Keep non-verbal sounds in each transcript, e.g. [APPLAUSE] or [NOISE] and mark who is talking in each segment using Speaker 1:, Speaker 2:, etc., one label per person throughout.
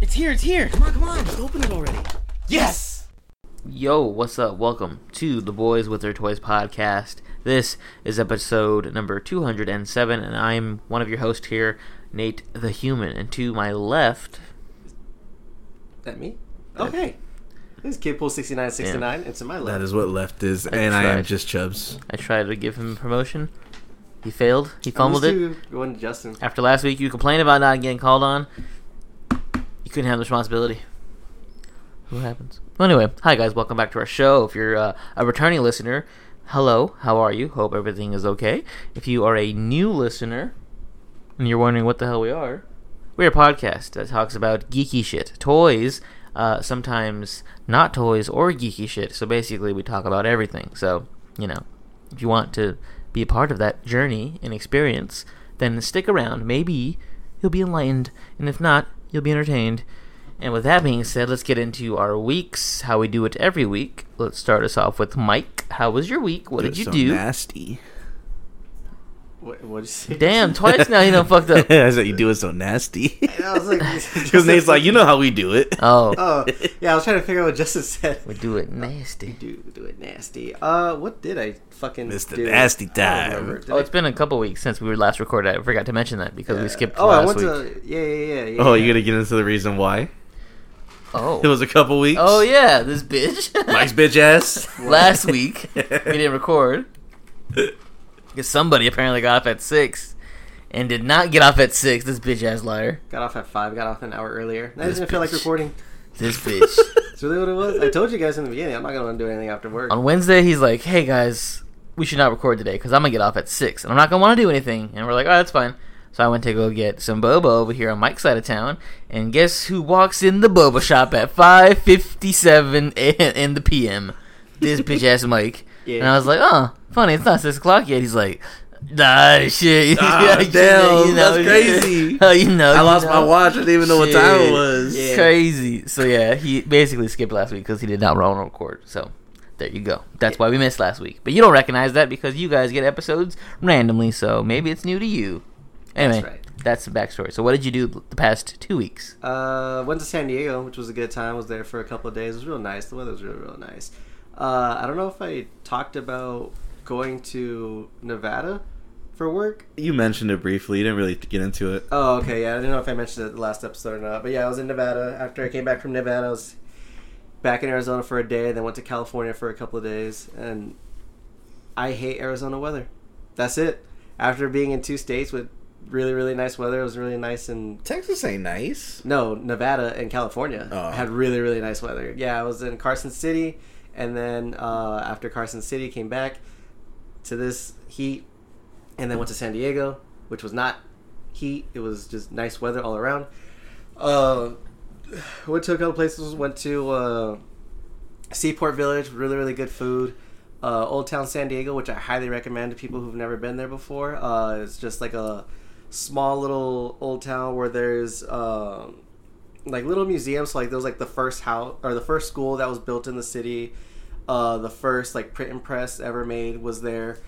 Speaker 1: It's here, it's here.
Speaker 2: Come on, come on. Just open it already.
Speaker 1: Yes!
Speaker 3: Yo, what's up? Welcome to the Boys with Their Toys podcast. This is episode number 207, and I'm one of your hosts here, Nate the Human. And to my left,
Speaker 2: That me? Okay. This is Kid Pool 6969. It's in my
Speaker 4: That
Speaker 2: left.
Speaker 4: is what left is, and I am
Speaker 3: tried.
Speaker 4: just Chubbs.
Speaker 3: I tried to give him promotion. He failed. He
Speaker 2: I
Speaker 3: fumbled
Speaker 2: was
Speaker 3: it.
Speaker 2: too- Going to Justin.
Speaker 3: After last week, you complained about not getting called on. You couldn't have the responsibility. What happens? Well, anyway, hi guys, welcome back to our show. If you're uh, a returning listener, hello, how are you? Hope everything is okay. If you are a new listener and you're wondering what the hell we are, we're a podcast that talks about geeky shit, toys, uh, sometimes not toys or geeky shit. So basically, we talk about everything. So you know, if you want to be a part of that journey and experience, then stick around. Maybe you'll be enlightened, and if not, you'll be entertained. And with that being said, let's get into our weeks. How we do it every week. Let's start us off with Mike. How was your week? What did you
Speaker 4: You're so
Speaker 3: do?
Speaker 4: Nasty.
Speaker 2: What, what did you say?
Speaker 3: Damn, twice now you done fucked
Speaker 4: [LAUGHS]
Speaker 3: up.
Speaker 4: I said you do it so nasty.
Speaker 2: And I was
Speaker 4: [LAUGHS]
Speaker 2: like,
Speaker 4: Because Nate's like, you know how we do it.
Speaker 3: Oh,
Speaker 2: [LAUGHS] Oh, yeah, I was trying to figure out what Justin said.
Speaker 3: we do it nasty.
Speaker 2: Do, do it nasty. Uh, what did I fucking
Speaker 4: It's the
Speaker 2: do?
Speaker 4: nasty
Speaker 2: I don't remember.
Speaker 4: time.
Speaker 2: Did
Speaker 3: Oh,
Speaker 2: I-
Speaker 3: it's been a couple weeks since we were last recorded. I forgot to mention that because we skipped
Speaker 2: Oh, I
Speaker 3: last
Speaker 2: went to.
Speaker 3: week.
Speaker 2: Yeah, yeah, yeah. yeah
Speaker 4: [LAUGHS] Oh,
Speaker 2: yeah.
Speaker 4: you're gonna get into the reason why? It
Speaker 3: Oh,
Speaker 4: was a couple weeks.
Speaker 3: oh
Speaker 4: [LAUGHS]
Speaker 3: yeah, this bitch.
Speaker 4: Mike's bitch ass.
Speaker 3: [LAUGHS]
Speaker 4: [LAUGHS]
Speaker 3: last week we didn't record because somebody apparently got off at six and did not get off at six. This bitch ass liar.
Speaker 2: Got off at 5, got off an hour earlier. I
Speaker 3: This
Speaker 2: just didn't feel like
Speaker 3: bitch.
Speaker 2: recording.
Speaker 3: This
Speaker 4: [LAUGHS]
Speaker 3: bitch.
Speaker 2: [LAUGHS] That's really what it was. I told you guys in the beginning, I'm not going to do anything after work.
Speaker 3: On Wednesday, he's like, "Hey guys, we should not record today because I'm gonna get off at six and I'm not gonna want to do anything." And we're like, "Oh, that's fine." So I went to go get some boba over here on Mike's side of town, and guess who walks in the boba shop at five fifty-seven [LAUGHS] in the p.m.
Speaker 4: [LAUGHS]
Speaker 3: This bitch ass Mike.
Speaker 2: Yeah.
Speaker 3: And I was like, "Oh, funny, it's not six o'clock yet." He's like. Nah, shit. [LAUGHS]
Speaker 4: Ah, damn, that's crazy.
Speaker 3: Oh, [LAUGHS] you know,
Speaker 4: I
Speaker 3: you
Speaker 4: lost
Speaker 3: know.
Speaker 4: my watch. I didn't even know what time
Speaker 3: Shit.
Speaker 4: it was.
Speaker 2: Yeah.
Speaker 3: Crazy. So yeah, he basically skipped last week because he did not run on record. So there you go. That's why we missed last week. But you don't recognize that because you guys get episodes randomly. So maybe it's new to you. Anyway, that's,
Speaker 2: right.
Speaker 3: the backstory. So what did you do the past two weeks?
Speaker 2: Uh, went to San Diego, which was a good time. Was there for a couple of days. It was real nice. The weather was real, real nice. Uh, I don't know if I talked about going to Nevada for work.
Speaker 4: You mentioned it briefly. You didn't really get into it.
Speaker 2: Oh, okay. Yeah, I don't know if I mentioned it the last episode or not. But yeah, I was in Nevada. After I came back from Nevada, I was back in Arizona for a day, then went to California for a couple of days. And I hate Arizona weather. That's it. After being in two states with really, really nice weather, it was really nice and
Speaker 4: Texas ain't nice.
Speaker 2: No, Nevada and California
Speaker 4: Oh.
Speaker 2: had really really nice weather. Yeah, I was in Carson City, and then uh, after Carson City, came back to this heat, and then went to San Diego, which was not heat. It was just nice weather all around. Uh, went to a couple places. Went to uh, Seaport Village. Really really good food. Uh, Old Town San Diego, which I highly recommend to people who've never been there before. Uh, it's just like a small little old town where there's um, like little museums. So, like there was like the first house or the first school that was built in the city. Uh, the first like print and press ever made was there.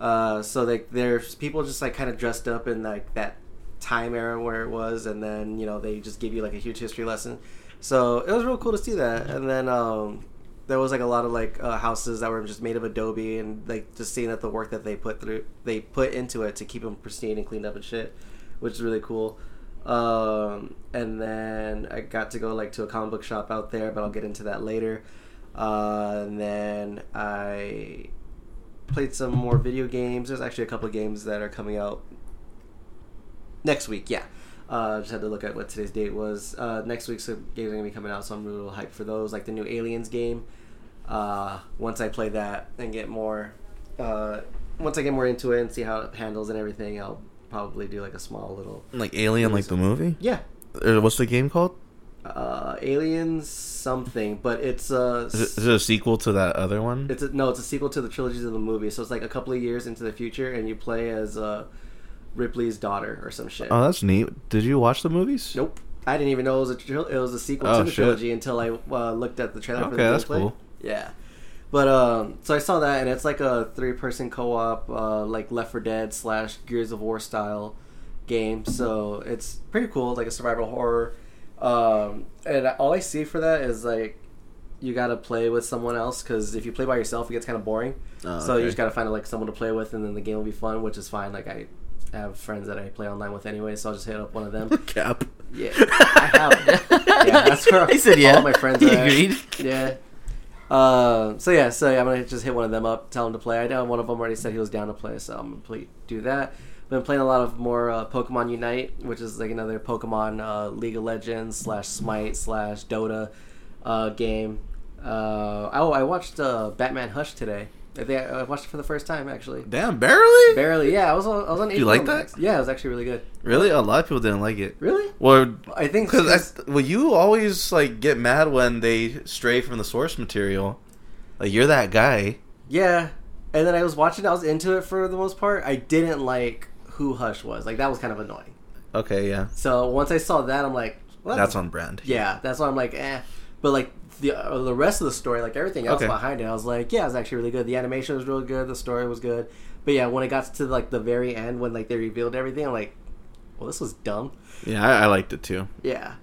Speaker 2: Uh, so like there's people just like kind of dressed up in like that time era where it was, and then you know they just give you like a huge history lesson. So it was real cool to see that. And then um, there was like a lot of like uh, houses that were just made of adobe, and like just seeing that the work that they put through, they put into it to keep them pristine and cleaned up and shit, which is really cool. Um, and then I got to go like to a comic book shop out there, but I'll get into that later. Uh, and then I played some more video games. There's actually a couple of games that are coming out next week. Yeah, uh, just had to look at what today's date was. Uh, next week's games are gonna be coming out, so I'm really hyped for those. Like the new Aliens game. Uh, once I play that and get more, uh, once I get more into it and see how it handles and everything, I'll probably do like a small little
Speaker 4: Like Alien, like the movie.
Speaker 2: yeah.
Speaker 4: Or what's the game called?
Speaker 2: Uh, aliens something, but it's uh,
Speaker 4: Is it, is it a sequel to that other one?
Speaker 2: It's a, no, it's a sequel to the trilogies of the movie. So it's like a couple of years into the future, and you play as uh, Ripley's daughter or some shit.
Speaker 4: oh, that's neat. Did you watch the movies?
Speaker 2: nope, I didn't even know it was a tril- it was a sequel
Speaker 4: Oh,
Speaker 2: to the
Speaker 4: shit.
Speaker 2: trilogy until I uh, looked at the trailer. for the
Speaker 4: Okay, that's
Speaker 2: gameplay.
Speaker 4: cool.
Speaker 2: Yeah, but um, so I saw that, and it's like a three person co op, uh, like Left for Dead slash Gears of War style game. So it's pretty cool, like a survival horror. Um, and all I see for that is like you got to play with someone else because if you play by yourself, it gets kind of boring.
Speaker 4: Oh,
Speaker 2: so
Speaker 4: okay.
Speaker 2: you just got to find like someone to play with, and then the game will be fun, which is fine. Like I have friends that I play online with anyway, so I'll just hit up one of
Speaker 4: [LAUGHS]
Speaker 2: them.
Speaker 4: Cap.
Speaker 2: Yeah, I have. [LAUGHS] Yeah, that's where
Speaker 3: [LAUGHS] he said,
Speaker 2: all
Speaker 3: "Yeah."
Speaker 2: my friends
Speaker 3: He
Speaker 2: are.
Speaker 3: agreed.
Speaker 2: [LAUGHS] yeah. Uh, so yeah, so yeah, I'm gonna just hit one of them up, tell them to play. I know one of them already said he was down to play, so I'm gonna play, do that. Been playing a lot of more uh, Pokemon Unite, which is like another Pokemon uh, League of Legends slash Smite slash Dota uh, game. Uh, oh, I watched uh, Batman Hush today. I think I I watched it for the first time actually.
Speaker 4: Damn, barely.
Speaker 2: Barely, yeah. I was on, I was on.
Speaker 4: you
Speaker 2: HBO
Speaker 4: like that?
Speaker 2: Max. Yeah, it was actually really good.
Speaker 4: Really, a lot of people didn't like it.
Speaker 2: Really?
Speaker 4: Well,
Speaker 2: I
Speaker 4: [LAUGHS]
Speaker 2: think
Speaker 4: because well, you always like get mad when they stray from the source material. Like you're that guy.
Speaker 2: Yeah, and then I was watching. I was into it for the most part. I didn't like who Hush was. Like that was kind of annoying.
Speaker 4: Okay, yeah,
Speaker 2: So once I saw that, I'm like, well,
Speaker 4: that's on brand.
Speaker 2: [LAUGHS] Yeah, that's why I'm like, eh. But like the uh, the rest of the story, like everything else
Speaker 4: Okay.
Speaker 2: behind it, I was like, yeah, it was actually really good. The animation was really good. The story was good. But yeah, when it got to like the very end, when like they revealed everything, I'm like, well, this was dumb.
Speaker 4: Yeah, I, I liked it too.
Speaker 2: Yeah,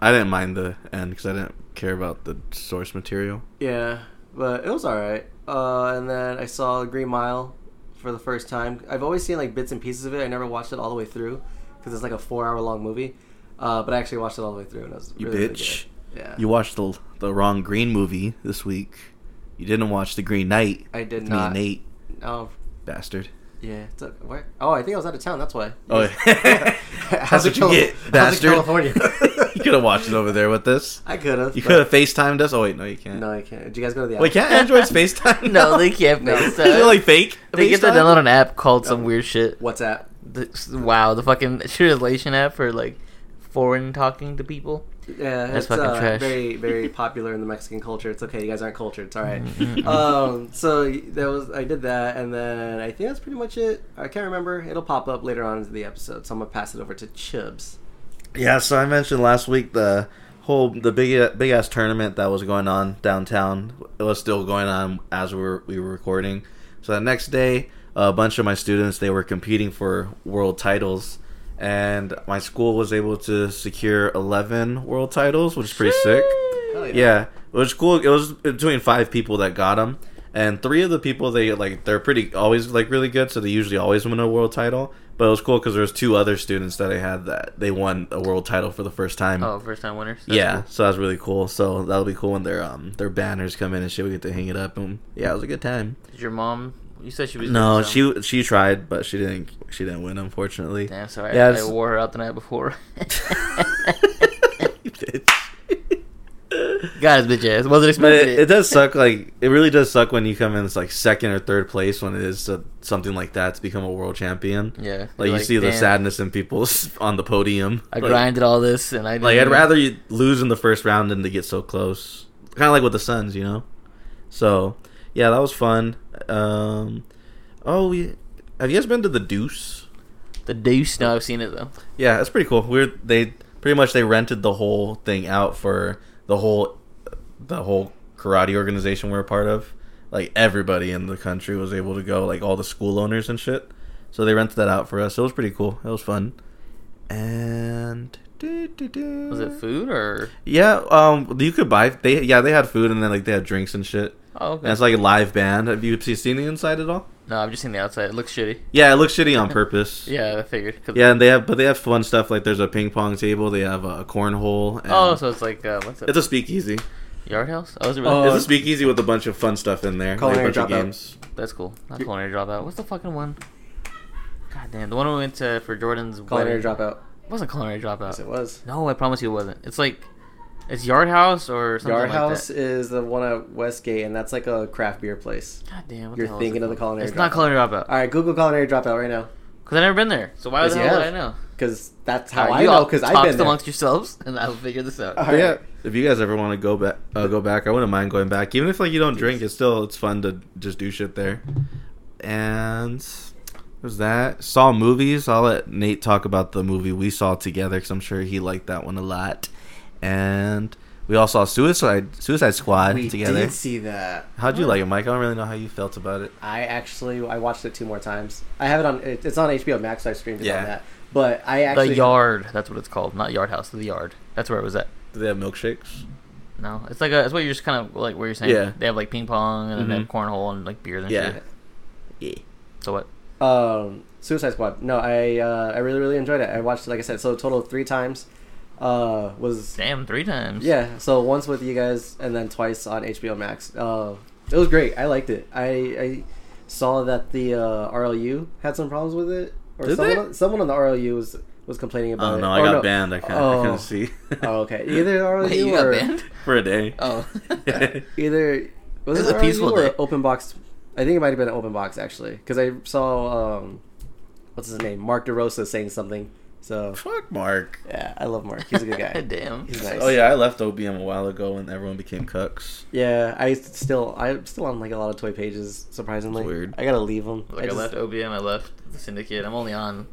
Speaker 4: I didn't mind the end because I didn't care about the source material.
Speaker 2: Yeah, but it was all right. Uh, and then I saw Green Mile for the first time. I've always seen like bits and pieces of it. I never watched it all the way through because it's like a four-hour-long movie. Uh, but I actually watched it all the way through, and it was
Speaker 4: You
Speaker 2: really, really
Speaker 4: bitch.
Speaker 2: good. yeah,
Speaker 4: You watched the the wrong Green movie this week. You didn't watch the Green Knight.
Speaker 2: I did
Speaker 4: with
Speaker 2: not.
Speaker 4: Me and Nate,
Speaker 2: Oh,
Speaker 4: bastard.
Speaker 2: yeah. It's okay. Where? Oh, I think I was out of town. That's why. [LAUGHS]
Speaker 4: Oh, [LAUGHS] yeah.
Speaker 2: How's
Speaker 4: what you get, bastard.
Speaker 2: California.
Speaker 4: [LAUGHS] you could have watched it over there with
Speaker 2: [LAUGHS]
Speaker 4: us.
Speaker 2: I could have.
Speaker 4: You could have FaceTimed us. Oh wait, no, you can't.
Speaker 2: No, I can't. Did you guys go to the?
Speaker 4: Wait,
Speaker 2: Apple?
Speaker 4: can't Androids
Speaker 3: [LAUGHS]
Speaker 4: FaceTime?
Speaker 3: No, they
Speaker 4: [LAUGHS]
Speaker 3: can't
Speaker 2: No.
Speaker 3: FaceTime.
Speaker 4: Is it like fake?
Speaker 3: They get to
Speaker 4: FaceTime? Oh.
Speaker 3: download an app called some weird shit.
Speaker 2: What's that?
Speaker 3: The, wow, the fucking translation app for like foreign talking to people.
Speaker 2: Yeah,
Speaker 3: That's
Speaker 2: it's
Speaker 3: fucking
Speaker 2: uh,
Speaker 3: trash.
Speaker 2: very
Speaker 3: [LAUGHS]
Speaker 2: very popular in the Mexican culture. It's okay, you guys aren't cultured. It's all right.
Speaker 3: Mm-hmm.
Speaker 2: um, so that was I did that, and then I think that's pretty much it. I can't remember. It'll pop up later on in the episode, so I'm gonna pass it over to Chubs.
Speaker 4: Yeah, so I mentioned last week the whole the big big ass tournament that was going on downtown. It was still going on as we were we were recording. So the next day, a bunch of my students they were competing for world titles, and my school was able to secure eleven world titles, which is pretty sick.
Speaker 2: Hell yeah.
Speaker 4: Yeah, it was cool. It was between five people that got them, and three of the people they like they're pretty always like really good, so they usually always win a world title. But it was cool because there was two other students that I had that they won a world title for the first time.
Speaker 3: Oh, first time winners. That's
Speaker 4: yeah,
Speaker 3: cool.
Speaker 4: so that's really cool. So that'll be cool when their um their banners come in and shit. We get to hang it up, and yeah, it was a good time.
Speaker 3: Did your mom? You said she was.
Speaker 4: No,
Speaker 3: doing some-
Speaker 4: she she tried, but she didn't she didn't win unfortunately.
Speaker 3: Damn, sorry.
Speaker 4: Yeah,
Speaker 3: I, I
Speaker 4: it's-
Speaker 3: wore her out the night
Speaker 4: [LAUGHS]
Speaker 3: before.
Speaker 4: Bitch.
Speaker 3: Guys, bitch ass. Wasn't
Speaker 4: But
Speaker 3: expecting
Speaker 4: it, it does suck. Like it really does suck when you come in as like second or third place when it is uh something like that to become a world champion.
Speaker 3: [LAUGHS] Yeah.
Speaker 4: Like
Speaker 3: You're
Speaker 4: you see the
Speaker 3: damn,
Speaker 4: sadness in people s- on the podium.
Speaker 3: I
Speaker 4: like,
Speaker 3: grinded all this, and I.
Speaker 4: Like I'd
Speaker 3: didn't-
Speaker 4: rather you lose in the first round than to get so close. Kind of like with the Suns, you know. So yeah, that was fun. Um, oh, we have you guys been to the Deuce?
Speaker 3: The deuce. No, I've seen it though.
Speaker 4: Yeah, it's pretty cool. We're they pretty much they rented the whole thing out for the whole the whole karate organization we're a part of. Like everybody in the country was able to go, like all the school owners and shit. So they rented that out for us. It was pretty cool. It was fun. And
Speaker 3: Was it food or?
Speaker 4: Yeah, um, you could buy. They yeah, they had food and then like they had drinks and shit.
Speaker 3: Oh, okay.
Speaker 4: And it's like a live band. Have you seen the inside at all?
Speaker 3: no, I've just seen the outside. It looks shitty.
Speaker 4: Yeah, it looks shitty on purpose.
Speaker 3: Yeah, I figured. 'Cause-
Speaker 4: [LAUGHS] Yeah, and they have, but they have fun stuff like there's a ping pong table, they have a cornhole. And
Speaker 3: Oh, so it's like uh, what's it?
Speaker 4: it's a speakeasy.
Speaker 3: yard house. Oh, is it
Speaker 2: Oh,
Speaker 3: really?
Speaker 4: it's a speakeasy with a bunch of fun stuff in there, like a
Speaker 2: Culinary
Speaker 4: bunch of
Speaker 2: Dropout.
Speaker 4: games.
Speaker 3: That's cool. Not culinary dropout. What's the fucking one? God damn, the one we went to for Jordan's
Speaker 2: Culinary
Speaker 3: wedding.
Speaker 2: dropout.
Speaker 3: It wasn't culinary dropout.
Speaker 2: Yes, it was.
Speaker 3: No, I promise you it wasn't. It's like it's Yard House or something
Speaker 2: Yard
Speaker 3: like
Speaker 2: House
Speaker 3: that.
Speaker 2: is the one at Westgate, and that's like a craft beer place.
Speaker 3: God damn, what
Speaker 2: You're
Speaker 3: the hell is
Speaker 2: thinking
Speaker 3: it
Speaker 2: of the
Speaker 3: called?
Speaker 2: culinary
Speaker 3: It's not
Speaker 2: dropout.
Speaker 3: culinary dropout
Speaker 2: All right, Google culinary dropout right now
Speaker 3: because I've never been there. So why
Speaker 2: Yes,
Speaker 3: the
Speaker 2: you
Speaker 3: hell would I
Speaker 2: have.
Speaker 3: know?
Speaker 2: because that's how
Speaker 3: All right,
Speaker 2: I
Speaker 3: you
Speaker 2: know
Speaker 3: all
Speaker 2: because I've
Speaker 3: talk
Speaker 2: been there.
Speaker 3: amongst yourselves, and I'll figure this out.
Speaker 2: All
Speaker 4: But
Speaker 2: right.
Speaker 4: yeah, if you guys ever want to go back, uh, go back. I wouldn't mind going back, even if like you don't drink. It's still it's fun to just do shit there. And was that saw movies? I'll let Nate talk about the movie we saw together because I'm sure he liked that one a lot. And we all saw Suicide Suicide Squad
Speaker 2: We
Speaker 4: together.
Speaker 2: did see that.
Speaker 4: How'd you like it, Mike? I don't really know how you felt about it.
Speaker 2: I actually I watched it two more times. I have it on. it- It's on HBO Max. So I streamed it
Speaker 4: Yeah.
Speaker 2: on that. But I
Speaker 3: The
Speaker 2: actually
Speaker 3: Yard. That's what it's called. Not Yard House. The Yard. That's where it was at.
Speaker 4: Do they have milkshakes?
Speaker 3: No, it's like a, it's what you're just kind of like what you're saying.
Speaker 4: Yeah.
Speaker 3: They have like ping pong and then they have
Speaker 2: Mm-hmm.
Speaker 4: Mhm.
Speaker 3: cornhole and like beers and
Speaker 4: Yeah.
Speaker 3: shit. So what?
Speaker 2: Um, Suicide Squad. No, I uh, I really really enjoyed it. I watched it, like I said, so a total of three times. Uh, was
Speaker 3: Damn, three times.
Speaker 2: yeah. So once with you guys, and then twice on HBO Max. Uh, it was great. I liked it. I, I saw that the uh, RLU had some problems with it, or
Speaker 4: Did
Speaker 2: someone
Speaker 4: they?
Speaker 2: on- someone on the RLU was was complaining about
Speaker 4: Oh
Speaker 2: it.
Speaker 4: no, I
Speaker 2: Or
Speaker 4: got banned. I can't. I
Speaker 2: Oh.
Speaker 4: couldn't see.
Speaker 2: Oh,
Speaker 4: [LAUGHS]
Speaker 2: okay. Either RLU
Speaker 3: Wait, you
Speaker 2: or
Speaker 3: got
Speaker 2: [LAUGHS]
Speaker 3: banned?
Speaker 4: for a day.
Speaker 3: [LAUGHS] Oh.
Speaker 2: either was
Speaker 3: It
Speaker 2: it,
Speaker 3: was a
Speaker 2: RLU
Speaker 3: peaceful
Speaker 2: or
Speaker 3: day.
Speaker 2: open box? I think it might have been an open box actually, because I saw um, what's his name, Mark DeRosa saying something. So
Speaker 4: Fuck Mark.
Speaker 2: yeah, I love Mark. [LAUGHS] He's a good
Speaker 3: [LAUGHS]
Speaker 2: guy.
Speaker 3: Damn.
Speaker 2: He's nice.
Speaker 4: Oh yeah, I left OBM a while ago and everyone became cucks.
Speaker 2: Yeah, I still I'm still on like a lot of toy pages. Surprisingly,
Speaker 4: That's weird.
Speaker 2: I gotta leave them.
Speaker 3: Like I,
Speaker 2: just-
Speaker 3: left OBM, I left the Syndicate. I'm only on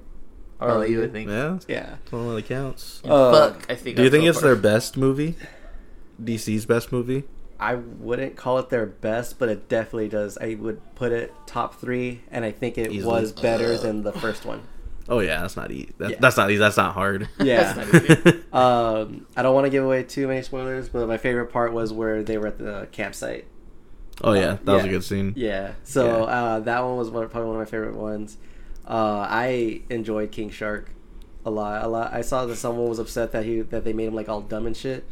Speaker 2: Oh,
Speaker 3: RLU, I
Speaker 2: you-
Speaker 3: think.
Speaker 4: Yeah, that's
Speaker 2: Yeah.
Speaker 4: the one that counts.
Speaker 3: And
Speaker 2: Uh,
Speaker 3: fuck, I think.
Speaker 4: Do you
Speaker 3: I'm
Speaker 4: think
Speaker 3: so
Speaker 4: it's
Speaker 3: far.
Speaker 4: their
Speaker 3: [LAUGHS]
Speaker 4: best movie? DC's best movie?
Speaker 2: I wouldn't call it their best, but it definitely does. I would put it top three, and I think it
Speaker 4: Easily.
Speaker 2: was better
Speaker 3: Ugh.
Speaker 2: than the first one.
Speaker 4: Oh yeah, that's not easy. That,
Speaker 2: Yeah.
Speaker 4: That's not easy. That's not hard.
Speaker 2: Yeah.
Speaker 4: [LAUGHS]
Speaker 3: That's not easy.
Speaker 2: Um, I don't want to give away too many spoilers, but my favorite part was where they were at the campsite.
Speaker 4: oh yeah, that was a
Speaker 2: Yeah.
Speaker 4: good scene.
Speaker 2: Yeah, so
Speaker 4: Yeah.
Speaker 2: Uh, that one was one, probably one of my favorite ones. Uh, I enjoyed King Shark a lot. A lot. I saw that someone was upset that he that they made him like all dumb and shit,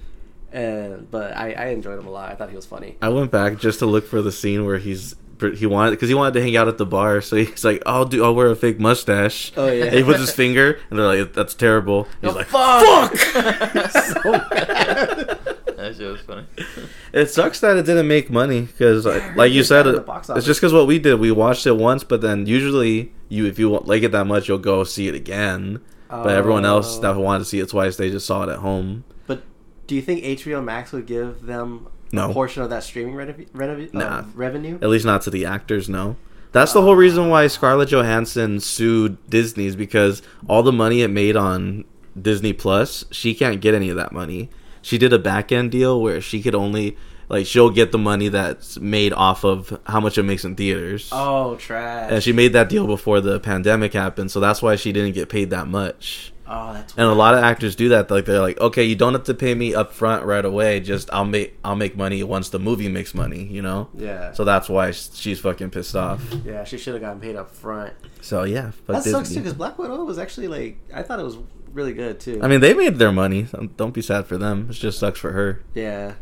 Speaker 2: and but I, I enjoyed him a lot. I thought he was funny.
Speaker 4: I went back just to look for the scene where he's he wanted because he wanted to hang out at the bar, so he's like, "I'll do. I'll wear a fake mustache."
Speaker 2: Oh, yeah.
Speaker 4: And he puts his finger, and they're like, "That's terrible." He's like,
Speaker 3: fuck!
Speaker 2: [LAUGHS]
Speaker 3: [LAUGHS]
Speaker 2: So bad.
Speaker 3: That shit was
Speaker 4: [LAUGHS]
Speaker 3: funny.
Speaker 4: It sucks that it didn't make money because, like, like you
Speaker 2: it's
Speaker 4: said,
Speaker 2: bad at
Speaker 4: it,
Speaker 2: the box
Speaker 4: it's
Speaker 2: office.
Speaker 4: just because what we did. We watched it once, but then usually you, if you wa- like it that much, you'll go see it again. But everyone else
Speaker 2: Oh.
Speaker 4: that wanted to see it twice, they just saw it at home.
Speaker 2: But do you think HBO Max would give them
Speaker 4: No.
Speaker 2: a portion of that streaming renov- renov-
Speaker 4: Nah.
Speaker 2: uh, revenue?
Speaker 4: At least not to the actors. No, that's the whole reason why Scarlett Johansson sued Disney's because all the money it made on Disney Plus, she can't get any of that money. She did a back end deal where she could only like she'll get the money that's made off of how much it makes in theaters.
Speaker 2: Oh, trash.
Speaker 4: And she made that deal before the pandemic happened, so that's why she didn't get paid that much.
Speaker 2: oh, that's
Speaker 4: And a lot of actors do that. Like they're like, okay, you don't have to pay me up front right away. Just I'll make I'll make money once the movie makes money. You know.
Speaker 2: yeah.
Speaker 4: So that's why sh- she's fucking pissed off.
Speaker 2: yeah, she should have gotten paid up front.
Speaker 4: So yeah,
Speaker 2: That
Speaker 4: but
Speaker 2: sucks too, because Black Widow was actually like I thought it was really good too.
Speaker 4: I mean, they made their money. so Don't be sad for them. It just sucks for her.
Speaker 2: yeah.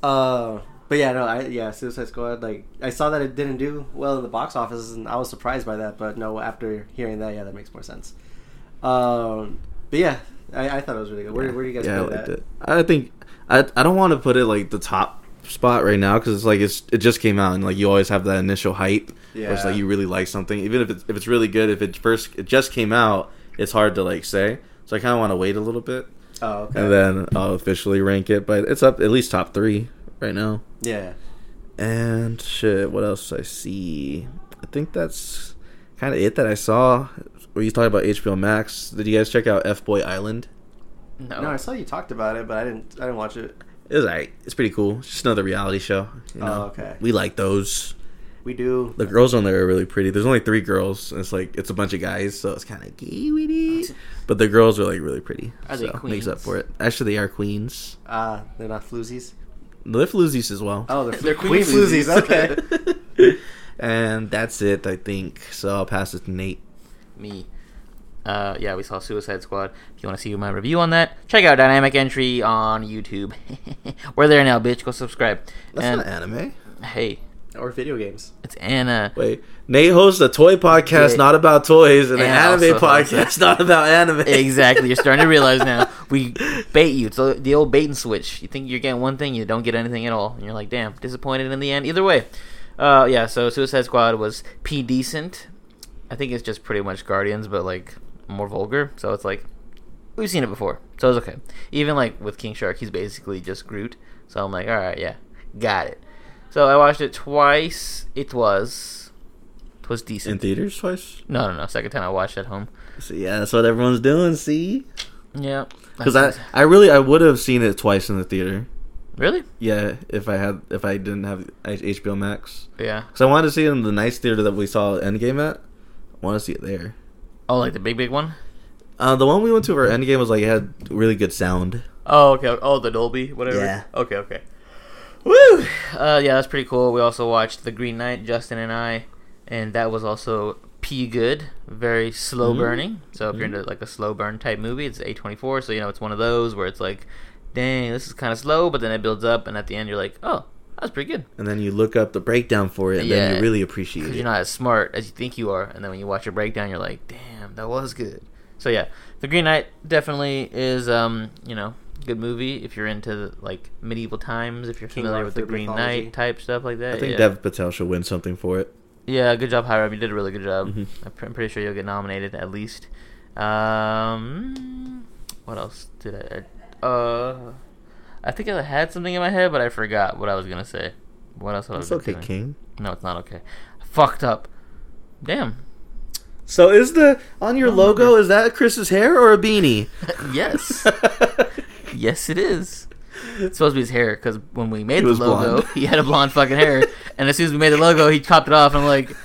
Speaker 2: Uh, but yeah, no, I yeah, Suicide Squad. Like I saw that it didn't do well in the box office, and I was surprised by that. But no, after hearing that, yeah, that makes more sense. Um, but yeah, I, I thought it was really good. Where, where do you guys?
Speaker 4: yeah, I
Speaker 2: put
Speaker 4: liked
Speaker 2: that?
Speaker 4: it. I think I I don't want to put it like the top spot right now because it's like it's it just came out and like you always have that initial hype. where it's
Speaker 2: Yeah.
Speaker 4: like you really like something, even if it's if it's really good. If it first it just came out, it's hard to like say. So I kind of want to wait a little bit
Speaker 2: Oh, okay.
Speaker 4: and then I'll officially rank it. But it's up at least top three right now.
Speaker 2: yeah.
Speaker 4: And shit, what else I see? I think that's kind of it that I saw. Were you talking about HBO Max? Did you guys check out F Boy Island?
Speaker 3: No.
Speaker 2: No, I saw you talked about it, but I didn't. I didn't watch it.
Speaker 4: It was alright. It's pretty cool. It's just another reality show. You
Speaker 2: Oh,
Speaker 4: know?
Speaker 2: okay.
Speaker 4: We like those.
Speaker 2: We do.
Speaker 4: The girls on there are really pretty. There's only three girls. And it's like it's a bunch of guys, so it's kind of gay with it. But the girls are like really pretty.
Speaker 3: Are
Speaker 4: so
Speaker 3: they
Speaker 4: Makes up
Speaker 3: queens?
Speaker 4: for it. Actually, they are queens.
Speaker 2: Ah, they're not floozies.
Speaker 4: They're floozies as well.
Speaker 3: [LAUGHS]
Speaker 2: Oh,
Speaker 4: [LAUGHS]
Speaker 2: they're,
Speaker 3: They're
Speaker 2: queen
Speaker 3: queen
Speaker 2: floozies. Okay.
Speaker 4: and that's it, I think. So I'll pass it to Nate.
Speaker 3: me. Uh, yeah, we saw Suicide Squad. If you want to see my review on that, check out Dynamic Entry on YouTube. [LAUGHS] We're there now, bitch. Go subscribe.
Speaker 4: That's
Speaker 3: and
Speaker 4: not anime.
Speaker 3: hey,
Speaker 2: or video games.
Speaker 3: it's Anna.
Speaker 4: Wait, Nate hosts a toy podcast
Speaker 3: Yeah.
Speaker 4: not about toys and, an
Speaker 3: And
Speaker 4: anime
Speaker 3: also hosts
Speaker 4: podcast [LAUGHS] not about anime.
Speaker 3: exactly. You're starting to realize now. We bait you. It's the old bait and switch. You think you're getting one thing, you don't get anything at all, and you're like, damn, disappointed in the end. Either way, uh, yeah. So Suicide Squad was p decent. I think it's just pretty much Guardians, but like more vulgar. So it's like we've seen it before, so it's okay. Even like with King Shark, he's basically just Groot. So I'm like, all right, yeah, got it. So I watched it twice. It was, it was
Speaker 4: [LAUGHS] In
Speaker 3: decent.
Speaker 4: theaters twice.
Speaker 3: No, no, no. Second time I watched at home.
Speaker 4: So yeah, that's what everyone's doing. See,
Speaker 3: Yeah.
Speaker 4: because I, I really, I would have seen it twice in the theater.
Speaker 3: really.
Speaker 4: Yeah, if I had, if I didn't have H- HBO Max,
Speaker 3: Yeah.
Speaker 4: because I wanted to see it in the nice theater that we saw Endgame at. I want to see it there.
Speaker 3: Oh, like the big, big one?
Speaker 4: Uh, the one we went to for Endgame was like it had really good sound.
Speaker 3: Oh, okay. Oh, the Dolby, whatever.
Speaker 4: Yeah.
Speaker 3: Okay, okay. Woo! Uh, yeah, that's pretty cool. We also watched The Green Knight, Justin and I, and that was also P good, very slow
Speaker 4: Mhm.
Speaker 3: burning. So if you're
Speaker 4: Mhm.
Speaker 3: into like a slow burn type movie, it's A24. So you know it's one of those where it's like, dang, this is kind of slow, but then it builds up, and at the end you're like, oh, that's pretty good.
Speaker 4: and then you look up the breakdown for it, and then
Speaker 3: Yeah.
Speaker 4: you really
Speaker 3: because
Speaker 4: appreciate
Speaker 3: you're
Speaker 4: it.
Speaker 3: not as smart as you think you are. And then when you watch a breakdown, you're like, damn, that was good. So yeah, The Green Knight definitely is, um, you know, good movie if you're into like medieval times. If you're
Speaker 2: King
Speaker 3: familiar with the
Speaker 2: Arthur
Speaker 3: Green
Speaker 2: mythology.
Speaker 3: Knight type stuff like that,
Speaker 4: I think
Speaker 3: yeah.
Speaker 4: Dev Patel should win something for it.
Speaker 3: Yeah, good job, Hiram. You did a really good job.
Speaker 4: Mhm.
Speaker 3: I'm pre- I'm pretty sure you'll get nominated at least. Um, what else did I? Uh, I think I had something in my head, but I forgot what I was gonna say. What else?
Speaker 4: It's
Speaker 3: was I
Speaker 4: okay,
Speaker 3: doing?
Speaker 4: King.
Speaker 3: No, it's not okay. Fucked up. Damn.
Speaker 4: So is the on your
Speaker 3: Oh,
Speaker 4: logo
Speaker 3: okay.
Speaker 4: is that Chris's hair or a beanie?
Speaker 3: [LAUGHS] Yes. Yes, it is. It's supposed to be his hair because when we made
Speaker 4: He
Speaker 3: the
Speaker 4: was
Speaker 3: logo,
Speaker 4: blonde.
Speaker 3: [LAUGHS] he had a blonde fucking hair, and as soon as we made the logo, he chopped it off. And I'm like,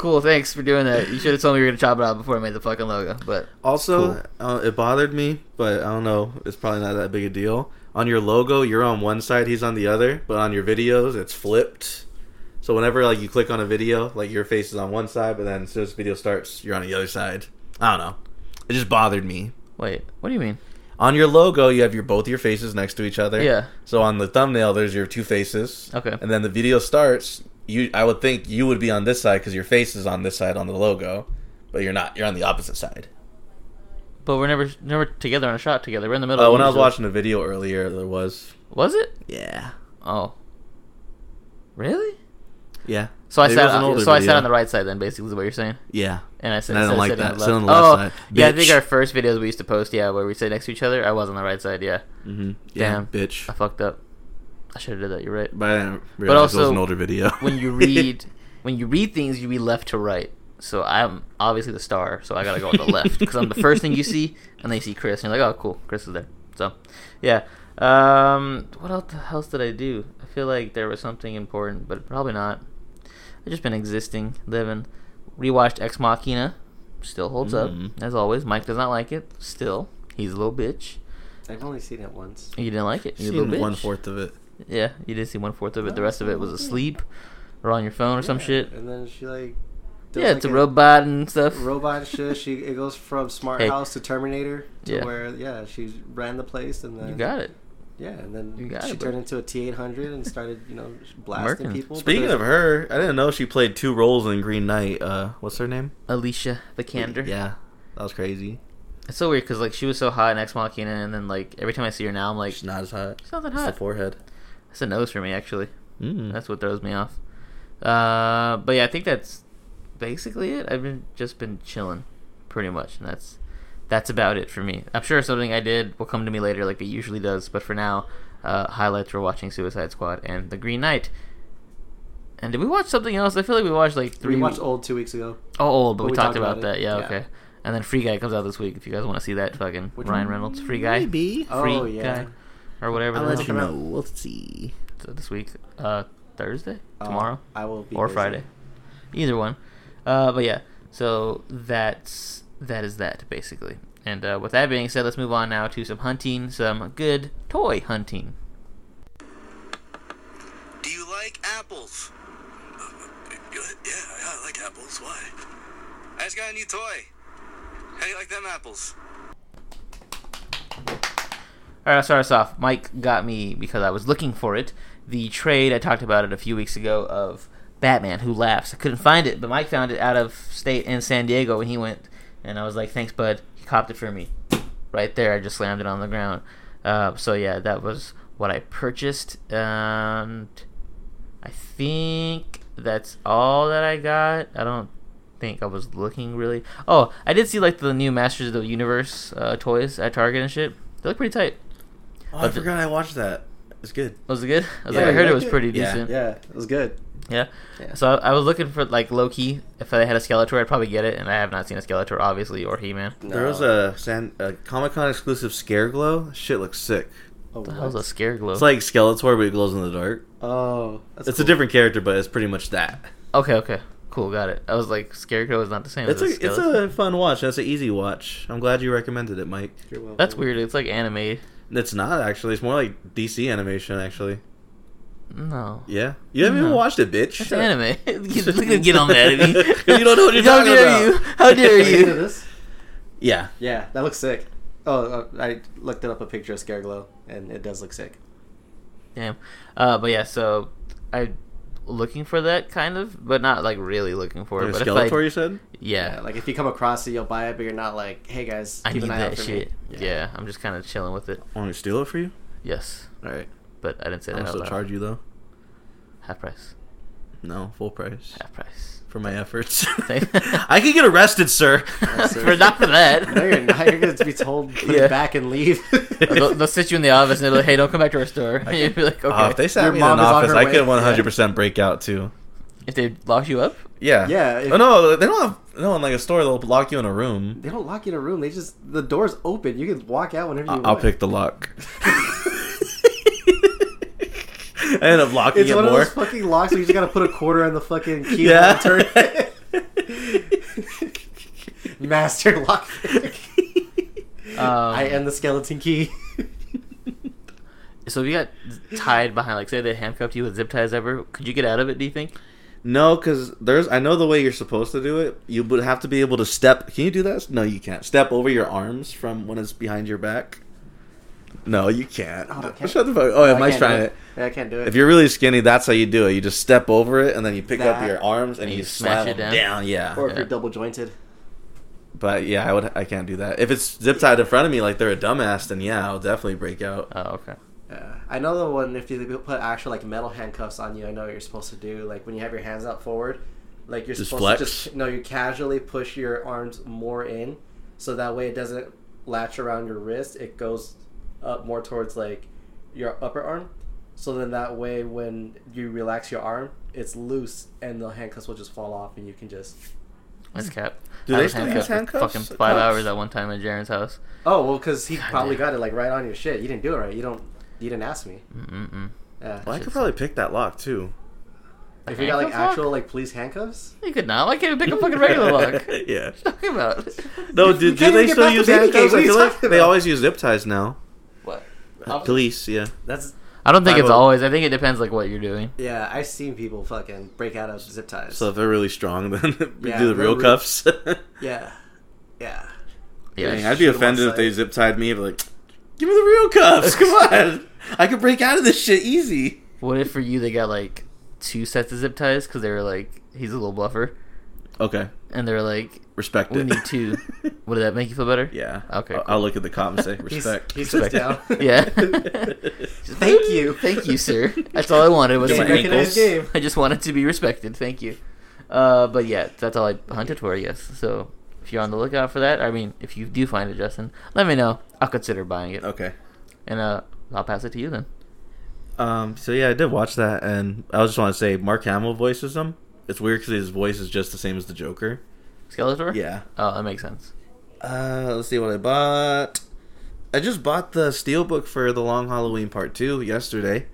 Speaker 3: "Cool, thanks for doing that. You should have told me you were gonna chop it off before I made the fucking logo." But
Speaker 4: [LAUGHS] Also,
Speaker 3: Cool.
Speaker 4: uh, it bothered me, but I don't know. It's probably not that big a deal. On your logo, you're on one side, he's on the other, but on your videos, it's flipped. So whenever like you click on a video, like your face is on one side, but then as soon as the video starts, you're on the other side. I don't know. It just bothered me.
Speaker 3: wait, what do you mean?
Speaker 4: On your logo, you have your both your faces next to each other.
Speaker 3: Yeah.
Speaker 4: So on the thumbnail, there's your two faces.
Speaker 3: Okay.
Speaker 4: And then the video starts. You, I would think you would be on this side because your face is on this side on the logo, but you're not. You're on the opposite side.
Speaker 3: But we're never never together on a shot together. We're in the middle.
Speaker 4: Uh, when I was
Speaker 3: usually.
Speaker 4: watching the video earlier, there was
Speaker 3: was it?
Speaker 4: yeah,
Speaker 3: Oh, really?
Speaker 4: yeah.
Speaker 3: So I
Speaker 4: Maybe it
Speaker 3: sat.
Speaker 4: was an
Speaker 3: So
Speaker 4: older
Speaker 3: I sat
Speaker 4: video.
Speaker 3: on the right side then, basically, is what you're saying.
Speaker 4: Yeah,
Speaker 3: And I said,
Speaker 4: And I
Speaker 3: instead
Speaker 4: don't
Speaker 3: of
Speaker 4: like
Speaker 3: sitting
Speaker 4: that.
Speaker 3: on
Speaker 4: Sit on the
Speaker 3: left-
Speaker 4: left
Speaker 3: oh,
Speaker 4: side,
Speaker 3: yeah. I think
Speaker 4: bitch.
Speaker 3: our first videos we used to post, yeah, where we sit next to each other. I was on the right side, yeah.
Speaker 4: mm-hmm.
Speaker 3: Damn.
Speaker 4: bitch.
Speaker 3: I fucked up. I should have did that. You're right.
Speaker 4: But I didn't realize it was
Speaker 3: also,
Speaker 4: an older video.
Speaker 3: [LAUGHS] when
Speaker 4: [LAUGHS]
Speaker 3: you read when you read things, you read left to right. So I'm obviously the star, so I gotta go on the left because I'm the first thing you see, and then you see Chris, and you're like, oh, cool, Chris is there. So, yeah. Um, what else the hell did I do? I feel like there was something important, but probably not. I've just been existing, living. Rewatched Ex Machina, still holds
Speaker 4: Mm.
Speaker 3: up as always. Mike does not like it. Still, he's a little bitch.
Speaker 2: I've only seen it once.
Speaker 3: You didn't like it.
Speaker 4: you
Speaker 3: She's a little
Speaker 4: did
Speaker 3: bitch.
Speaker 4: one fourth of it.
Speaker 3: Yeah, you did see one fourth of it. The
Speaker 2: Oh,
Speaker 3: rest of it was asleep or on your phone or some
Speaker 2: Yeah,
Speaker 3: shit.
Speaker 2: And then she like. does,
Speaker 3: Yeah, it's
Speaker 2: like,
Speaker 3: a robot and stuff.
Speaker 2: Robot and shit. She it goes from Smart
Speaker 3: Hey.
Speaker 2: House to Terminator to
Speaker 3: Yeah.
Speaker 2: where yeah she ran the place and then
Speaker 3: You got it.
Speaker 2: yeah and then
Speaker 3: You got
Speaker 2: she
Speaker 3: it, bro.
Speaker 2: turned into a T eight hundred and started you know blasting
Speaker 3: Merkin.
Speaker 2: people. but
Speaker 4: Speaking
Speaker 2: there's-
Speaker 4: of her, I didn't know she played two roles in Green Knight. Uh, what's her name?
Speaker 3: Alicia Vikander.
Speaker 4: Yeah, that was crazy.
Speaker 3: It's so weird because like she was so hot in Ex Machina, and then like every time I see her now, I'm like,
Speaker 4: She's not as hot.
Speaker 3: she's not that
Speaker 4: It's the
Speaker 3: hot.
Speaker 4: forehead.
Speaker 3: That's a nose for me actually.
Speaker 4: Mm.
Speaker 3: That's what throws me off. Uh, but yeah, I think that's basically it. I've been just been chilling, pretty much, and that's that's about it for me. I'm sure something I did will come to me later, like it usually does. But for now, uh, highlights we're watching Suicide Squad and The Green Knight. And did we watch something else? I feel like we watched like three.
Speaker 2: we watched old two weeks ago.
Speaker 3: Oh, old, but, we, talked about,
Speaker 2: it.
Speaker 3: that. Yeah,
Speaker 2: Yeah.
Speaker 3: okay. And then Free Guy comes out this week. If you guys want to see that, fucking
Speaker 2: Which
Speaker 3: Ryan
Speaker 2: one?
Speaker 3: Reynolds, Free Guy,
Speaker 4: Maybe.
Speaker 2: Oh,
Speaker 3: Free
Speaker 2: yeah.
Speaker 3: Guy, or whatever.
Speaker 4: I'll
Speaker 3: the
Speaker 4: let you
Speaker 3: hell.
Speaker 4: know. We'll see.
Speaker 3: So this week, uh, Thursday,
Speaker 2: Uh,
Speaker 3: tomorrow,
Speaker 2: I will be
Speaker 3: or
Speaker 2: busy.
Speaker 3: Friday, either one. Uh, but yeah, so that's that is that basically. And uh, with that being said, let's move on now to some hunting, some good toy hunting.
Speaker 1: Do you like apples? Uh, yeah, yeah, I like apples. Why? I just got a new toy. How do you like them apples?
Speaker 3: All right, I'll start us off. Mike got me because I was looking for it. The trade I talked about it a few weeks ago of Batman Who Laughs. I couldn't find it, but Mike found it out of state in San Diego, and he went. And I was like, "Thanks, bud." He copped it for me, right there. I just slammed it on the ground. Uh, so yeah, that was what I purchased. Um, I think that's all that I got. I don't think I was looking really. Oh, I did see like the new Masters of the Universe uh, toys at Target and shit. They look pretty tight.
Speaker 4: Oh, I
Speaker 3: But the-
Speaker 4: forgot I watched that. It's good.
Speaker 3: Was it good? I was
Speaker 4: Yeah,
Speaker 3: like, I
Speaker 4: you
Speaker 3: heard it
Speaker 4: liked
Speaker 3: was
Speaker 4: it?
Speaker 3: pretty
Speaker 4: Yeah.
Speaker 3: decent. Yeah.
Speaker 2: Yeah, it was good.
Speaker 3: So I, I was looking for like low key. If I had a Skeletor, I'd probably get it, and I have not seen a Skeletor, obviously, or He Man.
Speaker 2: No.
Speaker 4: There was a, San, a Comic Con exclusive Scare Glow. Shit looks sick.
Speaker 2: Oh,
Speaker 3: That was a
Speaker 2: what?
Speaker 3: scare glow.
Speaker 4: It's like Skeletor, but it glows in the dark.
Speaker 2: oh that's
Speaker 4: it's
Speaker 2: cool.
Speaker 4: a different character, but it's pretty much that.
Speaker 3: okay, okay, cool, got it. I was like, Scarecrow is not the same.
Speaker 4: It's
Speaker 3: as
Speaker 4: a it's
Speaker 3: Skeletor.
Speaker 4: a fun watch. That's an easy watch. I'm glad you recommended it, Mike.
Speaker 2: You're welcome.
Speaker 3: That's weird. It's like anime
Speaker 4: It's not actually. It's more like DC animation actually.
Speaker 3: No.
Speaker 4: Yeah, you haven't even
Speaker 3: No.
Speaker 4: watched it, bitch.
Speaker 3: That's
Speaker 4: [LAUGHS]
Speaker 3: anime. [LAUGHS] Look at him get on that at me.
Speaker 4: You don't know what you're
Speaker 3: [LAUGHS] How
Speaker 4: talking
Speaker 3: dare
Speaker 4: about.
Speaker 3: you? How dare
Speaker 2: Are you into
Speaker 4: [LAUGHS]
Speaker 3: you?
Speaker 2: this?
Speaker 4: Yeah,
Speaker 2: Yeah, that looks sick. Oh, uh, I looked it up a picture of Scareglow, and it does look sick.
Speaker 3: Damn. Uh, but yeah, so I looking for that kind of, but not like really looking for it.
Speaker 4: Like
Speaker 3: But
Speaker 4: a Skeletor.
Speaker 3: if I,
Speaker 4: you said.
Speaker 2: Yeah,
Speaker 3: yeah,
Speaker 2: like if you come across it, you'll buy it, but you're not like, hey guys,
Speaker 3: I
Speaker 2: keep
Speaker 3: need
Speaker 2: an eye out
Speaker 3: that
Speaker 2: for
Speaker 3: shit.
Speaker 2: me.
Speaker 3: Yeah. I'm just kind of chilling with it.
Speaker 4: Want me to steal it for you?
Speaker 3: Yes,
Speaker 4: All right.
Speaker 3: but I didn't say
Speaker 4: I'll
Speaker 3: that. Out
Speaker 4: still
Speaker 3: loud.
Speaker 4: charge you though.
Speaker 3: half price.
Speaker 4: No, full price
Speaker 2: [LAUGHS]
Speaker 3: Half price.
Speaker 4: for my efforts.
Speaker 3: [LAUGHS] Thank-
Speaker 4: [LAUGHS] I could get arrested, sir.
Speaker 2: sir.
Speaker 3: [LAUGHS] for not for that.
Speaker 2: No, you're not. You're going to be told put
Speaker 3: Yeah.
Speaker 2: it back and
Speaker 4: [LAUGHS]
Speaker 2: leave.
Speaker 3: They'll, they'll sit you in the office and they're like, "Hey, don't come back to our store." [LAUGHS] And [LAUGHS] you'd be like, "Okay."
Speaker 4: Oh, if they sat
Speaker 2: Your
Speaker 4: me in
Speaker 2: mom
Speaker 4: an
Speaker 2: is on
Speaker 4: office,
Speaker 2: her
Speaker 4: I
Speaker 2: way.
Speaker 4: could 100% break out too.
Speaker 3: if they lock you up,
Speaker 4: Yeah.
Speaker 2: Yeah, if-
Speaker 4: oh no, they don't have no in like a store. They'll lock you in a room.
Speaker 2: they don't lock you in a room. They just the door's open. You can walk out whenever you
Speaker 4: I-
Speaker 2: want. [LAUGHS]
Speaker 4: I'll pick the lock. [LAUGHS] I end
Speaker 2: [LAUGHS]
Speaker 4: up locking
Speaker 2: It's
Speaker 4: it
Speaker 2: one
Speaker 4: more.
Speaker 2: of those fucking locks where you just got to put a quarter on the
Speaker 4: [LAUGHS]
Speaker 2: fucking key
Speaker 4: Yeah.
Speaker 2: and turn
Speaker 4: [LAUGHS]
Speaker 2: it. [LAUGHS] Master
Speaker 4: [LAUGHS]
Speaker 2: lockpick.
Speaker 3: um,
Speaker 2: I am the skeleton key.
Speaker 3: so if you got tied behind, like say they handcuffed you with zip ties ever, could you get out of it? Do you think?
Speaker 4: [LAUGHS] No, because there's. I know the way you're supposed to do it. You would have to be able to step. Can you do that? No, you can't. Step over your arms from when it's behind your back. No, you can't.
Speaker 2: Oh, I can't.
Speaker 4: Shut the fuck. Oh, yeah,
Speaker 2: I
Speaker 4: Mike's
Speaker 2: can't do
Speaker 4: trying it.
Speaker 2: Yeah, I can't do it.
Speaker 4: If you're really skinny, that's how you do it. You just step over it, and then you pick up
Speaker 2: That-
Speaker 4: your arms and, you, smash it down. Yeah.
Speaker 2: or if
Speaker 3: Yeah.
Speaker 2: you're double jointed.
Speaker 4: but yeah, I would. I can't do that. If it's zip tied in front of me, like they're a dumbass, then yeah, I'll definitely break out.
Speaker 3: Oh, okay.
Speaker 2: Yeah. I know the Uh, one if you put actual like metal handcuffs on you, I know what you're supposed to do. Like when you have your hands out forward, like you're
Speaker 4: Just
Speaker 2: supposed to
Speaker 4: flex?
Speaker 2: just no, you casually push your arms more in, so that way it doesn't latch around your wrist. It goes up more towards like your upper arm. So then that way when you relax your arm, it's loose and the handcuffs will just fall off and you can just Mm.
Speaker 3: That's cap.
Speaker 4: Do
Speaker 3: I
Speaker 4: they
Speaker 3: was
Speaker 4: still
Speaker 3: handcuffed
Speaker 4: use
Speaker 3: for
Speaker 4: handcuffs?
Speaker 3: Fucking five
Speaker 4: Cuffs?
Speaker 3: hours at one time at Jaren's house.
Speaker 2: Oh well, because he probably
Speaker 3: damn.
Speaker 2: got it like right on your shit. You didn't do it right. You don't. You didn't ask me.
Speaker 3: Mm-mm.
Speaker 2: Yeah.
Speaker 4: Well, I could probably pick that lock too.
Speaker 2: if you got like
Speaker 3: Handcuff lock?
Speaker 2: actual like police handcuffs.
Speaker 3: You could not. Why can't you pick a fucking regular lock? What are you
Speaker 4: [LAUGHS] yeah.
Speaker 3: talking about?
Speaker 4: No,
Speaker 2: You
Speaker 4: do, do
Speaker 2: can't even
Speaker 4: they
Speaker 2: get
Speaker 4: still
Speaker 2: back to
Speaker 4: use
Speaker 2: baby
Speaker 4: handcuffs?
Speaker 2: cage. What
Speaker 4: I
Speaker 2: are you
Speaker 4: feel like
Speaker 2: talking
Speaker 4: they
Speaker 2: about?
Speaker 4: always use zip ties now.
Speaker 3: [LAUGHS] What?
Speaker 4: Police, yeah.
Speaker 2: That's
Speaker 3: I don't think it's
Speaker 4: 501.
Speaker 3: always. I think it depends like what you're doing.
Speaker 2: yeah. I've seen people fucking break out of zip ties.
Speaker 4: So if they're really strong, [LAUGHS] then we
Speaker 2: Yeah,
Speaker 4: do the
Speaker 2: they're
Speaker 4: real
Speaker 2: re-
Speaker 4: cuffs.
Speaker 2: [LAUGHS] yeah, yeah.
Speaker 3: Yeah.
Speaker 4: Dang,
Speaker 3: it's-
Speaker 4: I'd be
Speaker 2: shoot 'em
Speaker 4: offended
Speaker 2: on
Speaker 4: if they
Speaker 2: sight.
Speaker 4: zip tied me. I'd be like, give me the real cuffs. [LAUGHS] Come
Speaker 2: [LAUGHS]
Speaker 4: on, I could break out of this shit easy.
Speaker 3: What if for you they got like two sets of zip ties because they were like he's a little bluffer
Speaker 4: Okay,
Speaker 3: and they were like
Speaker 4: respect
Speaker 3: we
Speaker 4: it.
Speaker 3: need two. Would that make you feel better?
Speaker 4: [LAUGHS] yeah.
Speaker 3: Okay, cool.
Speaker 4: I'll, I'll look at the cop and say respect.
Speaker 2: He's, he sits down.
Speaker 4: Respect.
Speaker 3: Yeah.
Speaker 4: [LAUGHS]
Speaker 2: Thank you.
Speaker 3: Thank you, sir. That's all I wanted was
Speaker 2: It's a
Speaker 3: to
Speaker 4: Get my
Speaker 3: be.
Speaker 4: ankle.
Speaker 2: recognized game.
Speaker 3: [LAUGHS] I just wanted to be respected. Thank you. Uh, but yeah, that's all I hunted for. Yes. So if you're on the lookout for that, I mean, if you do find it, Justin, let me know. I'll consider buying it,
Speaker 4: Okay.
Speaker 3: and uh, I'll pass it to you then.
Speaker 4: Um. So yeah, I did watch that, and I just want to say Mark Hamill voices him. It's weird because his voice is just the same as the Joker.
Speaker 3: Skeletor.
Speaker 4: Yeah.
Speaker 3: Oh, that makes sense.
Speaker 4: Uh, let's see what I bought. I just bought the steelbook for the Long Halloween Part Two yesterday,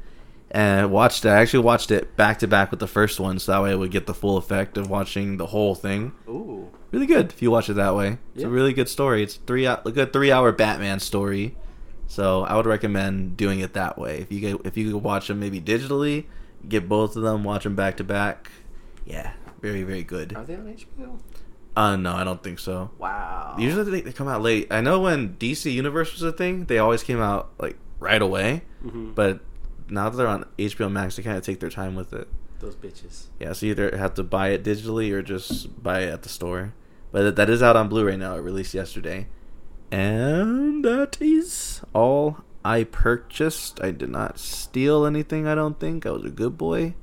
Speaker 4: and I watched. it. I actually watched it back to back with the first one, so that way I would get the full effect of watching the whole thing.
Speaker 2: Ooh.
Speaker 4: Really good if you watch it that way. It's a
Speaker 2: Yeah.
Speaker 4: really good story. It's three hou- a good three hour Batman story, so I would recommend doing it that way. If you get, if you could watch them maybe digitally, get both of them, watch them back to back. Yeah, very very good.
Speaker 2: Are they on HBO?
Speaker 4: Uh, no, I don't think so.
Speaker 2: Wow.
Speaker 4: Usually they, they come out late. I know when DC Universe was a thing, they always came out like right away.
Speaker 2: Mhm.
Speaker 4: But now that they're on HBO Max, they kind of take their time with it.
Speaker 2: those bitches.
Speaker 4: Yeah, so you either have to buy it digitally or just buy it at the store. But that- that is out on Blu-ray now. It released yesterday, and that is all I purchased. I did not steal anything. I don't think I was a good boy.
Speaker 2: [LAUGHS]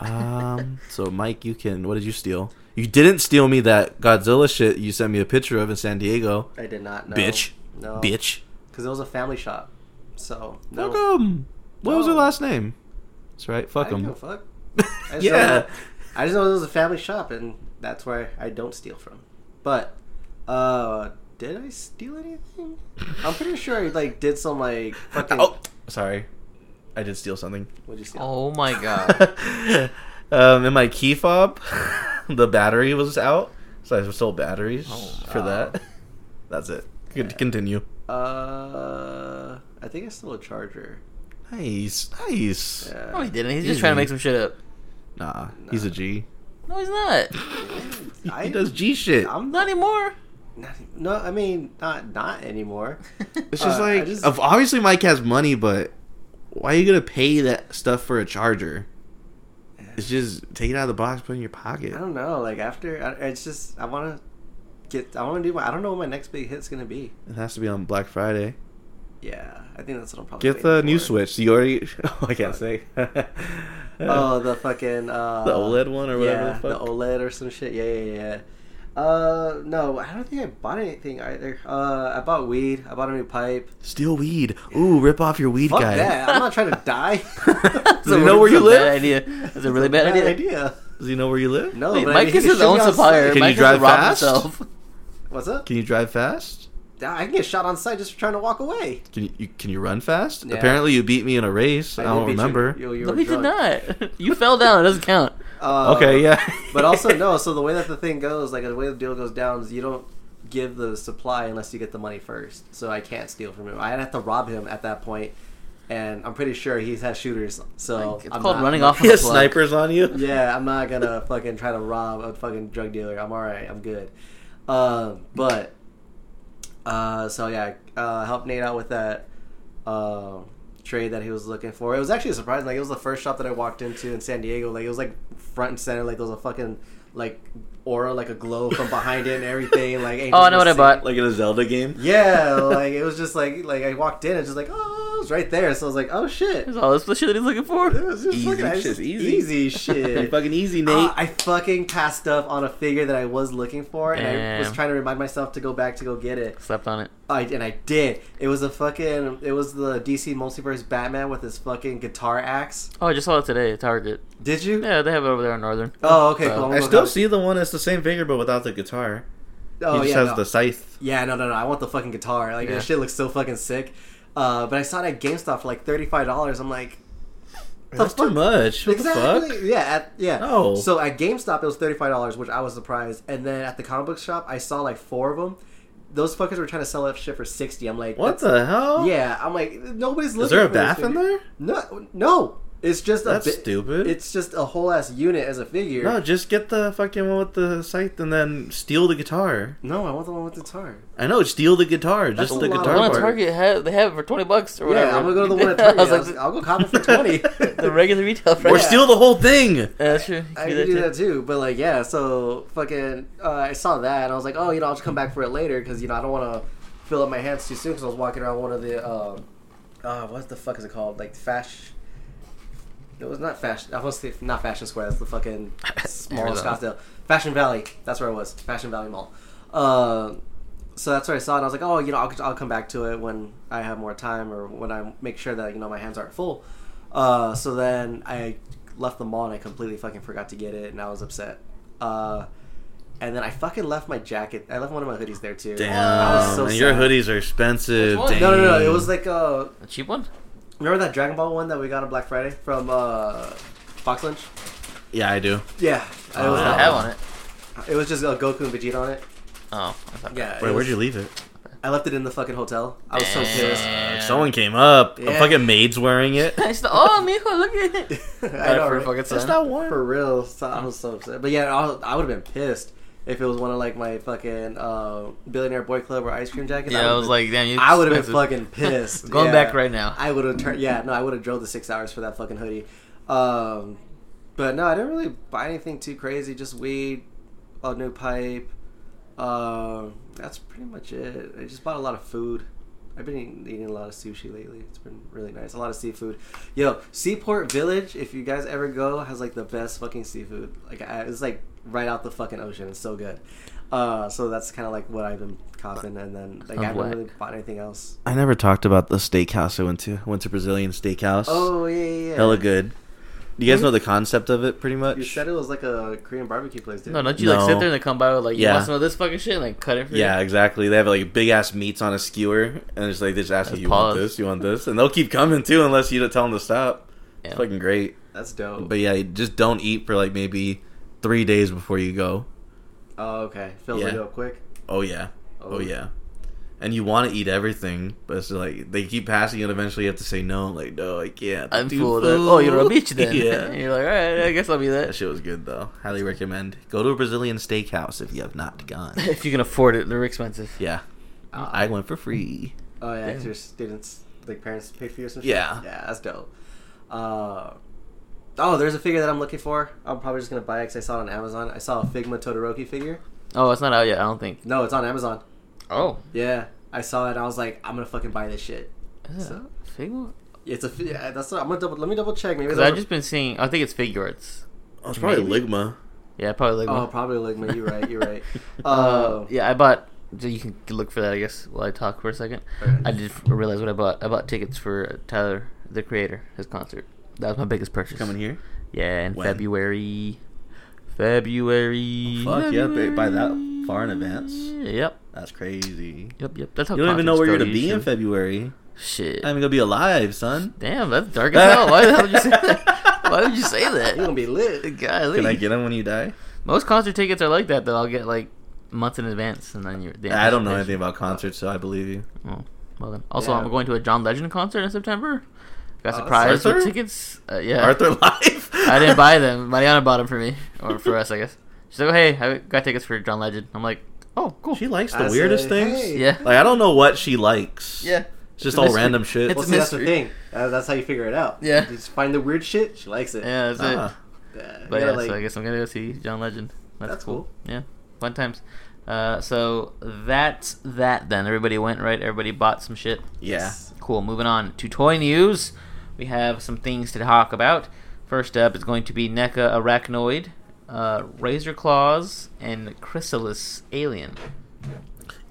Speaker 4: Um, so Mike, you can. What did you steal? You didn't steal me that Godzilla shit you sent me a picture of in San Diego.
Speaker 2: I did not know.
Speaker 4: Bitch.
Speaker 2: No.
Speaker 4: Bitch.
Speaker 2: Because it was a family shop. So Oh. no.
Speaker 4: Fuck 'em. What was her
Speaker 2: No.
Speaker 4: last name? That's right.
Speaker 2: I
Speaker 4: Fuck
Speaker 2: didn't give
Speaker 4: him.
Speaker 2: a
Speaker 4: [LAUGHS]
Speaker 2: fuck. I just
Speaker 4: yeah.
Speaker 2: don't- I just know it was a family shop, and that's where I don't steal from. But, uh, did I steal anything? I'm pretty sure I like did some like fucking.
Speaker 4: Oh, sorry. I did steal something.
Speaker 2: What'd you steal?
Speaker 3: [LAUGHS] Oh my god.
Speaker 4: [LAUGHS] um, and my key fob, [LAUGHS] the battery was out, so I sold batteries
Speaker 3: Oh,
Speaker 4: [LAUGHS] for
Speaker 2: wow.
Speaker 4: Oh. that. That's it. Con- Continue.
Speaker 2: Uh, I I think I stole a charger.
Speaker 4: Nice, nice.
Speaker 2: Yeah.
Speaker 3: No, he didn't. He's
Speaker 4: Easy.
Speaker 3: just trying to make some shit up.
Speaker 4: Nah, he's a G.
Speaker 3: No, he's not.
Speaker 2: I,
Speaker 4: he does G shit.
Speaker 2: I'm
Speaker 3: Not
Speaker 2: not.
Speaker 3: anymore.
Speaker 2: No, I mean not not anymore.
Speaker 4: It's just
Speaker 2: Uh, I
Speaker 4: like
Speaker 2: just-
Speaker 4: of- obviously Mike has money, but why are you gonna pay that stuff for a charger? It's just take it out of the box, put it in your pocket.
Speaker 2: I don't know. Like after, I, it's just I want to get. I want to do. My, I don't know what my next big hit's gonna be.
Speaker 4: It has to be on Black Friday.
Speaker 2: Yeah, I think that's what I'm probably
Speaker 4: Get the
Speaker 2: waiting
Speaker 4: new
Speaker 2: for.
Speaker 4: Switch. You already? [LAUGHS] Oh, I can't say.
Speaker 2: Oh, the fucking uh,
Speaker 4: The OLED one or whatever
Speaker 2: Yeah,
Speaker 4: the fuck?
Speaker 2: OLED E or some shit. Yeah, yeah, yeah. Uh, no, I don't think I bought anything either. Uh, I bought weed. I bought a new pipe.
Speaker 4: Steal weed. Ooh, rip off your weed
Speaker 2: Fuck
Speaker 4: guy.
Speaker 2: that! I'm not trying to die. [LAUGHS]
Speaker 3: That's a
Speaker 4: You know where you
Speaker 3: that's a bad
Speaker 4: live?
Speaker 3: Idea. That's a really bad, idea.
Speaker 4: [LAUGHS] Does he know where you live?
Speaker 2: No,
Speaker 3: Wait,
Speaker 2: but I
Speaker 3: Mike
Speaker 2: mean,
Speaker 3: is
Speaker 2: he
Speaker 3: his
Speaker 2: should
Speaker 3: own
Speaker 2: be on
Speaker 3: supplier.
Speaker 2: site.
Speaker 4: Can you
Speaker 3: Mike has
Speaker 4: drive
Speaker 3: to rob
Speaker 2: [LAUGHS]
Speaker 4: fast?
Speaker 3: himself.
Speaker 2: What's up?
Speaker 4: Can you drive fast?
Speaker 2: I can get shot on sight just for trying to walk away.
Speaker 4: Can you, you can you run fast?
Speaker 2: Yeah.
Speaker 4: Apparently, you beat me in a race. I,
Speaker 2: did
Speaker 4: don't
Speaker 2: beat you.
Speaker 4: remember.
Speaker 2: You- you
Speaker 3: No,
Speaker 2: were
Speaker 3: he did
Speaker 2: drunk.
Speaker 3: not. [LAUGHS] You fell down. It doesn't count.
Speaker 2: Uh,
Speaker 4: [LAUGHS] okay, yeah.
Speaker 2: but
Speaker 4: [LAUGHS]
Speaker 2: also no. So the way that the thing goes, like the way the deal goes down, is you don't give the supply unless you get the money first. So I can't steal from him. I have to rob him at that point, and I'm pretty sure he has shooters. So
Speaker 3: Like, it's
Speaker 2: I'm
Speaker 3: called
Speaker 2: not-
Speaker 3: running off
Speaker 4: he
Speaker 3: with a
Speaker 4: has
Speaker 3: plug.
Speaker 4: snipers on you.
Speaker 2: Yeah, I'm not gonna fucking try to rob a fucking drug dealer. I'm all right. I'm good. Um, but uh, so yeah, uh, helped Nate out with that um trade that he was looking for. It was actually surprising. Like it was the first shop that I walked into in San Diego. Like it was like front and center. Like there was a fucking like aura, like a glow from behind it and everything.
Speaker 3: [LAUGHS]
Speaker 2: Like
Speaker 3: Oh, I know what I
Speaker 2: angels
Speaker 3: bought.
Speaker 4: Like in a Zelda game.
Speaker 3: [LAUGHS]
Speaker 2: Yeah, like it was just like like I walked in and just like oh, it was right there. So I was like oh shit.
Speaker 3: There's all this shit that he's looking for.
Speaker 2: It was just
Speaker 4: Easy
Speaker 2: fucking- I
Speaker 4: shit's
Speaker 2: just-
Speaker 4: easy.
Speaker 2: easy
Speaker 3: [LAUGHS]
Speaker 2: shit.
Speaker 4: fucking easy, Nate.
Speaker 2: Uh, I fucking passed up on a figure that I was looking for, and I was
Speaker 3: Damn.
Speaker 2: trying to remind myself to go back to go get it.
Speaker 3: Slept on it.
Speaker 2: I and I did. It was a fucking. It was the DC Multiverse Batman with his fucking guitar axe.
Speaker 3: Oh, I just saw it today at Target.
Speaker 2: Did you?
Speaker 3: Yeah, they have it over there in Northern.
Speaker 2: Oh, okay,
Speaker 3: Uh,
Speaker 2: cool. I'm
Speaker 4: I
Speaker 2: gonna
Speaker 4: still
Speaker 2: look
Speaker 4: see the one that's the same figure but without the guitar.
Speaker 2: up-
Speaker 4: he
Speaker 2: Oh
Speaker 4: just
Speaker 2: yeah.
Speaker 4: has
Speaker 2: no.
Speaker 4: the scythe.
Speaker 2: Yeah, no, no, no. I want the fucking guitar. Like
Speaker 3: Yeah.
Speaker 2: that shit looks so fucking sick. Uh, but I saw it at GameStop for like thirty five dollars. I'm like, The
Speaker 4: That's too
Speaker 2: fuck?
Speaker 4: much. What the fuck?
Speaker 2: exactly. Yeah, at, yeah.
Speaker 4: No.
Speaker 2: So at GameStop it was thirty five dollars, which I was surprised. And then at the comic book shop, I saw like four of them. Those fuckers were trying to sell that shit for sixty. I'm like,
Speaker 4: What
Speaker 2: that's-
Speaker 4: the hell?
Speaker 2: Yeah, I'm like, nobody's looking.
Speaker 4: Is there a
Speaker 2: for this
Speaker 4: bath in
Speaker 2: figure.
Speaker 4: there?
Speaker 2: No, no. It's just a
Speaker 4: That's
Speaker 2: bi-
Speaker 4: stupid.
Speaker 2: It's just a whole ass unit as a figure.
Speaker 4: No,
Speaker 2: No,
Speaker 4: just get the fucking one with the scythe and then steal the guitar.
Speaker 2: I want the one with the guitar.
Speaker 4: I know, steal the guitar, just
Speaker 2: a
Speaker 4: the
Speaker 2: lot of
Speaker 4: guitar
Speaker 3: The one
Speaker 4: part.
Speaker 3: at Target had they have it for twenty bucks or whatever.
Speaker 2: Yeah, I'm gonna go to the
Speaker 4: [LAUGHS]
Speaker 2: one at
Speaker 3: [LAUGHS] I
Speaker 2: Target. I
Speaker 3: was like,
Speaker 2: will go cop it for twenty. [LAUGHS]
Speaker 3: the regular retail price.
Speaker 4: Or steal the whole thing.
Speaker 3: Yeah, that's true. You [LAUGHS]
Speaker 2: I
Speaker 3: can
Speaker 2: could
Speaker 3: do that too.
Speaker 2: too, but like, yeah. So fucking, uh, I saw that and I was like, oh, you know, I'll just come back for it later because you know I don't want to fill up my hands too soon because I was walking around one of the, um, uh, what the fuck is it called? Like fash. It was not fashion. I was thinking- not Fashion Square. That's the
Speaker 3: [LAUGHS]
Speaker 2: fucking small
Speaker 3: Arizona.
Speaker 2: Scottsdale. Fashion Valley. That's where I was. Fashion Valley Mall. Um, so that's where I saw it. And I was like, oh, you know, I'll, I'll come back to it when I have more time or when I make sure that you know my hands aren't full. Uh, so then I left the mall and I completely fucking forgot to get it and I was upset. Uh, and then I fucking left my jacket. I left one of my hoodies there too.
Speaker 4: Damn.
Speaker 2: I was so
Speaker 4: and your
Speaker 2: sad.
Speaker 4: hoodies are expensive.
Speaker 3: Which one?
Speaker 2: No, no, no. It
Speaker 4: Dang.
Speaker 2: was like uh,
Speaker 3: A cheap one?
Speaker 2: remember that Dragon Ball one that we got on Black Friday from uh, Fox Lunch.
Speaker 4: Yeah, I do.
Speaker 2: Yeah, it
Speaker 4: Oh,
Speaker 2: was
Speaker 3: What does
Speaker 4: yeah.
Speaker 3: it
Speaker 2: Ah. that
Speaker 3: have
Speaker 2: one.
Speaker 3: on it?
Speaker 2: It was just uh, Goku and Vegeta on it.
Speaker 3: Oh, I thought
Speaker 2: Yeah.
Speaker 4: Wait,
Speaker 2: it
Speaker 4: where'd
Speaker 2: was-
Speaker 4: you leave it? Uh,
Speaker 2: I left it in the fucking hotel. I was so pissed.
Speaker 3: Damn.
Speaker 4: Someone came up. A
Speaker 2: Yeah.
Speaker 4: fucking maid's
Speaker 2: [LAUGHS]
Speaker 4: wearing it.
Speaker 3: [LAUGHS] It's the, oh, mijo, look at it.
Speaker 2: I know,
Speaker 3: for
Speaker 2: right?
Speaker 3: fucking
Speaker 4: It's
Speaker 3: son.
Speaker 4: not warm.
Speaker 2: For real, so, I was so upset. But yeah, I, would have been pissed if it was one of like my fucking uh, billionaire boy club or ice cream jackets.
Speaker 3: Yeah, I
Speaker 2: would've
Speaker 3: was
Speaker 2: been-
Speaker 3: like, damn, you.
Speaker 2: I would have been
Speaker 3: [LAUGHS] expensive.
Speaker 2: fucking pissed.
Speaker 3: Going
Speaker 2: Yeah.
Speaker 3: back right now.
Speaker 2: I would have turned. Yeah, no, I would have drove the six hours for that fucking hoodie. Um, but no, I didn't really buy anything too crazy. Just weed, a new pipe. Um, that's pretty much it. I just bought a lot of food. I've been eating, eating a lot of sushi lately. It's been really nice. A lot of seafood. Yo, Seaport Village, if you guys ever go, has like the best fucking seafood. Like I, it's like right out the fucking ocean. It's so good. Uh, so that's kind of like what I've been copping, and then like I
Speaker 3: Sounds
Speaker 2: haven't
Speaker 3: whack.
Speaker 2: really bought anything else.
Speaker 4: I never talked about the steakhouse I went to. I went to Brazilian steakhouse.
Speaker 2: Oh yeah, yeah. yeah.
Speaker 4: hella good. Do you guys know the concept of it pretty much?
Speaker 2: You said it was like a Korean barbecue place, dude.
Speaker 3: No, don't you like sit
Speaker 4: No.
Speaker 3: there and they come by with like, you
Speaker 4: Yeah.
Speaker 3: want some of this fucking shit? And like cut it for
Speaker 4: Yeah,
Speaker 3: you?
Speaker 4: exactly. They have like big ass meats on a skewer, and it's like they just ask you,
Speaker 3: Just
Speaker 4: "You want
Speaker 3: pause.
Speaker 4: this? You want this?" And they'll keep coming too, unless you tell them to stop.
Speaker 3: Yeah.
Speaker 4: It's fucking great.
Speaker 2: That's dope.
Speaker 4: But yeah, you just don't eat for like maybe three days before you go.
Speaker 2: oh, okay. Fills
Speaker 4: Yeah.
Speaker 2: it up quick.
Speaker 4: Oh yeah,
Speaker 2: Oh.
Speaker 4: oh yeah. and you want to eat everything, but it's like they keep passing you, and eventually you have to say no. Like, no, I can't.
Speaker 3: I'm
Speaker 4: too
Speaker 3: full. Then. Oh, you're a
Speaker 4: [LAUGHS]
Speaker 3: beach
Speaker 2: [LAUGHS]
Speaker 3: then.
Speaker 4: yeah.
Speaker 3: And [LAUGHS] you're like, all right, I guess I'll be
Speaker 4: That
Speaker 3: that.
Speaker 4: shit was good though. Highly recommend. Go to a Brazilian steakhouse if you have
Speaker 3: [LAUGHS]
Speaker 4: not gone.
Speaker 3: if you can afford it, they're expensive.
Speaker 4: yeah,
Speaker 3: Uh,
Speaker 4: I went for free.
Speaker 2: Oh yeah, 'cause
Speaker 3: Damn.
Speaker 2: your students like parents pay for you or some shit.
Speaker 4: Yeah.
Speaker 2: yeah, that's dope. Uh, oh, there's a figure that I'm looking for. I'm probably just gonna buy it because I saw it on Amazon. I saw a Figma Todoroki figure.
Speaker 3: Oh, it's not out yet. I don't think.
Speaker 2: No, it's on Amazon.
Speaker 3: Oh,
Speaker 2: Yeah, I saw it. I was like, I'm gonna fucking buy this shit.
Speaker 3: is it
Speaker 2: So-
Speaker 3: Figma?
Speaker 2: It's a fi- yeah, that's what I'm gonna double. Let me double check. Maybe
Speaker 3: Because
Speaker 2: that's
Speaker 3: I've just been seeing. I think it's figure arts.
Speaker 4: Oh, it's probably
Speaker 3: Maybe.
Speaker 4: Ligma.
Speaker 3: Yeah, probably like.
Speaker 2: oh probably Ligma. You're right. You're right.
Speaker 3: [LAUGHS] Uh,
Speaker 2: Uh,
Speaker 3: yeah, I bought. so You can look for that, I guess. While I talk for a second,
Speaker 2: Okay.
Speaker 3: I did realize what I bought. I bought tickets for Tyler, the Creator, his concert. That was my biggest purchase.
Speaker 4: Coming here.
Speaker 3: Yeah, in
Speaker 4: When?
Speaker 3: February. February.
Speaker 4: Oh, Fuck yeah,
Speaker 3: February.
Speaker 4: they buy that far in advance.
Speaker 3: Yep,
Speaker 4: That's crazy.
Speaker 3: yep, yep. That's how
Speaker 4: You don't even know
Speaker 3: concerts
Speaker 4: where you're
Speaker 3: go
Speaker 4: gonna be in
Speaker 3: usually.
Speaker 4: February.
Speaker 3: Shit.
Speaker 4: I'm gonna be alive, son.
Speaker 3: Damn, that's dark as hell. Why the hell would you
Speaker 2: [LAUGHS]
Speaker 3: say that? Why would you say
Speaker 2: you're gonna
Speaker 3: that?
Speaker 2: be
Speaker 3: [LAUGHS]
Speaker 2: lit.
Speaker 3: Golly.
Speaker 4: Can I get them when you die?
Speaker 3: Most concert tickets are like that, though. I'll get like months in advance, and then you're. the
Speaker 4: I don't know
Speaker 3: anticipation.
Speaker 4: anything about concerts, so I believe you.
Speaker 3: Oh, well then. Also,
Speaker 2: Yeah.
Speaker 3: I'm going to a John Legend concert in September. Got
Speaker 2: Oh,
Speaker 3: surprised with
Speaker 4: Arthur?
Speaker 3: tickets. Uh, yeah,
Speaker 4: Arthur [LAUGHS] Live.
Speaker 3: I didn't
Speaker 4: [LAUGHS]
Speaker 3: buy them. Mariana bought them for me or for us, I guess. She's like, "Oh, "Hey, I got tickets for John Legend." I'm like, "Oh, cool."
Speaker 4: She likes the
Speaker 2: I
Speaker 4: weirdest
Speaker 2: say,
Speaker 4: things.
Speaker 2: hey.
Speaker 3: yeah,
Speaker 4: [LAUGHS] Like I don't know what she likes.
Speaker 3: yeah.
Speaker 4: It's just
Speaker 3: a
Speaker 4: all
Speaker 3: mystery.
Speaker 4: random shit.
Speaker 3: It's
Speaker 2: Well,
Speaker 3: a
Speaker 2: see, that's the
Speaker 3: mystery.
Speaker 2: thing. Uh, that's how you figure it out.
Speaker 3: Yeah.
Speaker 2: You just find the weird shit. She likes it.
Speaker 3: [LAUGHS] Yeah, that's
Speaker 4: Ah.
Speaker 2: Uh,
Speaker 3: it. But
Speaker 2: yeah,
Speaker 3: yeah,
Speaker 2: like-
Speaker 3: so I guess I'm gonna go see John Legend. That's,
Speaker 2: That's
Speaker 3: cool. Yeah, fun times. Uh, so that's that. Then everybody went right. Everybody bought some shit.
Speaker 4: Yeah.
Speaker 3: Cool. Moving on to toy news. We have some things to talk about. First up is going to be NECA Arachnoid, uh, Razor Claws, and Chrysalis Alien.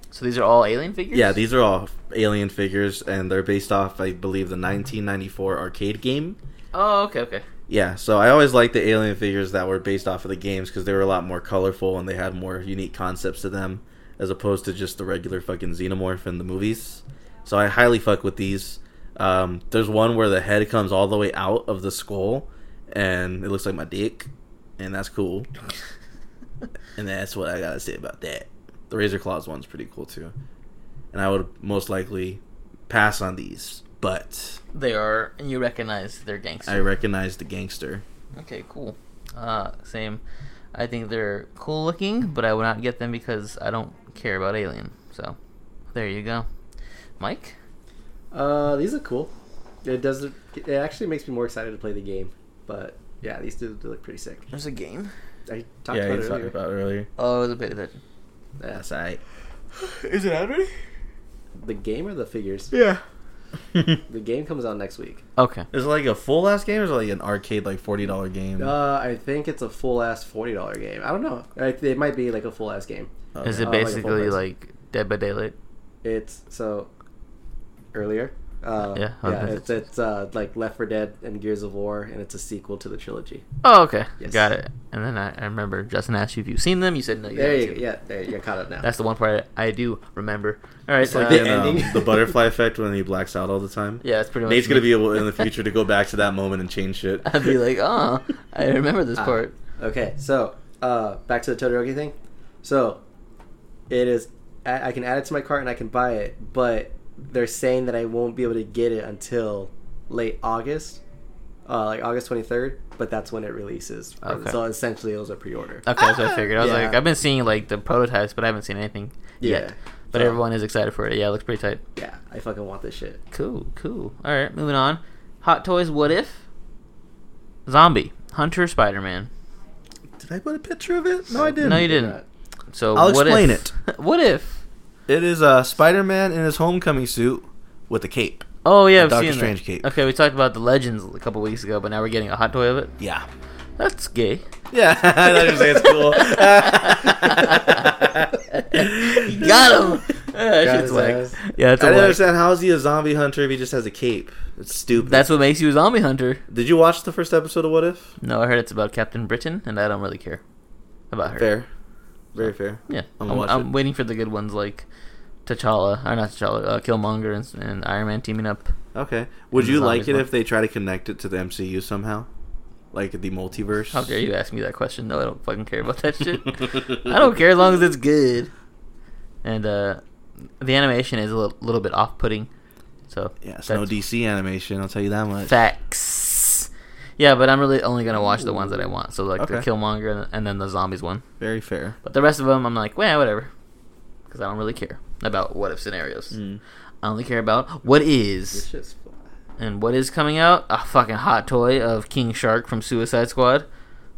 Speaker 3: So these are all alien figures?
Speaker 4: Yeah, these are all alien figures, and they're based off, I believe, the 1994 arcade game.
Speaker 3: Oh, okay, okay.
Speaker 4: Yeah, so I always liked the alien figures that were based off of the games because they were a lot more colorful and they had more unique concepts to them as opposed to just the regular fucking xenomorph in the movies. So I highly fuck with these. Um, there's one where the head comes all the way out of the skull and it looks like my dick, and that's cool. and that's what I gotta say about that. The Razor Claws one's pretty cool too. And I would most likely pass on these, but
Speaker 3: They are, and you recognize they're gangsters.
Speaker 4: I recognize the gangster.
Speaker 3: Okay, cool. Uh, same. I think they're cool looking, but I would not get them because I don't care about Alien. So, there you go. Mike?
Speaker 2: Uh, these are cool. It does. It actually makes me more excited to play the game. But yeah, these do, do look pretty sick.
Speaker 3: There's a game.
Speaker 2: I talked
Speaker 4: yeah,
Speaker 2: about
Speaker 4: you
Speaker 2: it
Speaker 4: talked
Speaker 2: earlier.
Speaker 4: about it earlier.
Speaker 3: Oh, there's a bit of it.
Speaker 2: Yeah,
Speaker 4: That's [SIGHS] right.
Speaker 3: Is it out already?
Speaker 2: the game or the figures?
Speaker 3: [LAUGHS]
Speaker 4: Yeah.
Speaker 2: The game comes out next week.
Speaker 3: Okay.
Speaker 4: is it like a full ass game or is it like an arcade like forty dollar game?
Speaker 2: Uh, I think it's a full ass forty dollar game. I don't know. Like, it might be like a full ass game.
Speaker 4: Okay.
Speaker 3: Is
Speaker 2: Oh,
Speaker 3: it
Speaker 2: like a full
Speaker 3: basically
Speaker 2: price.
Speaker 3: like Dead by Daylight?
Speaker 2: It's so earlier. Uh,
Speaker 3: Yeah, I
Speaker 2: yeah.
Speaker 3: bet
Speaker 2: It's, it's uh, like Left for Dead and Gears of War, and it's a sequel to the trilogy.
Speaker 3: Oh, okay.
Speaker 2: Yes.
Speaker 3: Got it. And then I, I remember Justin asked you if you've seen them. You said no. You
Speaker 2: There
Speaker 3: haven't
Speaker 2: you go.
Speaker 3: seen
Speaker 2: Yeah, there you caught up now.
Speaker 3: them. That's the one part I, I do remember. All right.
Speaker 4: It's like
Speaker 3: uh,
Speaker 4: the,
Speaker 2: Yeah.
Speaker 4: um,
Speaker 2: ending.
Speaker 4: [LAUGHS] the butterfly effect when he blacks out all the time.
Speaker 3: [LAUGHS] yeah, that's pretty much.
Speaker 4: Nate's gonna
Speaker 3: me.
Speaker 4: be able in the future to go back to that moment and change shit.
Speaker 3: [LAUGHS] I'd be like, oh, I remember this
Speaker 2: Ah.
Speaker 3: part.
Speaker 2: Okay, so uh, back to the Todoroki thing. So it is. I I can add it to my cart and I can buy it, but they're saying that I won't be able to get it until late August, uh, like August twenty third. But that's when it releases.
Speaker 3: Okay.
Speaker 2: So essentially, it was a pre order.
Speaker 3: Okay, that's what I figured. I
Speaker 2: [LAUGHS]
Speaker 3: was
Speaker 2: Yeah.
Speaker 3: like, I've been seeing like the prototypes, but I haven't seen anything
Speaker 2: Yeah.
Speaker 3: yet. But
Speaker 2: So-
Speaker 3: everyone is excited for it. Yeah, it looks pretty tight.
Speaker 2: Yeah, I fucking want this shit.
Speaker 3: Cool, cool. All right, moving on. Hot toys. What if? Zombie Hunter Spider Man.
Speaker 4: Did I put a picture of it? No, I didn't.
Speaker 3: No, you didn't. So
Speaker 4: I'll
Speaker 3: what
Speaker 4: explain
Speaker 3: if, [LAUGHS] What if?
Speaker 4: It is uh, Spider Man in his homecoming suit with a cape.
Speaker 3: Oh yeah, I've
Speaker 4: Doctor
Speaker 3: seen that.
Speaker 4: Strange cape.
Speaker 3: Okay, we talked about the Legends a couple weeks ago, but now we're getting a hot toy of it.
Speaker 4: Yeah.
Speaker 3: That's gay.
Speaker 4: Yeah, [LAUGHS] I thought you were saying it's cool.
Speaker 3: [LAUGHS]
Speaker 4: [LAUGHS]
Speaker 3: You got him. Yeah, that
Speaker 2: Got
Speaker 3: shit's
Speaker 2: his
Speaker 3: whack.
Speaker 2: ass.
Speaker 3: Yeah, it's
Speaker 4: I
Speaker 3: a
Speaker 4: don't
Speaker 3: whack.
Speaker 4: understand how is he a zombie hunter if he just has a cape? It's stupid.
Speaker 3: That's what makes you a zombie hunter.
Speaker 4: Did you watch the first episode of What If?
Speaker 3: No, I heard it's about Captain Britain, and I don't really care about her.
Speaker 4: Fair, very fair.
Speaker 3: Yeah,
Speaker 4: I'm
Speaker 3: I'm,
Speaker 4: gonna watch
Speaker 3: I'm
Speaker 4: it.
Speaker 3: waiting for the good ones like T'Challa, or not T'Challa, uh, Killmonger and, and Iron Man teaming up.
Speaker 4: Okay. Would
Speaker 3: the
Speaker 4: you like
Speaker 3: zombies
Speaker 4: it
Speaker 3: one.
Speaker 4: if they try to connect it to the MCU somehow? Like the multiverse?
Speaker 3: How dare you ask me that question? No, I don't fucking care about that shit. I don't care as long as it's good. And uh, the animation is a little, little bit off-putting. So
Speaker 4: Yeah, it's
Speaker 3: that's
Speaker 4: no DC animation. I'll tell you that much.
Speaker 3: facts. Yeah, but I'm really only gonna watch the ones that I want. So like the
Speaker 4: Okay.
Speaker 3: Killmonger and, and then the zombies one.
Speaker 4: Very fair.
Speaker 3: But the rest of them, I'm like, well, whatever, because I don't really care about what if scenarios.
Speaker 4: Mm.
Speaker 3: I only care about what
Speaker 2: This
Speaker 3: is
Speaker 2: shit's fly.
Speaker 3: and what is coming out. A fucking hot toy of King Shark from Suicide Squad.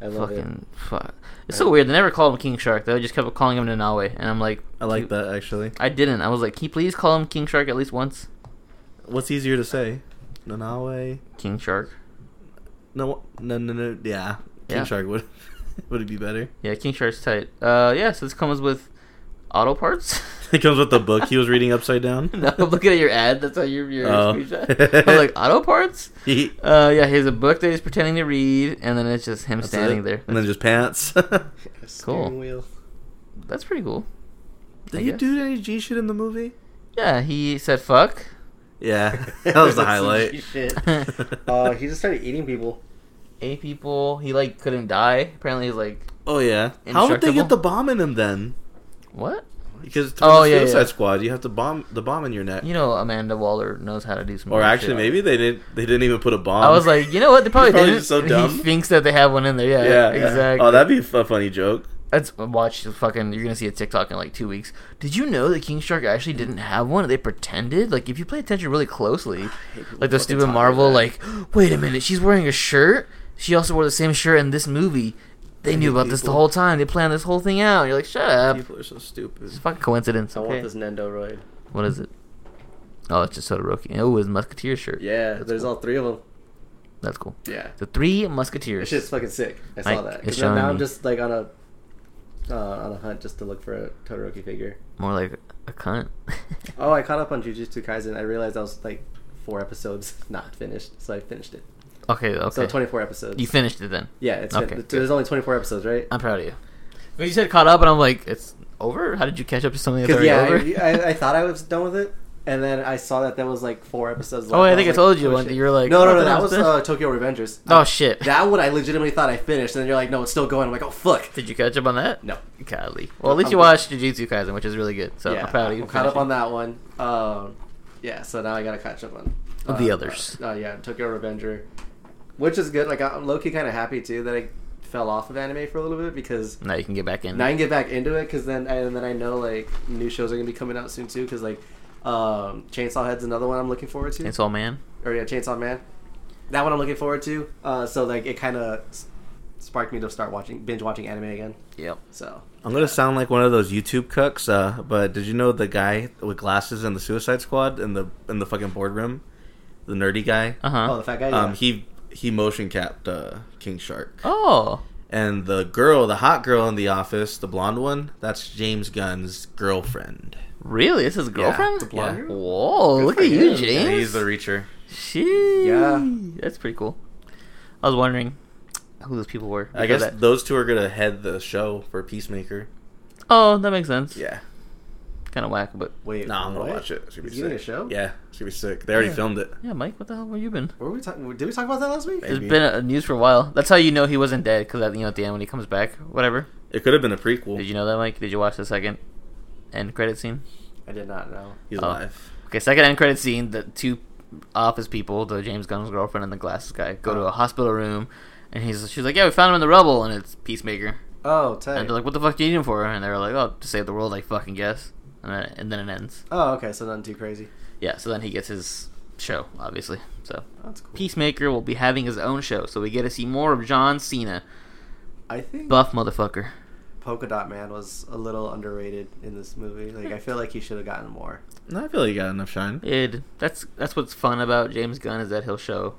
Speaker 2: I love
Speaker 3: Fucking fuck. It's so weird. They never called him King Shark though. They just kept calling him Nanawe, and I'm like,
Speaker 4: I like
Speaker 3: "Dude,
Speaker 4: that actually.
Speaker 3: I didn't. I was like, can you please call him King Shark at least once?
Speaker 4: What's easier to say? Nanawe.
Speaker 3: King Shark.
Speaker 4: No, no, no, no. Yeah, King
Speaker 3: Yeah.
Speaker 4: Shark would [LAUGHS] would it be better?
Speaker 3: Yeah, King Shark's tight. Uh, yeah. So this comes with auto
Speaker 4: [LAUGHS]
Speaker 3: parts. [LAUGHS]
Speaker 4: It comes with the book he was reading upside down.
Speaker 3: no, I'm looking at your ad. That's how your your
Speaker 4: Oh.
Speaker 3: screenshot. I was like auto
Speaker 4: [LAUGHS]
Speaker 3: parts.
Speaker 4: He-
Speaker 3: Uh, yeah. He's a book that he's pretending to read, and then it's just him
Speaker 4: that's
Speaker 3: standing
Speaker 4: it.
Speaker 3: there.
Speaker 4: and then just pants. [LAUGHS]
Speaker 2: it. A
Speaker 3: Cool.
Speaker 2: steering [LAUGHS] wheel.
Speaker 3: That's pretty cool. I
Speaker 4: Did you
Speaker 3: guess.
Speaker 4: do any G shit in the movie?
Speaker 3: Yeah, he said fuck.
Speaker 4: [LAUGHS]
Speaker 3: [LAUGHS]
Speaker 4: Yeah, that was the
Speaker 2: Some
Speaker 4: highlight.
Speaker 2: shit.
Speaker 4: oh,
Speaker 2: Uh,
Speaker 4: [LAUGHS]
Speaker 2: he just started eating people.
Speaker 3: Eight people. He like couldn't die. Apparently, he's like
Speaker 4: Oh, yeah, how would they
Speaker 3: Indestructible?
Speaker 4: get the bomb in him then?
Speaker 3: what?
Speaker 4: Because to
Speaker 3: Oh,
Speaker 4: the
Speaker 3: yeah,
Speaker 4: Suicide
Speaker 3: yeah.
Speaker 4: Squad, you have to bomb the bomb in your neck.
Speaker 3: You know, Amanda Waller knows how to do some.
Speaker 4: or
Speaker 3: weird
Speaker 4: actually,
Speaker 3: shit.
Speaker 4: maybe they didn't. They didn't even put a bomb.
Speaker 3: I was like, you know what? They
Speaker 4: [LAUGHS]
Speaker 3: probably,
Speaker 4: probably
Speaker 3: didn't.
Speaker 4: just so dumb.
Speaker 3: He thinks that they have one in there. Yeah,
Speaker 4: yeah,
Speaker 3: exactly.
Speaker 4: Oh, that'd be a fu- funny joke.
Speaker 3: That's watch the fucking. You're gonna see a TikTok in like two weeks. Did you know that King Shark actually didn't have one? They pretended. Like if you pay attention really closely, like the stupid Marvel. Like, wait a minute, she's wearing a shirt. She also wore the same shirt in this movie. They knew about this the
Speaker 4: people-
Speaker 3: whole time. They planned this whole thing out. You're like, shut up.
Speaker 4: People are so stupid.
Speaker 3: It's a fucking coincidence.
Speaker 2: I
Speaker 3: Okay?
Speaker 2: want this Nendoroid.
Speaker 3: What is it? Oh, it's just Todoroki. Oh, his Musketeer shirt.
Speaker 2: Yeah,
Speaker 3: That's
Speaker 2: there's
Speaker 3: cool.
Speaker 2: all three of them.
Speaker 3: That's cool.
Speaker 2: Yeah.
Speaker 3: The three
Speaker 2: That
Speaker 3: Musketeers.
Speaker 2: shit's fucking sick. I saw
Speaker 3: Mike
Speaker 2: that.
Speaker 3: is
Speaker 2: 'Cause now,
Speaker 3: showing
Speaker 2: now I'm
Speaker 3: me.
Speaker 2: just like on a uh, on a hunt just to look for a Todoroki figure.
Speaker 3: More like a cunt. [LAUGHS]
Speaker 2: Oh, I caught up on Jujutsu Kaisen. I realized I was like four episodes [LAUGHS] not finished, so I finished it.
Speaker 3: Okay, okay.
Speaker 2: So 24 episodes.
Speaker 3: You finished it then.
Speaker 2: yeah, it's
Speaker 3: Okay,
Speaker 2: fin-
Speaker 3: good.
Speaker 2: there's only 24 episodes, right? [LAUGHS]
Speaker 3: I'm proud of you. When you said caught up, and I'm like, it's over. How did you catch up to something that's
Speaker 2: Because
Speaker 3: already
Speaker 2: yeah,
Speaker 3: over?
Speaker 2: I, I, I thought
Speaker 3: [LAUGHS]
Speaker 2: I was done with it, and then I saw that there was like four episodes. left.
Speaker 3: Oh, I
Speaker 2: was
Speaker 3: think I
Speaker 2: like,
Speaker 3: told you
Speaker 2: oh,
Speaker 3: one-
Speaker 2: shit.
Speaker 3: you were like,
Speaker 2: no,
Speaker 3: oh,
Speaker 2: no,
Speaker 3: I
Speaker 2: no,
Speaker 3: thought I
Speaker 2: that was
Speaker 3: was finished.
Speaker 2: uh, Tokyo Revengers.
Speaker 3: oh shit!
Speaker 2: That one I legitimately thought I finished, and then you're like, no, it's still going. I'm like, oh fuck.
Speaker 3: did you catch up on that?
Speaker 2: No.
Speaker 3: Golly. Well, at least
Speaker 2: I'm
Speaker 3: you
Speaker 2: good.
Speaker 3: watched Jujutsu Kaisen, which is really good. So I'm proud of you. for
Speaker 2: caught up
Speaker 3: finishing.
Speaker 2: on that one. Um, yeah, so now I gotta catch up on
Speaker 3: The others.
Speaker 2: Oh yeah, Tokyo Revenger, which is good. Like I'm low-key kind of happy too that I fell off of anime for a little bit because
Speaker 3: Now you can get back in.
Speaker 2: now I can get back into it because then and then I know like new shows are gonna be coming out soon too because like um, Chainsaw Head's another one I'm looking forward to
Speaker 3: It's all man.
Speaker 2: or yeah Chainsaw Man, that one I'm looking forward to. Uh, so like it kind of sparked me to start watching binge watching anime again.
Speaker 3: Yep.
Speaker 2: So
Speaker 3: Uh-huh.
Speaker 4: I'm gonna sound like one of those YouTube cucks, uh, but did you know the guy with glasses in the Suicide Squad in the in the fucking boardroom, the nerdy guy?
Speaker 3: Uh
Speaker 2: oh
Speaker 3: huh.
Speaker 2: the fat guy.
Speaker 4: Um,
Speaker 2: yeah.
Speaker 4: he he motion capped uh, King Shark,
Speaker 3: Oh.
Speaker 4: and the girl, the hot girl in the office, the blonde one, that's James Gunn's girlfriend.
Speaker 3: Really? It's his girlfriend?
Speaker 4: the blonde
Speaker 2: girl?
Speaker 3: Whoa,
Speaker 2: Good
Speaker 3: look
Speaker 2: for
Speaker 3: at you,
Speaker 2: him.
Speaker 3: James.
Speaker 4: Yeah, he's the reacher.
Speaker 3: Sheesh.
Speaker 2: Yeah.
Speaker 3: That's pretty cool. I was wondering who those people were.
Speaker 4: I guess
Speaker 3: because that-
Speaker 4: those two are gonna head the show for Peacemaker.
Speaker 3: oh, that makes sense.
Speaker 4: Yeah,
Speaker 3: Kind of whack, but.
Speaker 2: Wait,
Speaker 4: no, I'm gonna
Speaker 2: what?
Speaker 4: watch it. It's gonna be
Speaker 2: Is he doing
Speaker 4: sick.
Speaker 2: a show?
Speaker 4: Yeah, it's gonna be sick. They already
Speaker 3: Yeah.
Speaker 4: filmed it.
Speaker 3: Yeah, Mike, what the hell have you been?
Speaker 2: What were we talking? Did we talk about that last week?
Speaker 4: Maybe.
Speaker 3: It's been a, news for a while. That's how you know he wasn't dead, because you know at the end when he comes back, whatever.
Speaker 4: It could have been a prequel.
Speaker 3: Did you know that, Mike? Did you watch the second end credit scene?
Speaker 2: I did not know.
Speaker 4: He's
Speaker 3: Oh.
Speaker 4: alive.
Speaker 3: Okay, second end credit scene. The two office people, the James Gunn's girlfriend and the glasses guy, go
Speaker 4: Uh-huh.
Speaker 3: to a hospital room, and he's she's like, "Yeah, we found him in the rubble," and it's Peacemaker.
Speaker 2: Oh, tight.
Speaker 3: And they're like, "What the fuck do you need him for?" And they're like, "Oh, to save the world, I fucking guess." And then, and then it ends.
Speaker 2: oh, okay. So nothing too crazy.
Speaker 3: Yeah. So then he gets his show, obviously. So
Speaker 2: That's cool.
Speaker 3: Peacemaker will be having his own show, so we get to see more of John Cena,
Speaker 2: I think
Speaker 3: buff motherfucker.
Speaker 2: Polka Dot Man was a little underrated in this movie. Like, I feel like he should have gotten more.
Speaker 4: No, I feel like he got enough shine. [LAUGHS]
Speaker 3: It that's that's what's fun about James Gunn is that he'll show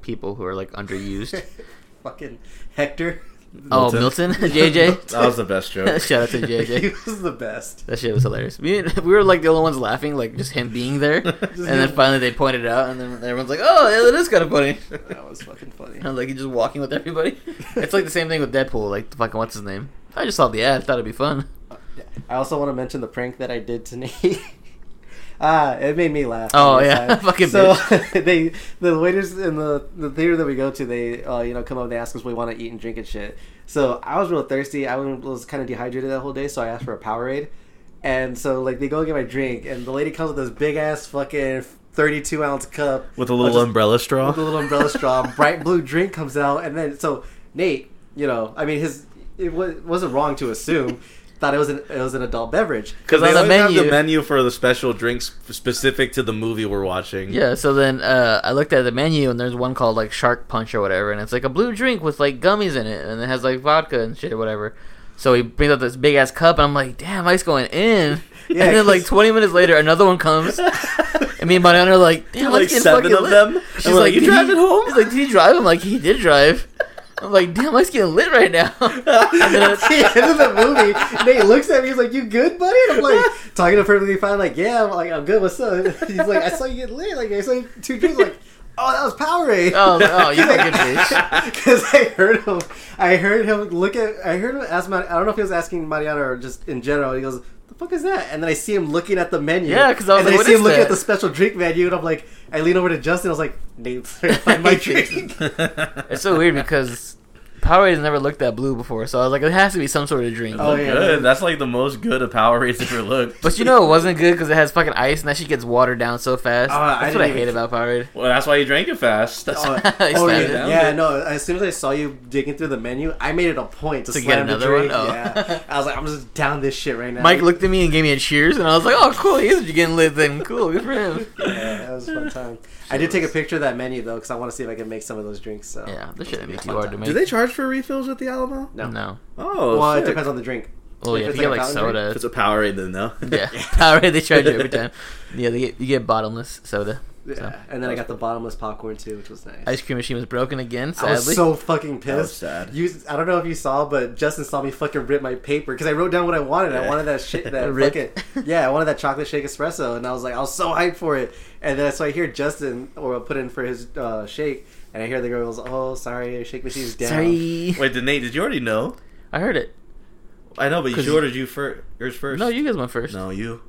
Speaker 3: people who are like
Speaker 4: [LAUGHS]
Speaker 3: underused.
Speaker 2: [LAUGHS] Fucking
Speaker 3: [LAUGHS]
Speaker 2: Hector.
Speaker 3: oh,
Speaker 4: Milton. [LAUGHS]
Speaker 3: Milton, JJ.
Speaker 4: That was the best
Speaker 3: [LAUGHS]
Speaker 4: joke.
Speaker 3: Shout out to
Speaker 2: [LAUGHS] he
Speaker 3: JJ.
Speaker 2: was the best.
Speaker 3: That shit was hilarious. We, we were like the only ones laughing, like just him being
Speaker 4: [LAUGHS]
Speaker 3: there. and then finally they pointed it out, and then everyone's like, "Oh, yeah, that is kind of funny."
Speaker 2: That was fucking funny.
Speaker 3: [LAUGHS] And like he's just walking with everybody. [LAUGHS] It's like the same thing with Deadpool. Like the fucking what's his name? I just saw the ad. Thought it'd be fun. [LAUGHS]
Speaker 2: I also want to mention the prank that I did to [LAUGHS] Nate. Ah, it made me laugh.
Speaker 3: Oh,
Speaker 2: every
Speaker 3: yeah.
Speaker 2: time.
Speaker 3: [LAUGHS] Fucking
Speaker 2: so [LAUGHS] they the waiters in the the theater that we go to they uh, you know come up and they ask us what we want to eat and drink and shit. So I was real thirsty. I was kind of dehydrated that whole day, so I asked for a Powerade, And so like they go get my drink, and the lady comes with this big ass fucking thirty-two ounce cup
Speaker 4: with a little
Speaker 2: of just-
Speaker 4: umbrella straw.
Speaker 2: with a little
Speaker 4: [LAUGHS]
Speaker 2: umbrella straw. Bright blue drink comes out, and then so Nate, you know, I mean, his it was, wasn't wrong to assume thought it was an it was an adult beverage.
Speaker 4: Because
Speaker 3: on
Speaker 4: they
Speaker 3: the
Speaker 4: always have
Speaker 3: menu-
Speaker 4: the menu for the special drinks specific to the movie we're watching.
Speaker 3: Yeah, so then uh, I looked at the menu and there's one called like Shark Punch or whatever, and it's like a blue drink with like gummies in it, and it has like vodka and shit or whatever. So he brings out this big ass cup, and I'm like, damn, ice going
Speaker 4: [LAUGHS]
Speaker 3: in.
Speaker 2: Yeah,
Speaker 3: and then like
Speaker 2: 'cause-
Speaker 3: 20 minutes later, another one comes, and me and Mariana are like, damn,
Speaker 4: Like
Speaker 3: let's get
Speaker 4: seven
Speaker 3: fucking
Speaker 4: of
Speaker 3: lit.
Speaker 4: them? And
Speaker 3: She's
Speaker 4: we're
Speaker 3: like,
Speaker 4: like, "You
Speaker 3: "Did he-" [LAUGHS]
Speaker 4: driving home?" [LAUGHS]
Speaker 3: She's like, did he drive? I'm like, he did drive. I'm like, damn, ice getting lit right now. [LAUGHS] and then it's,
Speaker 2: At the end of the movie, Nate looks at me. He's like, "You good, buddy?" And I'm like, talking to perfectly fine. Like, yeah, I'm like, I'm good. What's up? [LAUGHS] He's like, I saw you get lit. Like, I saw you two drinks. Like, oh, that was Powerade.
Speaker 3: oh,
Speaker 2: [LAUGHS]
Speaker 3: oh, you fucking bitch.
Speaker 2: Because I heard him, I heard him look at, I heard him ask. Mar- I don't know if he was asking Mariana or just in general. He goes, "The fuck is that?" And then I see him looking at the menu.
Speaker 3: Yeah, 'cause I
Speaker 2: and
Speaker 3: was like,
Speaker 2: then I
Speaker 3: "What
Speaker 2: see
Speaker 3: is
Speaker 2: him looking
Speaker 3: that?"
Speaker 2: at the special drink menu, and I'm like, I lean over to Justin. I was like, "Nate, [LAUGHS] sir, find
Speaker 3: [LAUGHS]
Speaker 2: my drink."
Speaker 3: It's so weird because Powerade's never looked that blue before, so I was like, it has to be some sort of drink.
Speaker 2: Oh, yeah.
Speaker 4: Good. That's like the most good of Powerades
Speaker 3: [LAUGHS]
Speaker 4: ever looked.
Speaker 3: But you know it wasn't good because it has fucking ice and that shit gets watered down so fast.
Speaker 2: Oh, I
Speaker 3: That's what I
Speaker 2: didn't
Speaker 3: hate
Speaker 2: even-
Speaker 3: about Powerade.
Speaker 4: well, that's why you drank it fast.
Speaker 2: [LAUGHS]
Speaker 4: That's
Speaker 2: Oh,
Speaker 4: [LAUGHS]
Speaker 3: He
Speaker 2: oh,
Speaker 3: slammed
Speaker 2: yeah,
Speaker 4: it.
Speaker 2: yeah, no. As soon as I saw you digging through the menu, I made it a point to,
Speaker 3: To get
Speaker 2: slam the
Speaker 3: another one?
Speaker 2: drink.
Speaker 3: Oh.
Speaker 2: Yeah. I was like, I'm just down this shit right now.
Speaker 3: Mike looked at me and gave me a cheers, and I was like, "Oh, cool, he's getting lit. Then cool, good for him."
Speaker 2: [LAUGHS] Yeah, that was a fun time. I did take a picture of that menu though, because I want to see if I can make some of those drinks. So
Speaker 3: Yeah, this
Speaker 2: That was
Speaker 3: shouldn't
Speaker 2: a
Speaker 3: be
Speaker 2: good
Speaker 3: too
Speaker 2: fun
Speaker 3: hard to
Speaker 2: time.
Speaker 3: make.
Speaker 4: Do they charge for refills at the Alamo?
Speaker 2: No. [LAUGHS]
Speaker 3: No.
Speaker 4: Oh,
Speaker 2: Well, it
Speaker 4: sick.
Speaker 2: depends on the drink.
Speaker 3: Well, yeah, if
Speaker 2: it's
Speaker 3: you get
Speaker 2: like a
Speaker 3: like
Speaker 2: fountain drink,
Speaker 3: soda,
Speaker 4: If it's a Powerade, then [LAUGHS] no.
Speaker 3: yeah, [LAUGHS] Powerade they charge
Speaker 2: [LAUGHS]
Speaker 3: you every time. Yeah, they get, you get bottomless soda.
Speaker 2: Yeah,
Speaker 3: So,
Speaker 2: and then I got the bottomless popcorn too, which was nice.
Speaker 3: Ice cream machine was broken again.
Speaker 2: I
Speaker 3: Sadly,
Speaker 2: was so fucking pissed.
Speaker 4: was sad.
Speaker 2: You, I don't know if you saw, but Justin saw me fucking rip my paper because I wrote down what I wanted. I
Speaker 4: Yeah.
Speaker 2: wanted that shit, that
Speaker 3: [LAUGHS] Rip.
Speaker 2: fucking yeah, I wanted that chocolate shake espresso, and I was like, I was so hyped for it. And then so I hear Justin or put in for his uh, shake, and I hear the girl goes, "Oh, sorry, your shake machine's down."
Speaker 3: sorry.
Speaker 4: [LAUGHS] Wait, did Nate? Did you already know?
Speaker 3: I heard it.
Speaker 4: I know, but
Speaker 3: 'Cause
Speaker 4: you
Speaker 3: you-
Speaker 4: ordered you fir- yours first.
Speaker 3: No, you guys went first.
Speaker 4: No, you.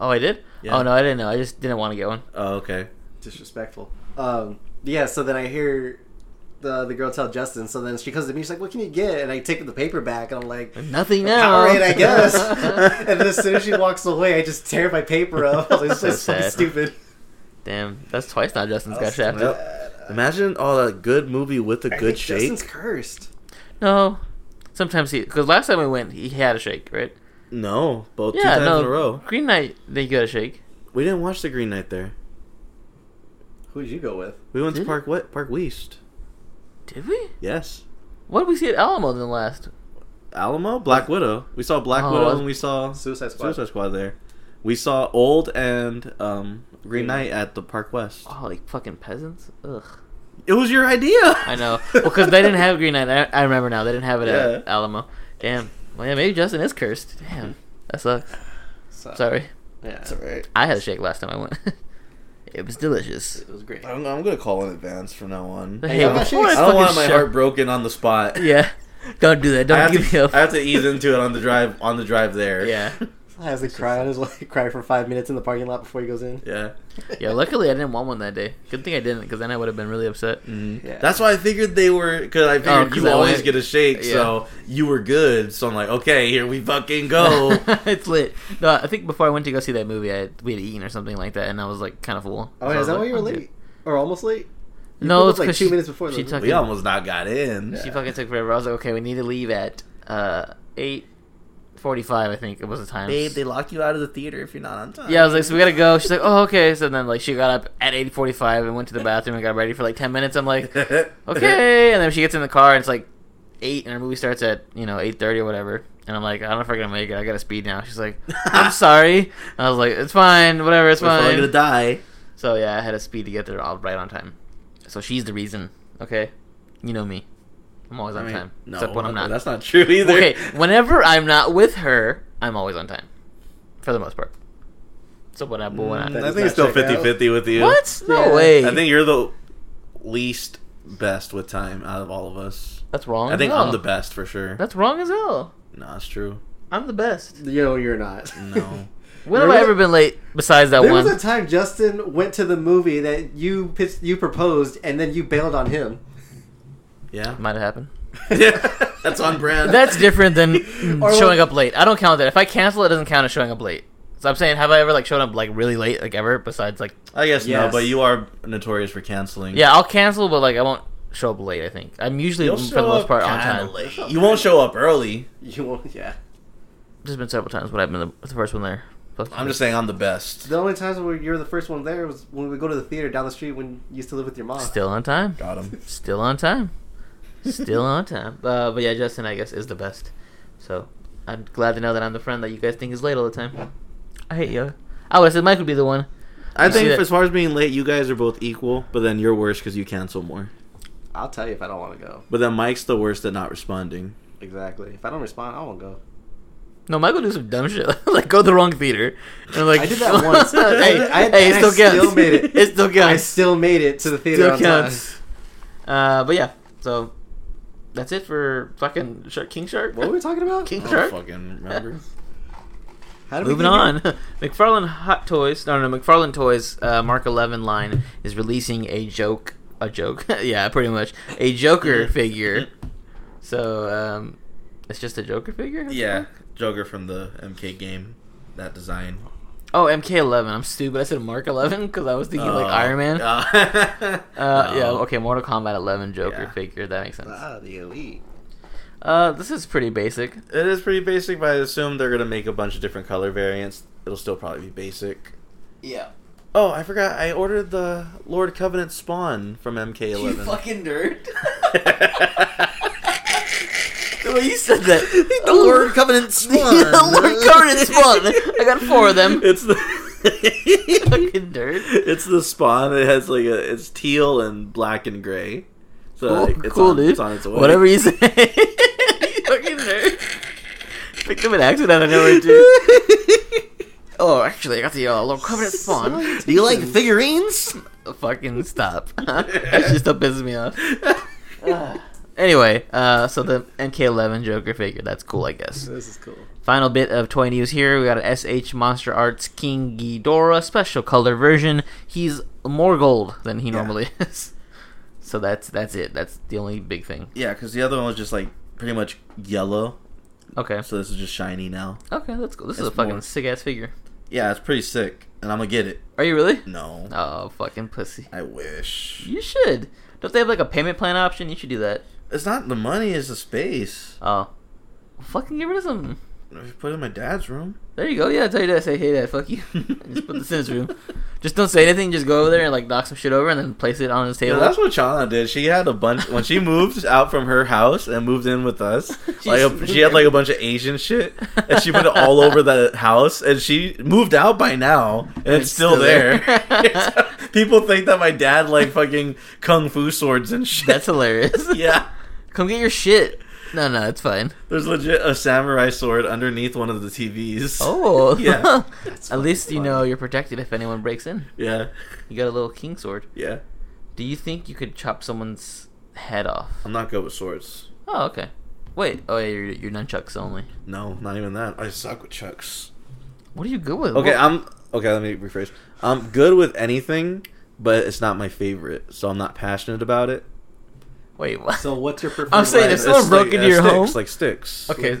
Speaker 3: Oh, I did.
Speaker 4: Yeah.
Speaker 3: Oh no, I didn't know. I just didn't want
Speaker 2: [LAUGHS]
Speaker 3: to get one.
Speaker 4: Oh, okay.
Speaker 2: disrespectful. Um, yeah, so then I hear the the girl tell Justin. So then she comes to me. She's like, "What can you get?" And I take the paper back, and I'm like,
Speaker 3: Nothing now.
Speaker 2: "Powerade, I guess." [LAUGHS]
Speaker 3: [LAUGHS]
Speaker 2: and then as soon as she walks away, I just tear my paper up. I was like, "This
Speaker 3: So
Speaker 2: is fucking
Speaker 3: sad.
Speaker 2: stupid."
Speaker 3: Damn, that's twice now. Justin's got
Speaker 2: That's
Speaker 3: shafted.
Speaker 2: too
Speaker 4: Yep.
Speaker 2: bad.
Speaker 4: Imagine all that good movie with a
Speaker 2: I
Speaker 4: good
Speaker 2: think
Speaker 4: shake.
Speaker 2: Justin's cursed.
Speaker 3: No. Sometimes he, because last time we went, he had a shake, right?
Speaker 4: No, both two
Speaker 3: Yeah,
Speaker 4: times
Speaker 3: no.
Speaker 4: in a row.
Speaker 3: Green Knight, they got a shake.
Speaker 4: We didn't watch the Green Knight there.
Speaker 2: Who did you go with?
Speaker 4: We went to
Speaker 3: Did-
Speaker 4: Park what? Park West.
Speaker 3: Did we?
Speaker 4: Yes.
Speaker 3: What did we see at Alamo then last?
Speaker 4: Alamo, Black Widow. We saw Black
Speaker 3: Oh,
Speaker 4: Widow
Speaker 3: that's-
Speaker 4: and we saw
Speaker 2: Suicide Squad.
Speaker 4: Suicide Squad there. We saw Old and um, Green
Speaker 2: Green
Speaker 4: Knight at the Park West.
Speaker 3: Oh, like fucking peasants? Ugh.
Speaker 4: It was your idea.
Speaker 3: I know. because they didn't have Green Knight. I, I remember now. They didn't have it at
Speaker 4: Yeah.
Speaker 3: Alamo. Damn. Well, yeah, maybe Justin is cursed. Damn. That sucks.
Speaker 2: So,
Speaker 3: Sorry.
Speaker 2: Yeah,
Speaker 4: alright.
Speaker 3: I had a shake last time I went. [LAUGHS] it was delicious.
Speaker 2: it was great.
Speaker 4: I'm, I'm gonna call in advance from now on.
Speaker 3: Hey,
Speaker 2: I'm not sure-
Speaker 3: before I
Speaker 4: I don't
Speaker 3: fucking
Speaker 4: want my
Speaker 3: show-
Speaker 4: heart broken on the spot.
Speaker 3: Yeah. Don't do that.
Speaker 4: I
Speaker 3: Don't
Speaker 4: have,
Speaker 3: give
Speaker 4: to,
Speaker 3: me up.
Speaker 4: I have to ease into it on the drive on the drive
Speaker 3: [LAUGHS]
Speaker 4: there.
Speaker 3: Yeah.
Speaker 2: I was like crying. [LAUGHS] I was like crying for five minutes in the parking lot before he goes in.
Speaker 4: [LAUGHS] yeah.
Speaker 3: Yeah, luckily I didn't want one that day. Good thing I didn't, because then I would have been really upset.
Speaker 2: Yeah.
Speaker 4: That's why I figured they were because I figured
Speaker 3: Oh, 'cause
Speaker 4: you
Speaker 3: I
Speaker 4: always
Speaker 3: went-
Speaker 4: get a shake, so you were good. So I'm like, okay, here we
Speaker 3: [LAUGHS]
Speaker 4: fucking go.
Speaker 3: it's lit. No, I think before I went to go see that movie, I we had eaten or something like that, and I was like kind of full.
Speaker 2: Oh,
Speaker 3: So I
Speaker 2: yeah,
Speaker 3: was
Speaker 2: is that
Speaker 3: like,
Speaker 2: why you were
Speaker 3: I'm good.
Speaker 2: late or almost late? You
Speaker 3: No,
Speaker 2: pulled up,
Speaker 3: it's
Speaker 2: like
Speaker 3: 'cause
Speaker 2: two
Speaker 3: she-
Speaker 2: minutes before.
Speaker 3: she
Speaker 2: the-
Speaker 3: took-
Speaker 4: we almost not got in.
Speaker 3: She fucking took forever. I was like, okay, we need to leave at uh eight forty-five. I think it was the time.
Speaker 4: lock you out of the theater if you're not on time.
Speaker 3: yeah, I was like, so we gotta go. She's like, oh, okay. So then, like, she got up at eight forty-five and went to the bathroom and got ready for like ten minutes. I'm like,
Speaker 4: [LAUGHS]
Speaker 3: okay. [LAUGHS] And then she gets in the car and it's like eight, and her movie starts at you know eight thirty or whatever. And I'm like, I don't know if I'm gonna make it. I gotta speed now. She's like,
Speaker 4: [LAUGHS]
Speaker 3: I'm sorry. And I was like, it's fine, whatever, it's
Speaker 4: We're probably
Speaker 3: fine.
Speaker 4: gonna die.
Speaker 3: So yeah, I had a speed to get there all right on time. So she's the reason. Okay, you know me. I'm always on
Speaker 4: I mean,
Speaker 3: time,
Speaker 4: no,
Speaker 3: except when I'm not.
Speaker 4: That's not true either.
Speaker 3: okay, whenever I'm not with her, I'm always on time, for the most part. So when I but when I-
Speaker 4: Mm,
Speaker 2: That
Speaker 4: I
Speaker 2: does
Speaker 4: think it's
Speaker 2: not
Speaker 4: still
Speaker 2: check out.
Speaker 4: 50 50 with you.
Speaker 3: what? No
Speaker 2: Yeah.
Speaker 3: way.
Speaker 4: I think you're the least best with time out of all of us.
Speaker 3: that's wrong.
Speaker 4: I think
Speaker 3: as
Speaker 4: I'm
Speaker 3: hell.
Speaker 4: the best for sure.
Speaker 3: That's wrong as hell.
Speaker 4: No, that's [LAUGHS] true.
Speaker 3: I'm the best.
Speaker 2: You know you're not.
Speaker 4: No.
Speaker 2: Remember
Speaker 3: When have I
Speaker 2: that-
Speaker 3: ever been late besides
Speaker 2: [LAUGHS]
Speaker 3: that
Speaker 2: There
Speaker 3: one?
Speaker 2: was a time Justin went to the movie that you pitched, you proposed, and then you bailed on him.
Speaker 4: Yeah.
Speaker 3: Might have happened.
Speaker 4: [LAUGHS] That's on brand.
Speaker 3: That's different than
Speaker 4: [LAUGHS]
Speaker 3: mm,
Speaker 2: Or
Speaker 3: [LAUGHS] showing
Speaker 2: what-
Speaker 3: up late. I don't count that. If I cancel, it doesn't count as showing up late. So I'm saying, have I ever like shown up like really late, like ever? Besides, like
Speaker 4: I guess no,
Speaker 2: Yes.
Speaker 4: but you are notorious for canceling.
Speaker 3: yeah, I'll cancel, but like I won't show up late. I think I'm usually
Speaker 4: You'll
Speaker 3: mm, for
Speaker 4: show
Speaker 3: the most
Speaker 4: up
Speaker 3: part on
Speaker 4: kinda
Speaker 3: time.
Speaker 4: late. You won't show up early.
Speaker 2: You won't. Yeah.
Speaker 3: There's been several times when I've been the, the first one there. But-
Speaker 4: I'm just saying I'm the best.
Speaker 2: The only times where you were the first one there was when we go to the theater down the street when you used to live with your mom.
Speaker 3: still on time.
Speaker 4: Got him.
Speaker 3: Still on time. Still on
Speaker 4: [LAUGHS]
Speaker 3: time. Uh, but yeah, Justin, I guess, is the best. So I'm glad to know that I'm the friend that you guys think is late all the time. I hate you. I would have said Mike would be the one.
Speaker 4: I
Speaker 3: You see
Speaker 4: think
Speaker 3: that-
Speaker 4: as far as being late, you guys are both equal, but then you're worse because you cancel more.
Speaker 2: I'll tell you if I don't want to go.
Speaker 4: But then Mike's the worst at not responding.
Speaker 2: Exactly. If I don't respond, I won't go.
Speaker 3: No, Mike would do some dumb shit. [LAUGHS] like go to the wrong theater. And like
Speaker 2: I did
Speaker 3: [LAUGHS]
Speaker 2: that once.
Speaker 3: hey,
Speaker 2: [LAUGHS] I- I-
Speaker 3: hey, it
Speaker 2: and I
Speaker 3: still counts.
Speaker 2: still made it.
Speaker 3: [LAUGHS] It still
Speaker 2: I
Speaker 3: counts.
Speaker 2: still made it to the theater
Speaker 3: Still
Speaker 2: on time.
Speaker 3: counts. Uh, but yeah, so that's it for fucking Shark King Shark.
Speaker 2: What Oh, were we talking about?
Speaker 3: King
Speaker 4: I
Speaker 3: Shark.
Speaker 4: don't fucking [LAUGHS] remember.
Speaker 2: How did we
Speaker 3: Moving
Speaker 2: get
Speaker 3: on, [LAUGHS]
Speaker 2: here?
Speaker 3: McFarlane Hot Toys. No, no, McFarlane Toys. Uh, Mark Eleven line is releasing a joke, a joke. [LAUGHS] yeah, pretty much a
Speaker 2: [LAUGHS]
Speaker 3: Joker figure. So um, it's just a Joker figure.
Speaker 4: Yeah, Joker from the MK game, that design.
Speaker 3: Oh, MK Eleven. I'm stupid. I said Mark Eleven because I was thinking like
Speaker 2: Oh,
Speaker 4: Uh,
Speaker 3: Iron Man. Uh,
Speaker 4: uh, [LAUGHS]
Speaker 3: yeah.
Speaker 4: um,
Speaker 3: Okay, Mortal Kombat Eleven Joker
Speaker 4: yeah.
Speaker 3: figure. That makes sense.
Speaker 2: Ah, the elite.
Speaker 3: Uh, this is pretty basic.
Speaker 4: It is pretty basic, but I assume they're gonna make a bunch of different color variants. It'll still probably be basic.
Speaker 3: Yeah.
Speaker 4: Oh, I forgot. I ordered the Lord Covenant Spawn from MK11. [LAUGHS]
Speaker 3: fucking nerd. the way you said that.
Speaker 4: [LAUGHS] the Lord
Speaker 3: [LAUGHS]
Speaker 4: Covenant Spawn.
Speaker 3: Lord Covenant Spawn. I got four of them.
Speaker 4: [LAUGHS] It's the [LAUGHS]
Speaker 3: fucking nerd.
Speaker 4: It's the Spawn. It has like a it's teal and black and gray. So
Speaker 3: Cool,
Speaker 4: like, it's
Speaker 3: cool,
Speaker 4: on,
Speaker 3: dude.
Speaker 4: It's on its way.
Speaker 3: Whatever
Speaker 4: [LAUGHS]
Speaker 3: you say. [LAUGHS] you fucking nerd. Picked up an accident out of nowhere, dude. [LAUGHS] Oh, actually, I got the uh, Lord
Speaker 4: [LAUGHS]
Speaker 3: Covenant Spawn.
Speaker 4: Do you like [LAUGHS] figurines?
Speaker 3: fucking stop. [LAUGHS] that shit still pisses me off. Anyway, uh, so the MK11 Joker figure, that's cool, I guess.
Speaker 2: [SIGHS] This is cool.
Speaker 3: Final bit of toy news here. We got an SH Monster Arts King Ghidorah special color version. He's more gold than he normally [LAUGHS] is. So that's that's it. That's the only big thing.
Speaker 4: yeah, because the other one was just like pretty much yellow.
Speaker 3: Okay.
Speaker 4: So this is just shiny now.
Speaker 3: Okay, that's cool. This is a
Speaker 4: It's
Speaker 3: fucking
Speaker 4: more-
Speaker 3: sick ass figure.
Speaker 4: Yeah, it's pretty sick, and I'm gonna get it.
Speaker 3: Are you really?
Speaker 4: No,
Speaker 3: Oh, fucking pussy.
Speaker 4: I wish.
Speaker 3: You should. Don't they have like a payment plan option? You should do that.
Speaker 4: It's not the money; it's the space.
Speaker 3: Oh. Fucking get rid of some.
Speaker 4: If put it in my dad's room.
Speaker 3: There you go. Yeah, I tell you that. Say, hey, dad, fuck you. [LAUGHS] just put this in his
Speaker 4: [LAUGHS]
Speaker 3: room. Just don't say anything. Just go over there and like knock some shit over and then place it on his
Speaker 4: Yeah,
Speaker 3: table.
Speaker 4: that's what Chana did. She had a bunch when she moved out from her house and moved in with us.
Speaker 3: [LAUGHS]
Speaker 4: Like a, she had like a bunch of Asian shit, and she put
Speaker 3: [LAUGHS]
Speaker 4: it all over the house. And she moved out by now, and it's, still,
Speaker 3: still
Speaker 4: there.
Speaker 3: there.
Speaker 4: [LAUGHS] People think that my dad like fucking kung fu swords and shit. [LAUGHS]
Speaker 3: That's hilarious.
Speaker 4: yeah.
Speaker 3: Come get your shit. No, no, it's fine.
Speaker 4: There's legit a samurai sword underneath one of the TVs.
Speaker 3: Oh, [LAUGHS]
Speaker 4: [LAUGHS] Yeah.
Speaker 3: At least you know you're protected if anyone breaks in.
Speaker 4: yeah,
Speaker 3: You got a little king sword.
Speaker 4: yeah.
Speaker 3: Do you think you could chop someone's head off?
Speaker 4: I'm not good with swords.
Speaker 3: Oh, okay. Wait. Oh, yeah, you're, you're nunchucks only.
Speaker 4: No, not even that. I suck with chucks.
Speaker 3: What are you good with?
Speaker 4: Okay,
Speaker 3: What-
Speaker 4: I'm okay. Let me rephrase. I'm good with anything, but it's not my favorite, so I'm not passionate about it.
Speaker 3: Wait. What?
Speaker 2: So what's your preferred?
Speaker 3: I'm saying
Speaker 2: brand?
Speaker 3: if someone broke into your
Speaker 4: uh, sticks,
Speaker 3: home-
Speaker 4: like sticks,
Speaker 3: okay.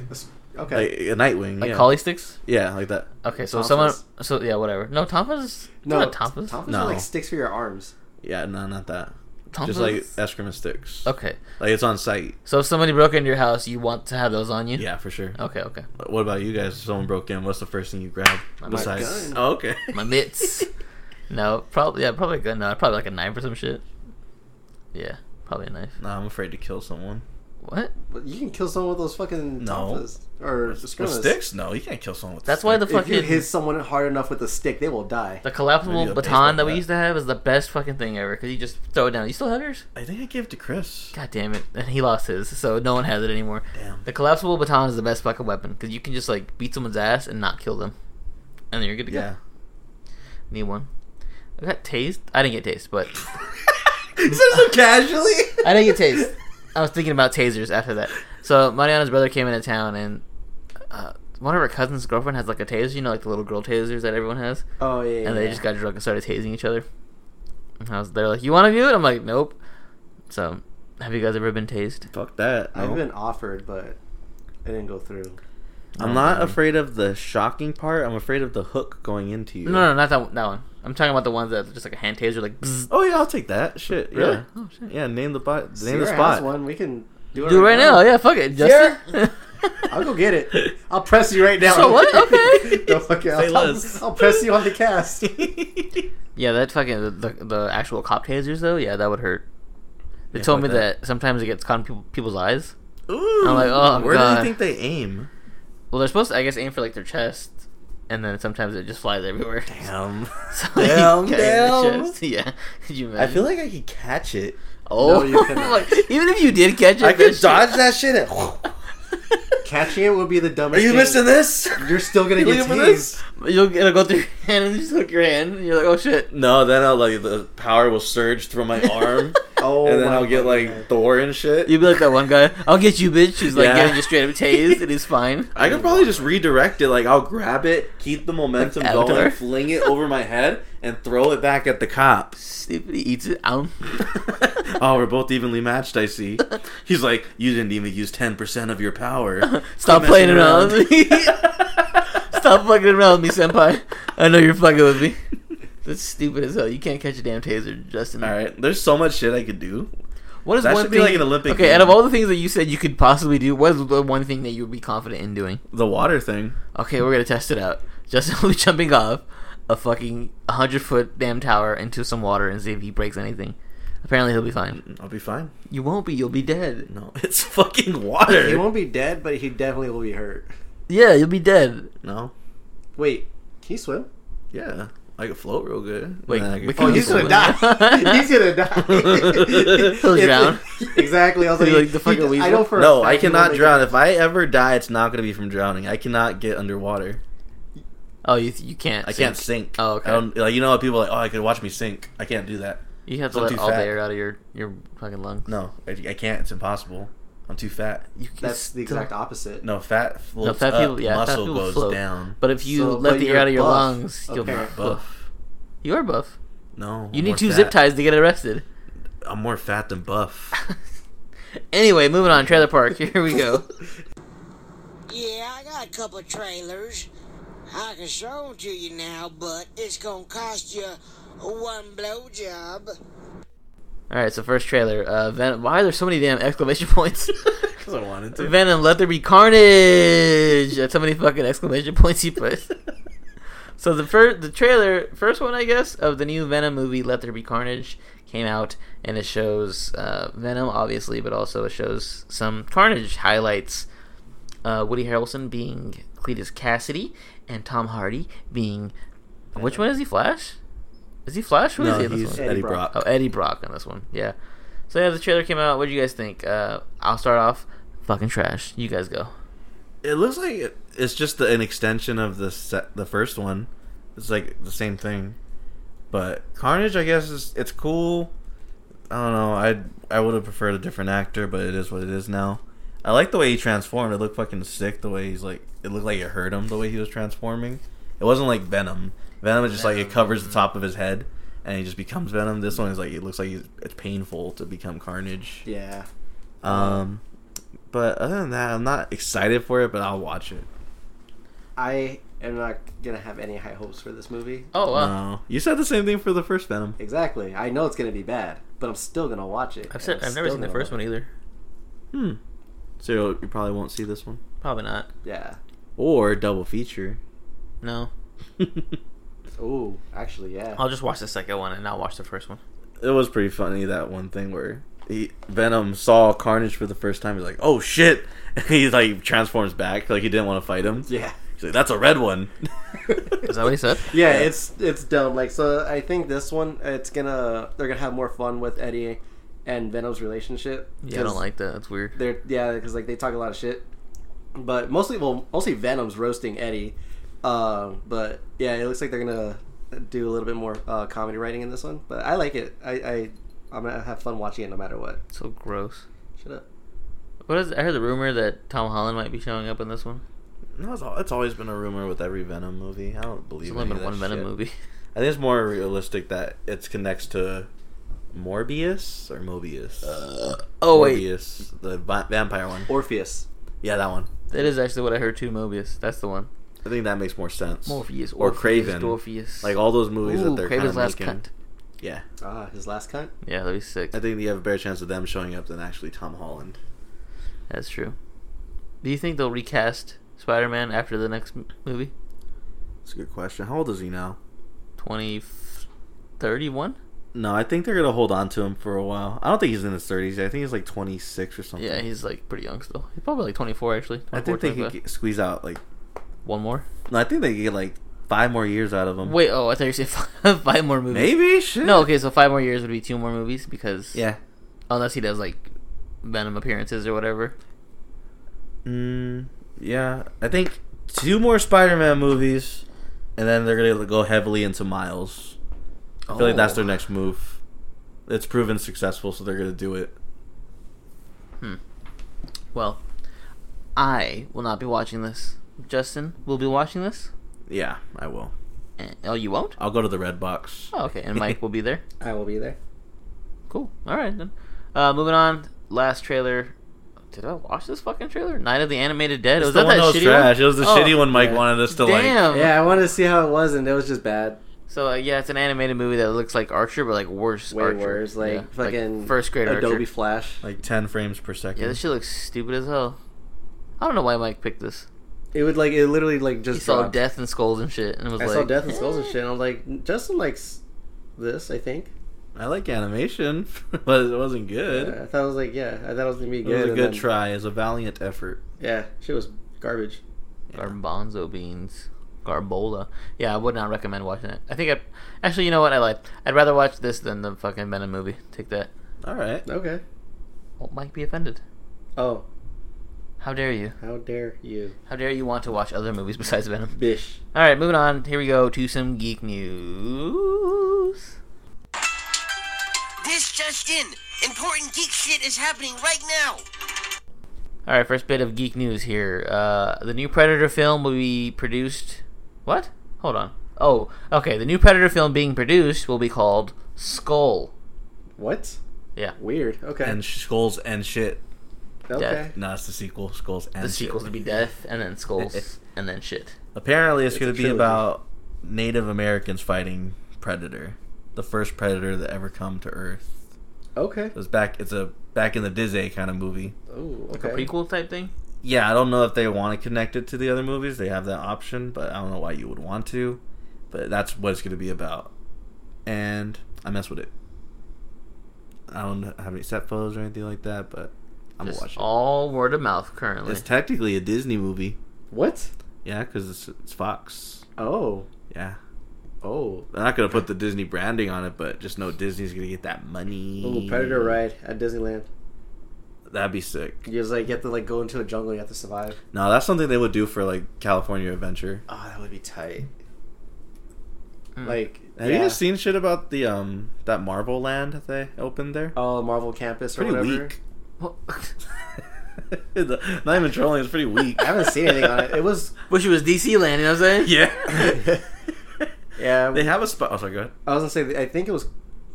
Speaker 2: Okay.
Speaker 4: like a
Speaker 3: [LAUGHS]
Speaker 4: Nightwing,
Speaker 3: Like
Speaker 4: yeah.
Speaker 3: collie sticks.
Speaker 4: yeah, like that.
Speaker 3: Okay, so
Speaker 2: Tompas.
Speaker 3: someone. So yeah, whatever. No, tompas. is-
Speaker 2: no,
Speaker 3: not tompas.
Speaker 2: Tompas
Speaker 4: No.
Speaker 2: are like sticks for your arms.
Speaker 4: Yeah, no, not that.
Speaker 3: Tompas.
Speaker 4: Just like uh, excrement sticks.
Speaker 3: okay.
Speaker 4: Like it's on site.
Speaker 3: So if somebody broke into your house, you want to have those on you.
Speaker 4: Yeah, for sure.
Speaker 3: Okay. Okay.
Speaker 4: What about you guys? If someone broke in, what's the first thing you grab
Speaker 3: My
Speaker 4: besides?
Speaker 2: gun.
Speaker 4: Oh, okay. [LAUGHS]
Speaker 3: My mitts. no, probably. Yeah, probably a gun. No, probably like a knife or some shit. Yeah, probably a knife.
Speaker 4: no, I'm afraid to kill someone.
Speaker 3: What?
Speaker 2: But you can kill someone with those fucking
Speaker 4: No.
Speaker 2: tompas or
Speaker 4: With
Speaker 2: scrimmas.
Speaker 4: sticks? No, you can't kill someone with.
Speaker 3: That's why the
Speaker 2: If you
Speaker 3: fucking
Speaker 2: hit someone hard enough with a stick, they will
Speaker 3: [LAUGHS]
Speaker 2: die.
Speaker 3: the
Speaker 4: Maybe
Speaker 3: collapsible baton
Speaker 4: a baseball
Speaker 3: that we
Speaker 4: bat.
Speaker 3: used to have is the best fucking thing ever because you just throw it down. You still have yours?
Speaker 4: I think I gave it to Chris.
Speaker 3: God damn it! And he lost his, so no one has it anymore.
Speaker 4: Damn.
Speaker 3: The collapsible baton is the best fucking weapon because you can just like beat someone's ass and not kill them, and then you're good to
Speaker 4: Yeah.
Speaker 3: go. Need one? I got tased. I didn't get tased,
Speaker 4: [LAUGHS]
Speaker 3: but
Speaker 4: He said so casually.
Speaker 3: I didn't get tased. I was thinking about tasers after that. So Mariana's brother came into town, and uh, one of her cousin's girlfriend has like a taser. You know, like the little girl tasers that everyone has.
Speaker 2: Oh yeah. yeah,
Speaker 3: and they
Speaker 2: yeah.
Speaker 3: just got drunk and started tasing each other. And I was, they're like, "You want to do it?" I'm like, "Nope." So Have you guys ever been tased?
Speaker 4: Fuck that. No.
Speaker 2: I've been offered, but I didn't go through. Oh,
Speaker 4: I'm not afraid of the shocking part. I'm afraid of the hook going into you.
Speaker 3: No, no, not that one, that one. I'm talking about the ones that just like a hand taser, like bzzz.
Speaker 4: Oh yeah, I'll take that. Shit.
Speaker 3: Really?
Speaker 4: Yeah.
Speaker 3: Oh, shit.
Speaker 4: Yeah. Name the bot. Name
Speaker 2: Sierra
Speaker 4: the
Speaker 2: has
Speaker 4: spot.
Speaker 2: One
Speaker 4: [LAUGHS]
Speaker 2: we can do it
Speaker 3: do it right now. Yeah, fuck it, Justin.
Speaker 2: I'll go get it. I'll press you right now.
Speaker 3: So
Speaker 2: [LAUGHS]
Speaker 3: what? Okay.
Speaker 2: Don't fuck it.
Speaker 4: Say
Speaker 2: I'll,
Speaker 4: less.
Speaker 2: [LAUGHS] I'll, I'll press you on the
Speaker 4: [LAUGHS]
Speaker 2: cast.
Speaker 3: yeah, that fucking the, the, the actual cop tasers though. Yeah, that would hurt. They
Speaker 4: Yeah,
Speaker 3: told me
Speaker 4: fuck that.
Speaker 3: that. sometimes it gets caught in people, people's eyes.
Speaker 4: Ooh.
Speaker 3: I'm like, oh,
Speaker 4: Where do
Speaker 3: God.
Speaker 4: you think they aim?
Speaker 3: Well, they're supposed to, I guess, aim for like their chest, and then sometimes it just flies everywhere.
Speaker 4: Damn.
Speaker 3: [LAUGHS] So you
Speaker 4: Damn.
Speaker 3: get it in the
Speaker 4: Damn.
Speaker 3: chest. [LAUGHS] Yeah. Could you
Speaker 4: I
Speaker 3: imagine? [LAUGHS]
Speaker 4: feel like I could catch it.
Speaker 3: Oh,
Speaker 2: No, you cannot.
Speaker 3: [LAUGHS] like, even if you did catch it,
Speaker 4: I could
Speaker 3: that
Speaker 4: dodge
Speaker 3: [LAUGHS] shit-
Speaker 4: that shit. At,
Speaker 2: Catching it would be the
Speaker 4: are
Speaker 2: dumbest.
Speaker 4: you
Speaker 2: thing.
Speaker 4: missing this?
Speaker 2: You're still gonna
Speaker 4: [LAUGHS] You
Speaker 2: get
Speaker 4: looking for this?
Speaker 2: tased.
Speaker 3: You'll it'll go through your hand and just hook your hand, and you're like, oh shit.
Speaker 4: No, then I'll like the power will surge through my
Speaker 3: [LAUGHS]
Speaker 4: arm,
Speaker 2: [LAUGHS] Oh,
Speaker 4: and then
Speaker 2: my
Speaker 4: I'll get
Speaker 2: fucking
Speaker 4: like
Speaker 2: God.
Speaker 4: Thor and shit.
Speaker 3: You'd be like that one guy. I'll get you, bitch. Who's like
Speaker 4: Yeah.
Speaker 3: getting you straight up tased.
Speaker 4: [LAUGHS]
Speaker 3: It is fine.
Speaker 4: I could probably just redirect it. Like I'll grab it, keep the momentum
Speaker 3: Like
Speaker 4: going,
Speaker 3: Avatar.
Speaker 4: fling it over my head, and throw it back at the cop. [LAUGHS]
Speaker 3: Stupid he eats it. Um.
Speaker 4: oh, we're both evenly matched. I see. He's like, you didn't even use ten percent of your [LAUGHS] power.
Speaker 3: Stop
Speaker 4: Quit
Speaker 3: playing
Speaker 4: messing
Speaker 3: around. with
Speaker 4: [LAUGHS]
Speaker 3: me. Stop fucking around with me, senpai. I know you're fucking with me. That's stupid as hell. You can't catch a damn taser, Justin.
Speaker 4: All right, there's so much shit I could do.
Speaker 3: What is
Speaker 4: That
Speaker 3: one
Speaker 4: should be
Speaker 3: thing?
Speaker 4: like an Olympic
Speaker 3: okay,
Speaker 4: game.
Speaker 3: out of all the things that you said you could possibly do, what is the one thing that you would be confident in doing?
Speaker 4: The water thing.
Speaker 3: Okay, we're gonna test it out. Justin [LAUGHS] will be jumping off a fucking hundred foot damn tower into some water and see if he breaks anything. Apparently, he'll be fine.
Speaker 4: I'll be fine.
Speaker 3: You won't be. You'll be dead.
Speaker 4: No, [LAUGHS] it's fucking water.
Speaker 2: He won't be dead, but he definitely will be hurt.
Speaker 3: Yeah, you'll be dead.
Speaker 4: no.
Speaker 2: Wait, can you swim?
Speaker 4: Yeah, I could float real good.
Speaker 3: Wait,
Speaker 4: And I could
Speaker 3: we
Speaker 2: Oh,
Speaker 3: Can
Speaker 2: he's
Speaker 3: you
Speaker 2: gonna
Speaker 3: swim?
Speaker 2: die.
Speaker 4: [LAUGHS]
Speaker 2: he's gonna die.
Speaker 4: He'll
Speaker 2: It's-
Speaker 3: drown.
Speaker 2: Exactly. I was like,
Speaker 3: He's like the fucking
Speaker 2: he- I
Speaker 3: weasel.
Speaker 2: know for a
Speaker 4: no,
Speaker 2: fact
Speaker 4: I
Speaker 2: he won't
Speaker 4: cannot
Speaker 2: make
Speaker 4: drown.
Speaker 2: it.
Speaker 4: If I ever die, it's not going to be from drowning. I cannot get underwater.
Speaker 3: Oh, you you can't.
Speaker 4: I
Speaker 3: sink.
Speaker 4: can't sink.
Speaker 3: Oh, okay.
Speaker 4: I don't, like you know, how people are like, oh, I could watch me sink. I can't do that.
Speaker 3: You have to
Speaker 4: I'm
Speaker 3: let
Speaker 4: too
Speaker 3: all the
Speaker 4: fat.
Speaker 3: air out of your your fucking lungs.
Speaker 4: No, I, I can't. It's impossible. I'm too fat.
Speaker 3: You can
Speaker 2: That's the
Speaker 3: still-
Speaker 2: exact opposite.
Speaker 4: No, fat floats
Speaker 3: fat
Speaker 4: up.
Speaker 3: people- yeah, fat
Speaker 4: muscle
Speaker 3: people
Speaker 4: goes
Speaker 3: float.
Speaker 4: down.
Speaker 3: But if you
Speaker 2: So,
Speaker 3: let
Speaker 2: but
Speaker 3: the air
Speaker 2: you're
Speaker 3: out of your
Speaker 2: buff,
Speaker 3: lungs, you'll be
Speaker 2: apparently.
Speaker 4: buff.
Speaker 3: You are buff.
Speaker 4: No,
Speaker 3: You
Speaker 4: I'm more
Speaker 3: need two
Speaker 4: fat.
Speaker 3: zip ties to get arrested.
Speaker 4: I'm more fat than [LAUGHS] buff.
Speaker 3: Anyway, moving on. Trailer park. [LAUGHS] Here we go.
Speaker 5: Yeah, I got a couple of trailers. I can show 'em to you now, but it's gonna cost you one blowjob.
Speaker 3: All right, so first trailer. Uh, Venom. Why are there so many damn exclamation [LAUGHS] points?
Speaker 4: Because I wanted to.
Speaker 3: Venom, let there be carnage! That's how many fucking exclamation points he
Speaker 4: [LAUGHS]
Speaker 3: put. so the first, the trailer, first one I guess of the new Venom movie, Let There Be Carnage, came out, and it shows uh, Venom obviously, but also it shows some Carnage highlights. Uh, Woody Harrelson being Cletus Cassidy, and Tom Hardy being which one is he? Flash? Is he Flash? What is
Speaker 4: no,
Speaker 3: he? in this
Speaker 4: he's
Speaker 3: one?
Speaker 4: Eddie
Speaker 2: Eddie
Speaker 4: Brock.
Speaker 2: Brock.
Speaker 3: Oh, Eddie Brock on this one. Yeah. So yeah, the trailer came out. What do you guys think? Uh, I'll start off. Fucking trash. You guys go.
Speaker 4: It looks like it, it's just the, an extension of the se- the first one. It's like the same thing, but Carnage, I guess, is it's cool. I don't know. I I would have preferred a different actor, but it is what it is now. I like the way he transformed. It looked fucking sick. The way he's like, it looked like it hurt him. The way he was transforming. It wasn't like Venom. Venom is just like it covers the top of his head, and he just becomes Venom. This one is like it looks like he's- it's painful to become Carnage.
Speaker 2: Yeah.
Speaker 4: Um, but other than that, I'm not excited for it, but I'll watch it.
Speaker 2: I am not gonna have any high hopes for this movie.
Speaker 3: Oh wow.
Speaker 4: No, you said the same thing for the first Venom.
Speaker 2: Exactly. I know it's gonna be bad, but I'm still gonna watch it.
Speaker 3: I've said, I've never seen the first one either.
Speaker 4: Hmm. So you probably won't see this one
Speaker 3: Probably not.
Speaker 2: Yeah.
Speaker 4: or
Speaker 3: [LAUGHS]
Speaker 4: double feature.
Speaker 3: No.
Speaker 4: it
Speaker 2: Ooh, actually, yeah.
Speaker 3: I'll just watch the second one and not watch the first one.
Speaker 4: was pretty funny that one thing where he, Venom saw Carnage for the first time. He's like, "Oh shit!" [LAUGHS] And he like transforms back. Like he didn't want to fight him.
Speaker 2: [LAUGHS]
Speaker 3: [LAUGHS]
Speaker 2: yeah.
Speaker 4: He's like, "That's a red one."
Speaker 3: Is that what he said?
Speaker 2: yeah, it's it's dumb. Like, so I think this one, it's gonna they're gonna have more fun with Eddie and Venom's relationship.
Speaker 3: Yeah, I don't
Speaker 2: 'cause
Speaker 3: like that. That's weird.
Speaker 2: They're yeah, because like they talk a lot of shit, but mostly well, mostly Venom's roasting Eddie. Um, but yeah, it looks like they're gonna do a little bit more uh, comedy writing in this one. But I like it. I, I I'm gonna have fun watching it no matter what.
Speaker 3: So gross.
Speaker 2: Shut up.
Speaker 3: What is? I heard the rumor that Tom Holland might be showing up in this one.
Speaker 4: [LAUGHS] no, it's, al- it's always been a rumor with every Venom movie. I don't believe
Speaker 3: It's
Speaker 4: it. [LAUGHS]
Speaker 3: only been one Venom movie.
Speaker 4: I think it's more realistic that it connects to Morbius or Mobius?
Speaker 3: Oh wait,
Speaker 4: Morbius, the vi- vampire one.
Speaker 2: Orpheus.
Speaker 4: Yeah, that one.
Speaker 3: that is actually what I heard too. Mobius, that's the one.
Speaker 4: I think that makes more sense.
Speaker 3: Morpheus
Speaker 4: Or Craven.
Speaker 3: Orpheus.
Speaker 4: Like all those movies
Speaker 3: Ooh,
Speaker 4: that they're kind
Speaker 3: Craven's
Speaker 4: of
Speaker 3: last
Speaker 4: making.
Speaker 3: cut.
Speaker 4: Yeah,
Speaker 2: Ah, his last cunt.
Speaker 3: Yeah, that'd be sick.
Speaker 4: I think you have a better chance of them showing up than actually Tom Holland.
Speaker 3: That's true. Do you think they'll recast Spider-Man after the next m- movie?
Speaker 4: That's a good question. How old is he now?
Speaker 3: Twenty thirty-one?
Speaker 4: No, I think they're gonna hold on to him for a while. I don't think he's in his thirties. I think he's like twenty six or something.
Speaker 3: Yeah, he's like pretty young still. He's probably like 24 actually.
Speaker 4: I
Speaker 3: 24,
Speaker 4: think they could
Speaker 3: 25.
Speaker 4: get, squeeze out like.
Speaker 3: one more.
Speaker 4: No, I think they could get like five more years out of him.
Speaker 3: Wait, oh, I thought you said five, [LAUGHS] five more movies.
Speaker 4: maybe shit.
Speaker 3: No, okay, so five more years would be two more movies because
Speaker 4: Yeah.
Speaker 3: unless he does like Venom appearances or whatever.
Speaker 4: Mm, yeah, I think two more Spider-Man movies, and then they're gonna go heavily into Miles. I feel like that's
Speaker 3: Oh.
Speaker 4: their next move. It's proven successful, so they're gonna do it.
Speaker 3: Oh. Well, I will not be watching this. Justin will be watching this.
Speaker 4: Yeah, I will.
Speaker 3: Eh, Oh, you won't?
Speaker 4: I'll go to the red box.
Speaker 3: Oh, okay. And
Speaker 4: [LAUGHS]
Speaker 3: Mike will be there.
Speaker 2: I will be there.
Speaker 3: Cool. All right then. Uh, moving on. Last trailer. Did I watch this fucking trailer? Night of the Animated Dead.
Speaker 4: It's
Speaker 3: was
Speaker 4: the
Speaker 3: that
Speaker 4: one
Speaker 3: that
Speaker 4: that was
Speaker 3: shitty
Speaker 4: trash.
Speaker 3: one?
Speaker 4: It was the
Speaker 3: Oh,
Speaker 4: shitty one Mike
Speaker 2: yeah.
Speaker 4: wanted us to like.
Speaker 3: Damn.
Speaker 2: Yeah, I wanted to see how it was, and it was just bad.
Speaker 3: So uh, yeah, it's an animated movie that looks like Archer, but like worse.
Speaker 2: Way
Speaker 3: Archer.
Speaker 2: worse, like
Speaker 3: Yeah,
Speaker 2: fucking
Speaker 3: first grade
Speaker 2: Adobe
Speaker 3: Archer.
Speaker 2: Flash.
Speaker 4: Like ten frames per second.
Speaker 3: Yeah, this shit looks stupid as hell. I don't know why Mike picked this.
Speaker 2: It would like it literally like
Speaker 3: He
Speaker 2: just
Speaker 3: saw
Speaker 2: dropped.
Speaker 3: death and skulls and shit, and was
Speaker 2: I
Speaker 3: like,
Speaker 2: saw Death and Skulls
Speaker 3: "Eh."
Speaker 2: and shit. And I'm like, Justin likes this, I think.
Speaker 4: I like animation, [LAUGHS] but it wasn't good.
Speaker 2: Yeah, I thought it was like, yeah, I thought it was gonna be
Speaker 4: It
Speaker 2: good.
Speaker 4: was a
Speaker 2: and
Speaker 4: good
Speaker 2: then-
Speaker 4: try. It was a valiant effort.
Speaker 2: Yeah, shit was garbage.
Speaker 3: "Eh." Garbanzo beans. Garbola. Yeah, I would not recommend watching it. I think I actually, you know what? I lied. I'd rather watch this than the fucking Venom movie. Take that.
Speaker 4: All right.
Speaker 2: Okay.
Speaker 3: Won't Mike be offended?
Speaker 2: Oh,
Speaker 3: How dare you?
Speaker 2: how dare you,
Speaker 3: How dare you want to watch other movies besides Venom?
Speaker 2: Bish?
Speaker 3: All right, moving on. Here we go to some geek news.
Speaker 5: This just in. Important geek shit is happening right now.
Speaker 3: All right, first bit of geek news here. Uh, the new Predator film will be produced. What? Hold on. Oh, okay. The new Predator film being produced will be called Skull.
Speaker 2: What?
Speaker 3: Yeah.
Speaker 2: Weird. Okay.
Speaker 4: And skulls and shit.
Speaker 2: okay.
Speaker 4: No, it's the sequel. Skulls and
Speaker 3: The
Speaker 4: shit.
Speaker 3: sequels would be Death, and then Skulls, and then shit.
Speaker 4: Apparently, it's,
Speaker 2: It's
Speaker 4: going
Speaker 2: a
Speaker 4: to be
Speaker 2: trilogy.
Speaker 4: about Native Americans fighting Predator, the first Predator that ever come to Earth.
Speaker 2: Okay.
Speaker 4: It was back. It's a back in the Disney kind of movie.
Speaker 2: Oh,
Speaker 3: A
Speaker 2: okay.
Speaker 3: prequel type thing.
Speaker 4: Yeah, I don't know if they want to connect it to the other movies. They have that option, but I don't know why you would want to. But that's what it's going to be about. And I mess with it. I don't have any set photos or anything like that, but I'm
Speaker 3: Just
Speaker 4: watching.
Speaker 3: all word of mouth currently. [LAUGHS]
Speaker 4: It's technically a Disney movie.
Speaker 2: What?
Speaker 4: Yeah, because it's, it's Fox.
Speaker 2: Oh.
Speaker 4: Yeah.
Speaker 2: Oh.
Speaker 4: They're not gonna put the Disney branding on it, but just know Disney's gonna get that money.
Speaker 2: Ooh, Predator ride at Disneyland.
Speaker 4: That'd be sick.
Speaker 2: You just like you have to like go into a jungle. You have to survive.
Speaker 4: No, that's something they would do for like California Adventure.
Speaker 2: Oh, that would be tight.
Speaker 3: Mm.
Speaker 2: Like,
Speaker 4: Have
Speaker 2: yeah.
Speaker 4: you guys seen shit about the um that Marvel Land that they opened there?
Speaker 2: Oh, Marvel Campus or
Speaker 4: pretty
Speaker 2: whatever.
Speaker 4: weak. [LAUGHS]
Speaker 3: Wish
Speaker 4: Not even trolling. It's pretty weak.
Speaker 2: I haven't seen anything on it. It was
Speaker 3: it was DC land. You know what I'm saying?
Speaker 4: [LAUGHS] Yeah.
Speaker 2: yeah.
Speaker 4: they have a spot. Oh, sorry. Go ahead.
Speaker 2: I was gonna say I think it was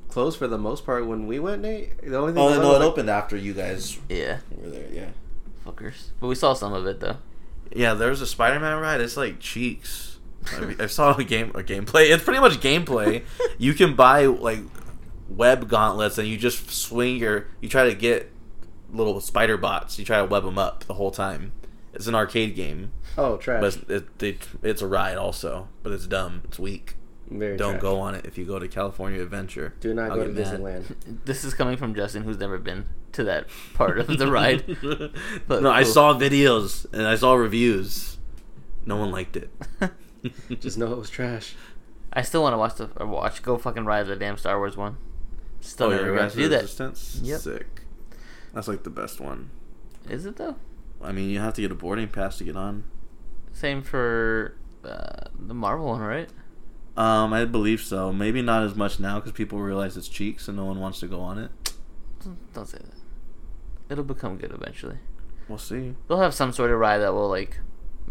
Speaker 2: closed for the most part when we went. Nate. The only thing.
Speaker 4: Oh
Speaker 2: that
Speaker 4: no,
Speaker 2: was,
Speaker 4: it
Speaker 2: like-
Speaker 4: opened after you guys
Speaker 3: Yeah.
Speaker 4: were there. Yeah.
Speaker 3: Fuckers. But we saw some of it though.
Speaker 4: Yeah, there was a Spider-Man ride. It's like cheeks. I, I saw a game a gameplay. It's pretty much
Speaker 2: [LAUGHS]
Speaker 4: gameplay. you can buy like web gauntlets, and you just swing your. You try to get little spider bots. You try to web them up the whole time. It's an arcade game,
Speaker 2: Oh, trash.
Speaker 4: but it's, it, they, it's a ride also. But it's dumb. It's weak.
Speaker 2: Very
Speaker 4: Don't
Speaker 2: trash.
Speaker 4: go on it if you go to California Adventure.
Speaker 2: Do not
Speaker 4: I'll
Speaker 2: go to
Speaker 4: get mad.
Speaker 2: Disneyland.
Speaker 3: This is coming from Justin, who's never been to that [LAUGHS] part of the
Speaker 4: [LAUGHS]
Speaker 3: ride. [LAUGHS] But
Speaker 4: no, I
Speaker 3: cool.
Speaker 4: saw videos and I saw reviews. No one
Speaker 3: [LAUGHS]
Speaker 4: liked it. [LAUGHS]
Speaker 2: Just know it was trash.
Speaker 3: I still want to watch the or watch go fucking ride the damn Star Wars one. Still
Speaker 4: Oh,
Speaker 3: never
Speaker 4: your
Speaker 3: got
Speaker 4: Rise
Speaker 3: to
Speaker 4: of
Speaker 3: do
Speaker 4: the
Speaker 3: that. Is
Speaker 4: Resistance.
Speaker 3: Yep.
Speaker 4: Sick. That's like the best one.
Speaker 3: it though?
Speaker 4: I mean, you have to get a boarding pass to get on.
Speaker 3: Same for uh, the Marvel one, right?
Speaker 4: Um, I believe so. Maybe not as much now because people realize it's cheeks and no one wants to go on it.
Speaker 3: Don't, don't say that. It'll become good eventually.
Speaker 4: We'll see.
Speaker 3: They'll have some sort of ride that will like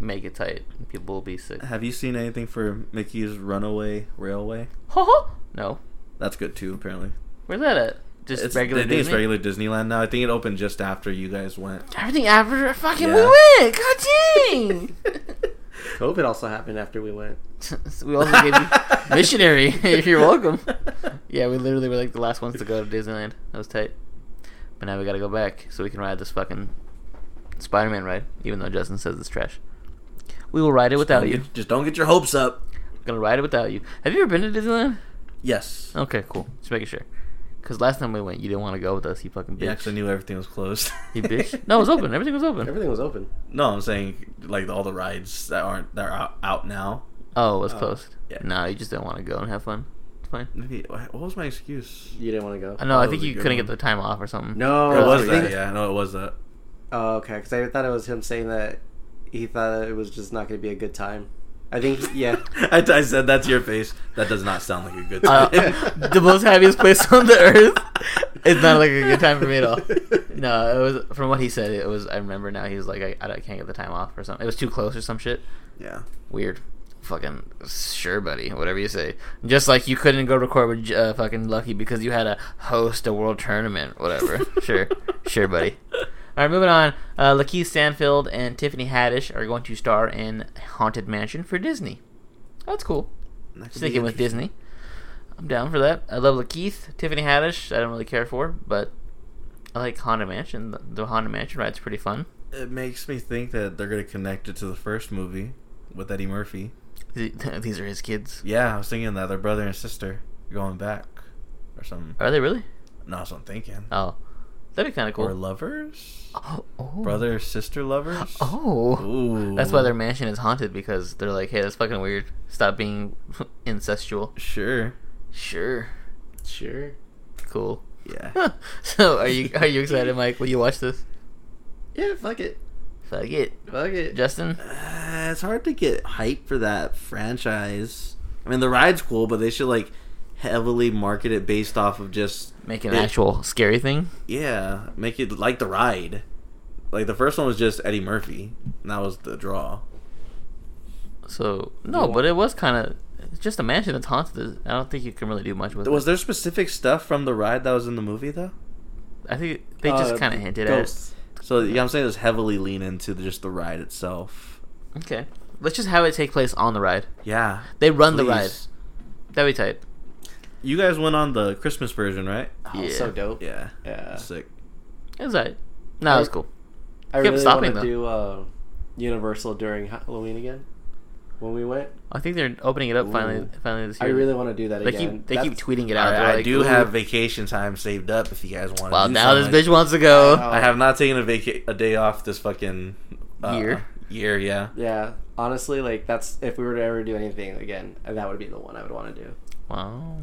Speaker 3: make it tight. and People will be
Speaker 4: [LAUGHS]
Speaker 3: sick.
Speaker 4: Have you seen anything for Mickey's Runaway Railway?
Speaker 3: no.
Speaker 4: That's good too, apparently.
Speaker 3: Where's that at? Just
Speaker 4: It's
Speaker 3: regular
Speaker 4: I think it's
Speaker 3: Disney.
Speaker 4: regular Disneyland now. I think it opened just after you guys
Speaker 3: [LAUGHS]
Speaker 4: went.
Speaker 3: Everything after fucking
Speaker 4: Yeah.
Speaker 3: we went. God
Speaker 4: [LAUGHS]
Speaker 3: dang. [LAUGHS]
Speaker 2: COVID also happened after we went.
Speaker 3: we also gave
Speaker 4: [LAUGHS]
Speaker 3: you missionary. [LAUGHS] You're welcome. Yeah, we literally were like the last ones to go to Disneyland. That was tight. But now we gotta go back so we can ride this fucking Spider-Man ride, even though Justin says it's trash. We will ride it without
Speaker 4: Don't
Speaker 3: you.
Speaker 4: get- Just don't get your hopes up.
Speaker 3: gonna ride it without you. Have you ever been to Disneyland?
Speaker 4: Yes.
Speaker 3: Okay, cool. Just making sure. Because last time we went, you didn't want to go with us. You fucking bitch.
Speaker 4: Yeah, 'cause I knew everything was closed. [LAUGHS]
Speaker 3: you bitch. No, it was open. Everything was open.
Speaker 2: Everything was open.
Speaker 4: No, I'm saying like all the rides that aren't that are out, out now.
Speaker 3: Oh, it was closed.
Speaker 4: yeah.
Speaker 3: No, you just didn't want to go and have fun. It's fine.
Speaker 4: Maybe what was my excuse?
Speaker 2: You didn't want to go.
Speaker 3: I know. I
Speaker 4: that
Speaker 3: think
Speaker 4: was a
Speaker 3: you
Speaker 4: good
Speaker 3: couldn't
Speaker 4: one.
Speaker 3: get the time off or something.
Speaker 2: No,
Speaker 4: It was
Speaker 2: I
Speaker 4: that.
Speaker 2: think-
Speaker 4: Yeah, no, it was that.
Speaker 2: Oh, okay. Because I thought it was him saying that he thought it was just not going to be a good time. I think,
Speaker 3: [LAUGHS]
Speaker 2: yeah.
Speaker 4: [LAUGHS] I, I said that to your face. That does not sound like a good
Speaker 3: Uh,
Speaker 4: [LAUGHS] time.
Speaker 3: [LAUGHS] the most happiest place [LAUGHS] on the earth. It's not like a good time for me at
Speaker 4: [LAUGHS]
Speaker 3: all. No, it was from what he said. It was. I remember now. He was like, I, I don't- can't get the time off or something. It was too close or some shit.
Speaker 4: yeah.
Speaker 3: Weird. Fucking sure, buddy. Whatever you say. Just like you couldn't go record with J- uh, fucking Lucky because you had to host a world tournament. Whatever. sure, sure, buddy. All right, moving on. Uh, Lakeith Stanfield and Tiffany Haddish are going to star in Haunted Mansion for Disney. That's cool.
Speaker 4: That could be
Speaker 3: Sticking with
Speaker 4: interesting.
Speaker 3: Disney. I'm down for that. I love Lakeith, Tiffany Haddish. I don't really care for, but I like Haunted Mansion. The, the Haunted Mansion ride's pretty fun.
Speaker 4: It makes me think that they're gonna connect it to the first movie with Eddie Murphy.
Speaker 3: Th- [LAUGHS] These are his kids.
Speaker 4: Yeah, I was thinking that they're brother and sister going back or something.
Speaker 3: Are they really?
Speaker 4: No, that's what I'm thinking.
Speaker 3: Oh, that'd be kind of
Speaker 4: Or
Speaker 3: cool.
Speaker 4: lovers,
Speaker 3: [GASPS] Oh,
Speaker 4: brother sister lovers.
Speaker 3: Oh,
Speaker 4: Ooh,
Speaker 3: that's why their mansion is haunted because they're like, hey, that's fucking weird. Stop being [LAUGHS] incestual.
Speaker 4: sure.
Speaker 3: Sure,
Speaker 2: Sure.
Speaker 3: cool. [LAUGHS]
Speaker 4: Yeah.
Speaker 3: so, are you are you excited, Mike? Will you watch this?
Speaker 4: yeah, fuck it.
Speaker 3: Fuck it,
Speaker 4: Fuck it.
Speaker 3: Justin.
Speaker 4: Uh, it's hard to get hype for that franchise. I mean, the ride's cool, but they should like heavily market it based off of just
Speaker 3: Make an
Speaker 4: it-
Speaker 3: actual scary thing.
Speaker 4: Yeah, make it like the ride. Like the first one was just Eddie Murphy, and that was the draw.
Speaker 3: So no,
Speaker 2: Yeah.
Speaker 3: but it was kind of it's just a mansion that's haunted. I don't think you can really do much with
Speaker 4: Was there specific stuff from the ride that was in the movie though?
Speaker 3: it. I think they just
Speaker 2: Uh,
Speaker 3: kind of hinted
Speaker 2: ghosts.
Speaker 4: So yeah, I'm saying it's heavily lean into the, just the ride itself.
Speaker 3: at. it. Okay, let's just have it take place on the ride.
Speaker 4: Yeah,
Speaker 3: They run the ride.
Speaker 4: please.
Speaker 3: That'd be tight.
Speaker 4: You guys went on the Christmas version, right?
Speaker 2: Oh,
Speaker 3: Yeah.
Speaker 2: so dope.
Speaker 4: Yeah,
Speaker 2: Yeah.
Speaker 4: sick.
Speaker 3: It was alright. No, it was
Speaker 2: I-
Speaker 3: cool.
Speaker 2: I
Speaker 3: Kept
Speaker 2: really
Speaker 3: stopping,
Speaker 2: want
Speaker 3: though.
Speaker 2: to do uh, Universal during Halloween again. When we went,
Speaker 3: I think they're opening it up finally.
Speaker 2: Ooh.
Speaker 3: Finally this
Speaker 2: I
Speaker 3: year.
Speaker 2: really want to do that
Speaker 3: They
Speaker 2: again.
Speaker 3: keep they keep
Speaker 2: That's-
Speaker 3: tweeting it out. They're
Speaker 4: I, I
Speaker 3: like,
Speaker 4: do
Speaker 3: "Ooh."
Speaker 4: have vacation time saved up if you guys want.
Speaker 3: Well,
Speaker 4: do
Speaker 3: now this
Speaker 4: something.
Speaker 3: bitch wants to go.
Speaker 2: Oh.
Speaker 4: I have not taken a vaca- a day off this fucking uh,
Speaker 3: Year.
Speaker 4: Year, yeah.
Speaker 2: Yeah, honestly, like that's if we were to ever do anything again, that would be the one I would want to do.
Speaker 3: Wow.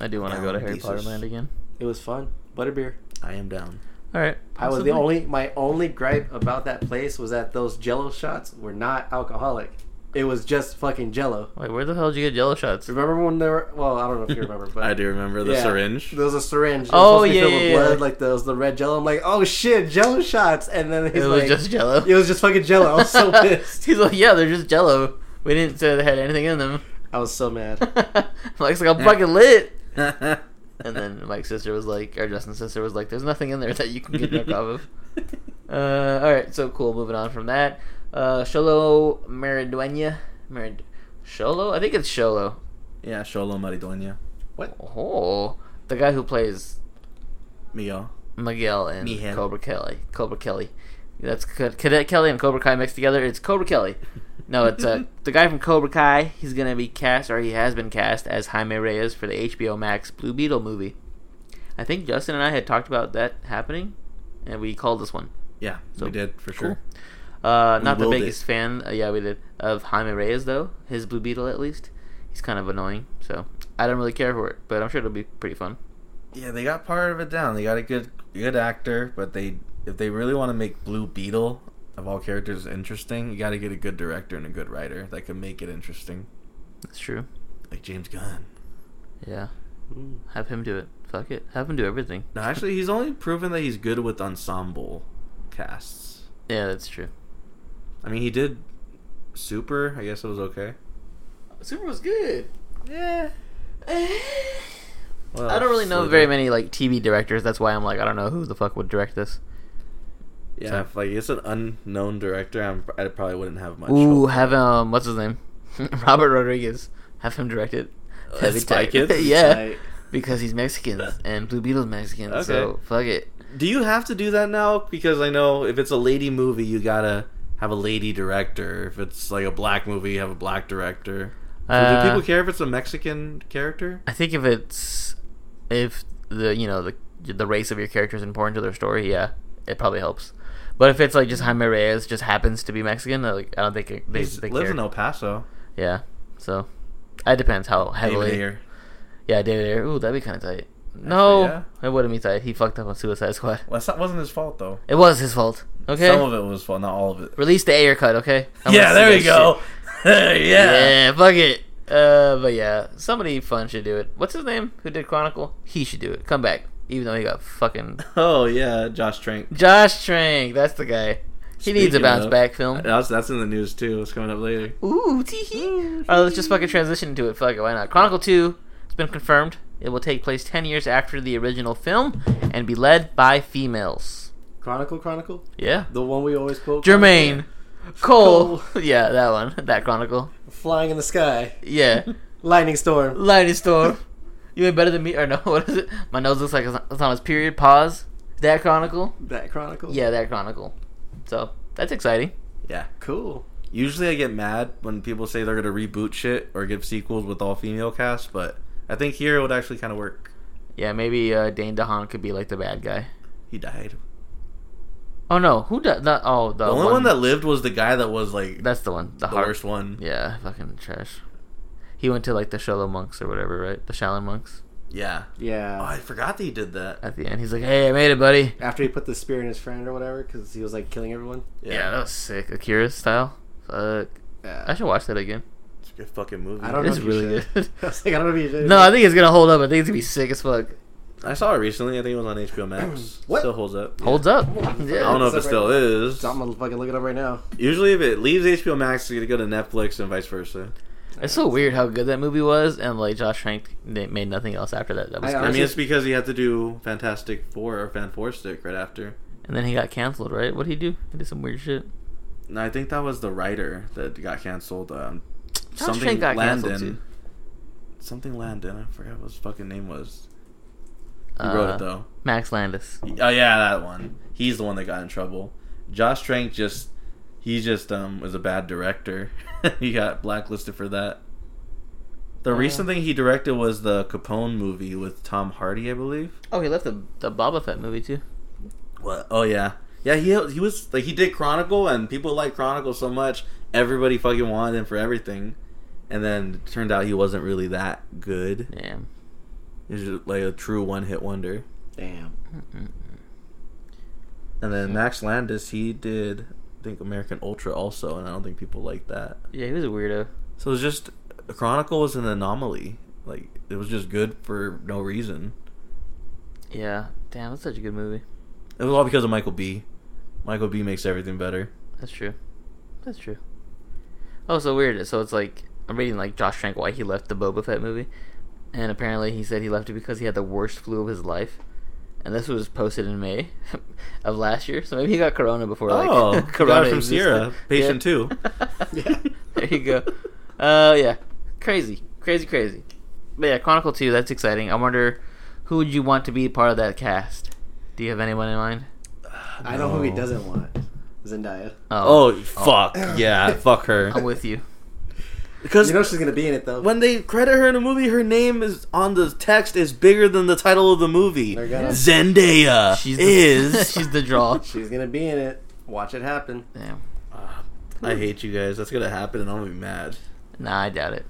Speaker 3: I do want to
Speaker 4: Down
Speaker 3: go to Harry Potter
Speaker 4: pieces.
Speaker 3: Land again.
Speaker 2: It was fun. Butterbeer.
Speaker 4: I am down.
Speaker 3: All right.
Speaker 2: I was
Speaker 3: possibly.
Speaker 2: the only my only gripe about that place was that those Jello shots were not alcoholic. It was just fucking Jello.
Speaker 3: Wait, where the hell did you get jello shots?
Speaker 2: Remember when there were? Well, I don't know if you remember, but
Speaker 4: [LAUGHS] I do remember the
Speaker 2: Yeah.
Speaker 4: syringe.
Speaker 2: There was a syringe. It was
Speaker 3: Oh,
Speaker 2: supposed to be
Speaker 3: yeah,
Speaker 2: filled with
Speaker 3: yeah, yeah.
Speaker 2: blood, like there was the red Jello. I'm like, oh shit, Jello shots, and then he's
Speaker 3: It was
Speaker 2: like,
Speaker 3: just jello.
Speaker 2: it was just fucking Jello. I was
Speaker 3: [LAUGHS]
Speaker 2: so pissed.
Speaker 3: He's like, yeah, they're just jello. We didn't say they had anything in them. [LAUGHS]
Speaker 2: I was so mad.
Speaker 3: Mike's like, I'm fucking lit.
Speaker 4: and [LAUGHS]
Speaker 3: And then Mike's sister was like, or Justin's sister was like, there's nothing in there that you can get drunk off
Speaker 2: [LAUGHS]
Speaker 3: of. Uh, all right, so cool. Moving on from that, uh, Sholo Mariduena, Marid, Sholo. I think it's Sholo.
Speaker 4: [LAUGHS] yeah, Sholo Mariduena.
Speaker 3: Oh, the guy who plays
Speaker 4: Mio.
Speaker 3: Miguel and
Speaker 4: Miguel.
Speaker 3: Cobra Kelly. Cobra Kelly. That's C- Cadet Kelly and Cobra Kai mixed together. It's Cobra Kelly. No, it's uh, the guy from Cobra Kai. He's gonna be cast, or he has been cast as Jaime Reyes for the HBO Max Blue Beetle movie. I think Justin and I had talked about that happening, and we called this one.
Speaker 4: Yeah,
Speaker 3: So,
Speaker 4: we did for sure.
Speaker 3: Uh,
Speaker 4: We
Speaker 3: not the
Speaker 4: willed
Speaker 3: biggest
Speaker 4: it.
Speaker 3: fan. Uh, yeah, we did of Jaime Reyes though. His Blue Beetle, at least, he's kind of annoying. So I don't really care for it, but I'm sure it'll be pretty fun.
Speaker 4: Yeah, they got part of it down. They got a good good actor, but they if they really want to make Blue Beetle of all characters interesting, you got to get a good director and a good writer that can make it interesting,
Speaker 3: That's true.
Speaker 4: like James Gunn.
Speaker 3: Yeah, have him do it. Fuck it, have him do everything.
Speaker 4: No, actually, he's only proven that he's good with ensemble casts.
Speaker 3: Yeah, that's true.
Speaker 4: I mean, he did Super. I guess it was okay.
Speaker 3: Super was good.
Speaker 4: Yeah.
Speaker 3: I
Speaker 4: Well,
Speaker 3: I don't really know
Speaker 4: so
Speaker 3: very
Speaker 4: good.
Speaker 3: many like TV directors. That's why I'm like, I don't know who the fuck would direct this.
Speaker 4: Yeah, if, like it's an unknown director. I'm, I probably wouldn't have much.
Speaker 3: Ooh,
Speaker 4: hope.
Speaker 3: have um, what's his name, [LAUGHS] Robert Rodriguez. Have him direct it. That'd be
Speaker 4: Spy
Speaker 3: tight.
Speaker 4: Uh, Kids?
Speaker 3: [LAUGHS] yeah,
Speaker 2: Like,
Speaker 3: because he's Mexican and Blue Beetle's Mexican. So
Speaker 4: Okay.
Speaker 3: fuck it.
Speaker 4: Do you have to do that now? Because I know if it's a lady movie, you gotta have a lady director. If it's like a black movie, you have a black director. So
Speaker 3: Uh,
Speaker 4: do people care if it's a Mexican character?
Speaker 3: I think if it's if the you know the the race of your character is important to their story, yeah, it probably helps. But if it's like just Jaime Reyes just happens to be Mexican, like I don't think it, they,
Speaker 4: He
Speaker 3: they
Speaker 4: lives
Speaker 3: care.
Speaker 4: in El Paso.
Speaker 3: Yeah, so it depends how heavily.
Speaker 4: David Ayer.
Speaker 3: Yeah, David Ayer. Ooh, that'd be kind of tight. no,
Speaker 4: yeah.
Speaker 3: it wouldn't be tight. He fucked up on Suicide Squad.
Speaker 4: Well, that wasn't his fault though.
Speaker 3: It was his fault. Okay.
Speaker 4: Some of it was fault, not all of it.
Speaker 3: Release the air cut, okay? I'm
Speaker 4: yeah,
Speaker 3: gonna
Speaker 4: there
Speaker 3: see that
Speaker 4: you go. [LAUGHS] yeah.
Speaker 3: shit. Yeah, fuck it. Uh, but yeah, somebody fun should do it. What's his name? Who did Chronicle? He should do it. Come back, even though he got
Speaker 4: [LAUGHS]
Speaker 3: fucking
Speaker 4: Oh yeah, Josh Trank.
Speaker 3: Josh Trank. That's the guy. He needs a
Speaker 4: Speaking
Speaker 3: bounce
Speaker 4: of-
Speaker 3: back film.
Speaker 4: That's that's in the news too. It's coming up later.
Speaker 3: Ooh, tee hee. Alright, let's just fucking transition to it. Fuck it, why not? Chronicle 2 has been confirmed. It will take place 10 years after the original film and be led by females.
Speaker 2: Chronicle, Chronicle,
Speaker 3: Yeah.
Speaker 2: the one we always quote.
Speaker 3: Jermaine. Cole. [LAUGHS]
Speaker 2: Cole.
Speaker 3: Yeah, that one. That Chronicle.
Speaker 2: flying in the sky,
Speaker 3: [LAUGHS] Yeah.
Speaker 2: lightning storm.
Speaker 3: Lightning storm. You ain't better than me, or no? [LAUGHS] What is it? My nose looks like it's on- it's on its period. Pause. That Chronicle.
Speaker 2: That Chronicle.
Speaker 3: Yeah, that Chronicle. So that's exciting.
Speaker 4: Yeah.
Speaker 2: cool.
Speaker 4: Usually I get mad when people say they're gonna reboot shit or give sequels with all female cast, but I think here it would actually kind of work.
Speaker 3: Yeah, maybe uh, Dane DeHaan could be like the bad guy.
Speaker 4: He died.
Speaker 3: Oh no, who does that? Oh, the,
Speaker 4: The only one, that lived was the guy that was like
Speaker 3: that's the one. The,
Speaker 4: the
Speaker 3: heart.
Speaker 4: worst one.
Speaker 3: Yeah, fucking trash. He went to like the Shallow monks or whatever, right? The Shaolin monks.
Speaker 4: Yeah. Oh,
Speaker 2: Yeah.
Speaker 4: I forgot that he did that.
Speaker 3: At the end, he's like, "Hey, I made it, buddy."
Speaker 2: After he put the spear in his friend or whatever, because he was like killing everyone.
Speaker 3: Yeah, that was sick. Akira style. Fuck. I
Speaker 2: Yeah.
Speaker 3: should watch that again.
Speaker 4: It's a good fucking movie.
Speaker 2: I don't know
Speaker 3: It's
Speaker 2: if you
Speaker 3: really
Speaker 2: should.
Speaker 3: good.
Speaker 2: [LAUGHS] I was like, I don't know if you should.
Speaker 3: no, I think it's gonna hold up. I think it's gonna be sick as fuck.
Speaker 4: I saw it recently. I think it was on HBO Max.
Speaker 2: What?
Speaker 4: Still holds up.
Speaker 3: Holds up.
Speaker 4: I
Speaker 3: Yeah.
Speaker 4: don't know if it still is.
Speaker 2: I'm gonna fucking look it up right now.
Speaker 4: Usually, if it leaves HBO Max, it's gonna go to Netflix and vice versa.
Speaker 3: It's so weird how good that movie was, and like Josh Trank they made nothing else after that. That was,
Speaker 2: I-
Speaker 4: I mean,
Speaker 2: Honestly-
Speaker 4: it's because he had to do Fantastic Four or Fan Four Stick right after.
Speaker 3: and then he got canceled, right? What would he do? He did some weird shit.
Speaker 4: No, I think that was the writer that got canceled. Um,
Speaker 3: Josh
Speaker 4: something
Speaker 3: Trank got
Speaker 4: Landon.
Speaker 3: canceled, too.
Speaker 4: Something Landon. I forgot what his fucking name was. He wrote
Speaker 3: Uh,
Speaker 4: it though.
Speaker 3: Max Landis.
Speaker 4: Oh yeah, that one. He's the one that got in trouble. Josh Trank just he just um was a bad director. [LAUGHS] he got blacklisted for that. The recent thing he directed was the Capone movie with Tom Hardy, I believe.
Speaker 3: Oh, he left the the Boba Fett movie too.
Speaker 4: What? Oh yeah, yeah. He he was like he did Chronicle, and people liked Chronicle so much, everybody fucking wanted him for everything. And then it turned out he wasn't really that good.
Speaker 3: Damn.
Speaker 4: He was just, like a true one hit wonder.
Speaker 2: Damn.
Speaker 4: And then Max Landis, he did I think American Ultra also, and I don't think people like that.
Speaker 3: Yeah, he was a weirdo.
Speaker 4: So it was just Chronicle was an anomaly. Like it was just good for no reason.
Speaker 3: Yeah. Damn, that's such a good movie.
Speaker 4: It was all because of Michael B. Michael B makes everything better.
Speaker 3: That's true. That's true. Oh, so weird. So it's like I'm reading like Josh Trank why he left the Boba Fett movie, and apparently he said he left it because he had the worst flu of his life, and this was posted in May [LAUGHS] of last year. So maybe he got corona before like [LAUGHS]
Speaker 4: Oh, he got it from
Speaker 3: existed.
Speaker 4: Sierra, [LAUGHS] patient two.
Speaker 3: [LAUGHS] there you go. Uh, yeah, crazy, crazy, crazy. But yeah, Chronicle Two. That's exciting. I wonder who would you want to be part of that cast. Do you have anyone in mind?
Speaker 2: I know who he doesn't want. Zendaya.
Speaker 4: Oh, fuck yeah, fuck
Speaker 3: [LAUGHS]
Speaker 4: her.
Speaker 3: I'm with you.
Speaker 4: Because
Speaker 2: You know she's gonna be in it though.
Speaker 4: when they credit her in a movie, her name is on the text is bigger than the title of the movie.
Speaker 2: They're gonna-
Speaker 4: Zendaya
Speaker 3: She's the,
Speaker 4: Uh, [LAUGHS]
Speaker 3: [LAUGHS]
Speaker 4: is.
Speaker 3: she's the draw.
Speaker 2: She's gonna be in it. Watch it happen.
Speaker 3: Damn.
Speaker 4: I hate you guys. That's gonna happen, and I'm gonna be mad.
Speaker 3: Nah, I doubt it.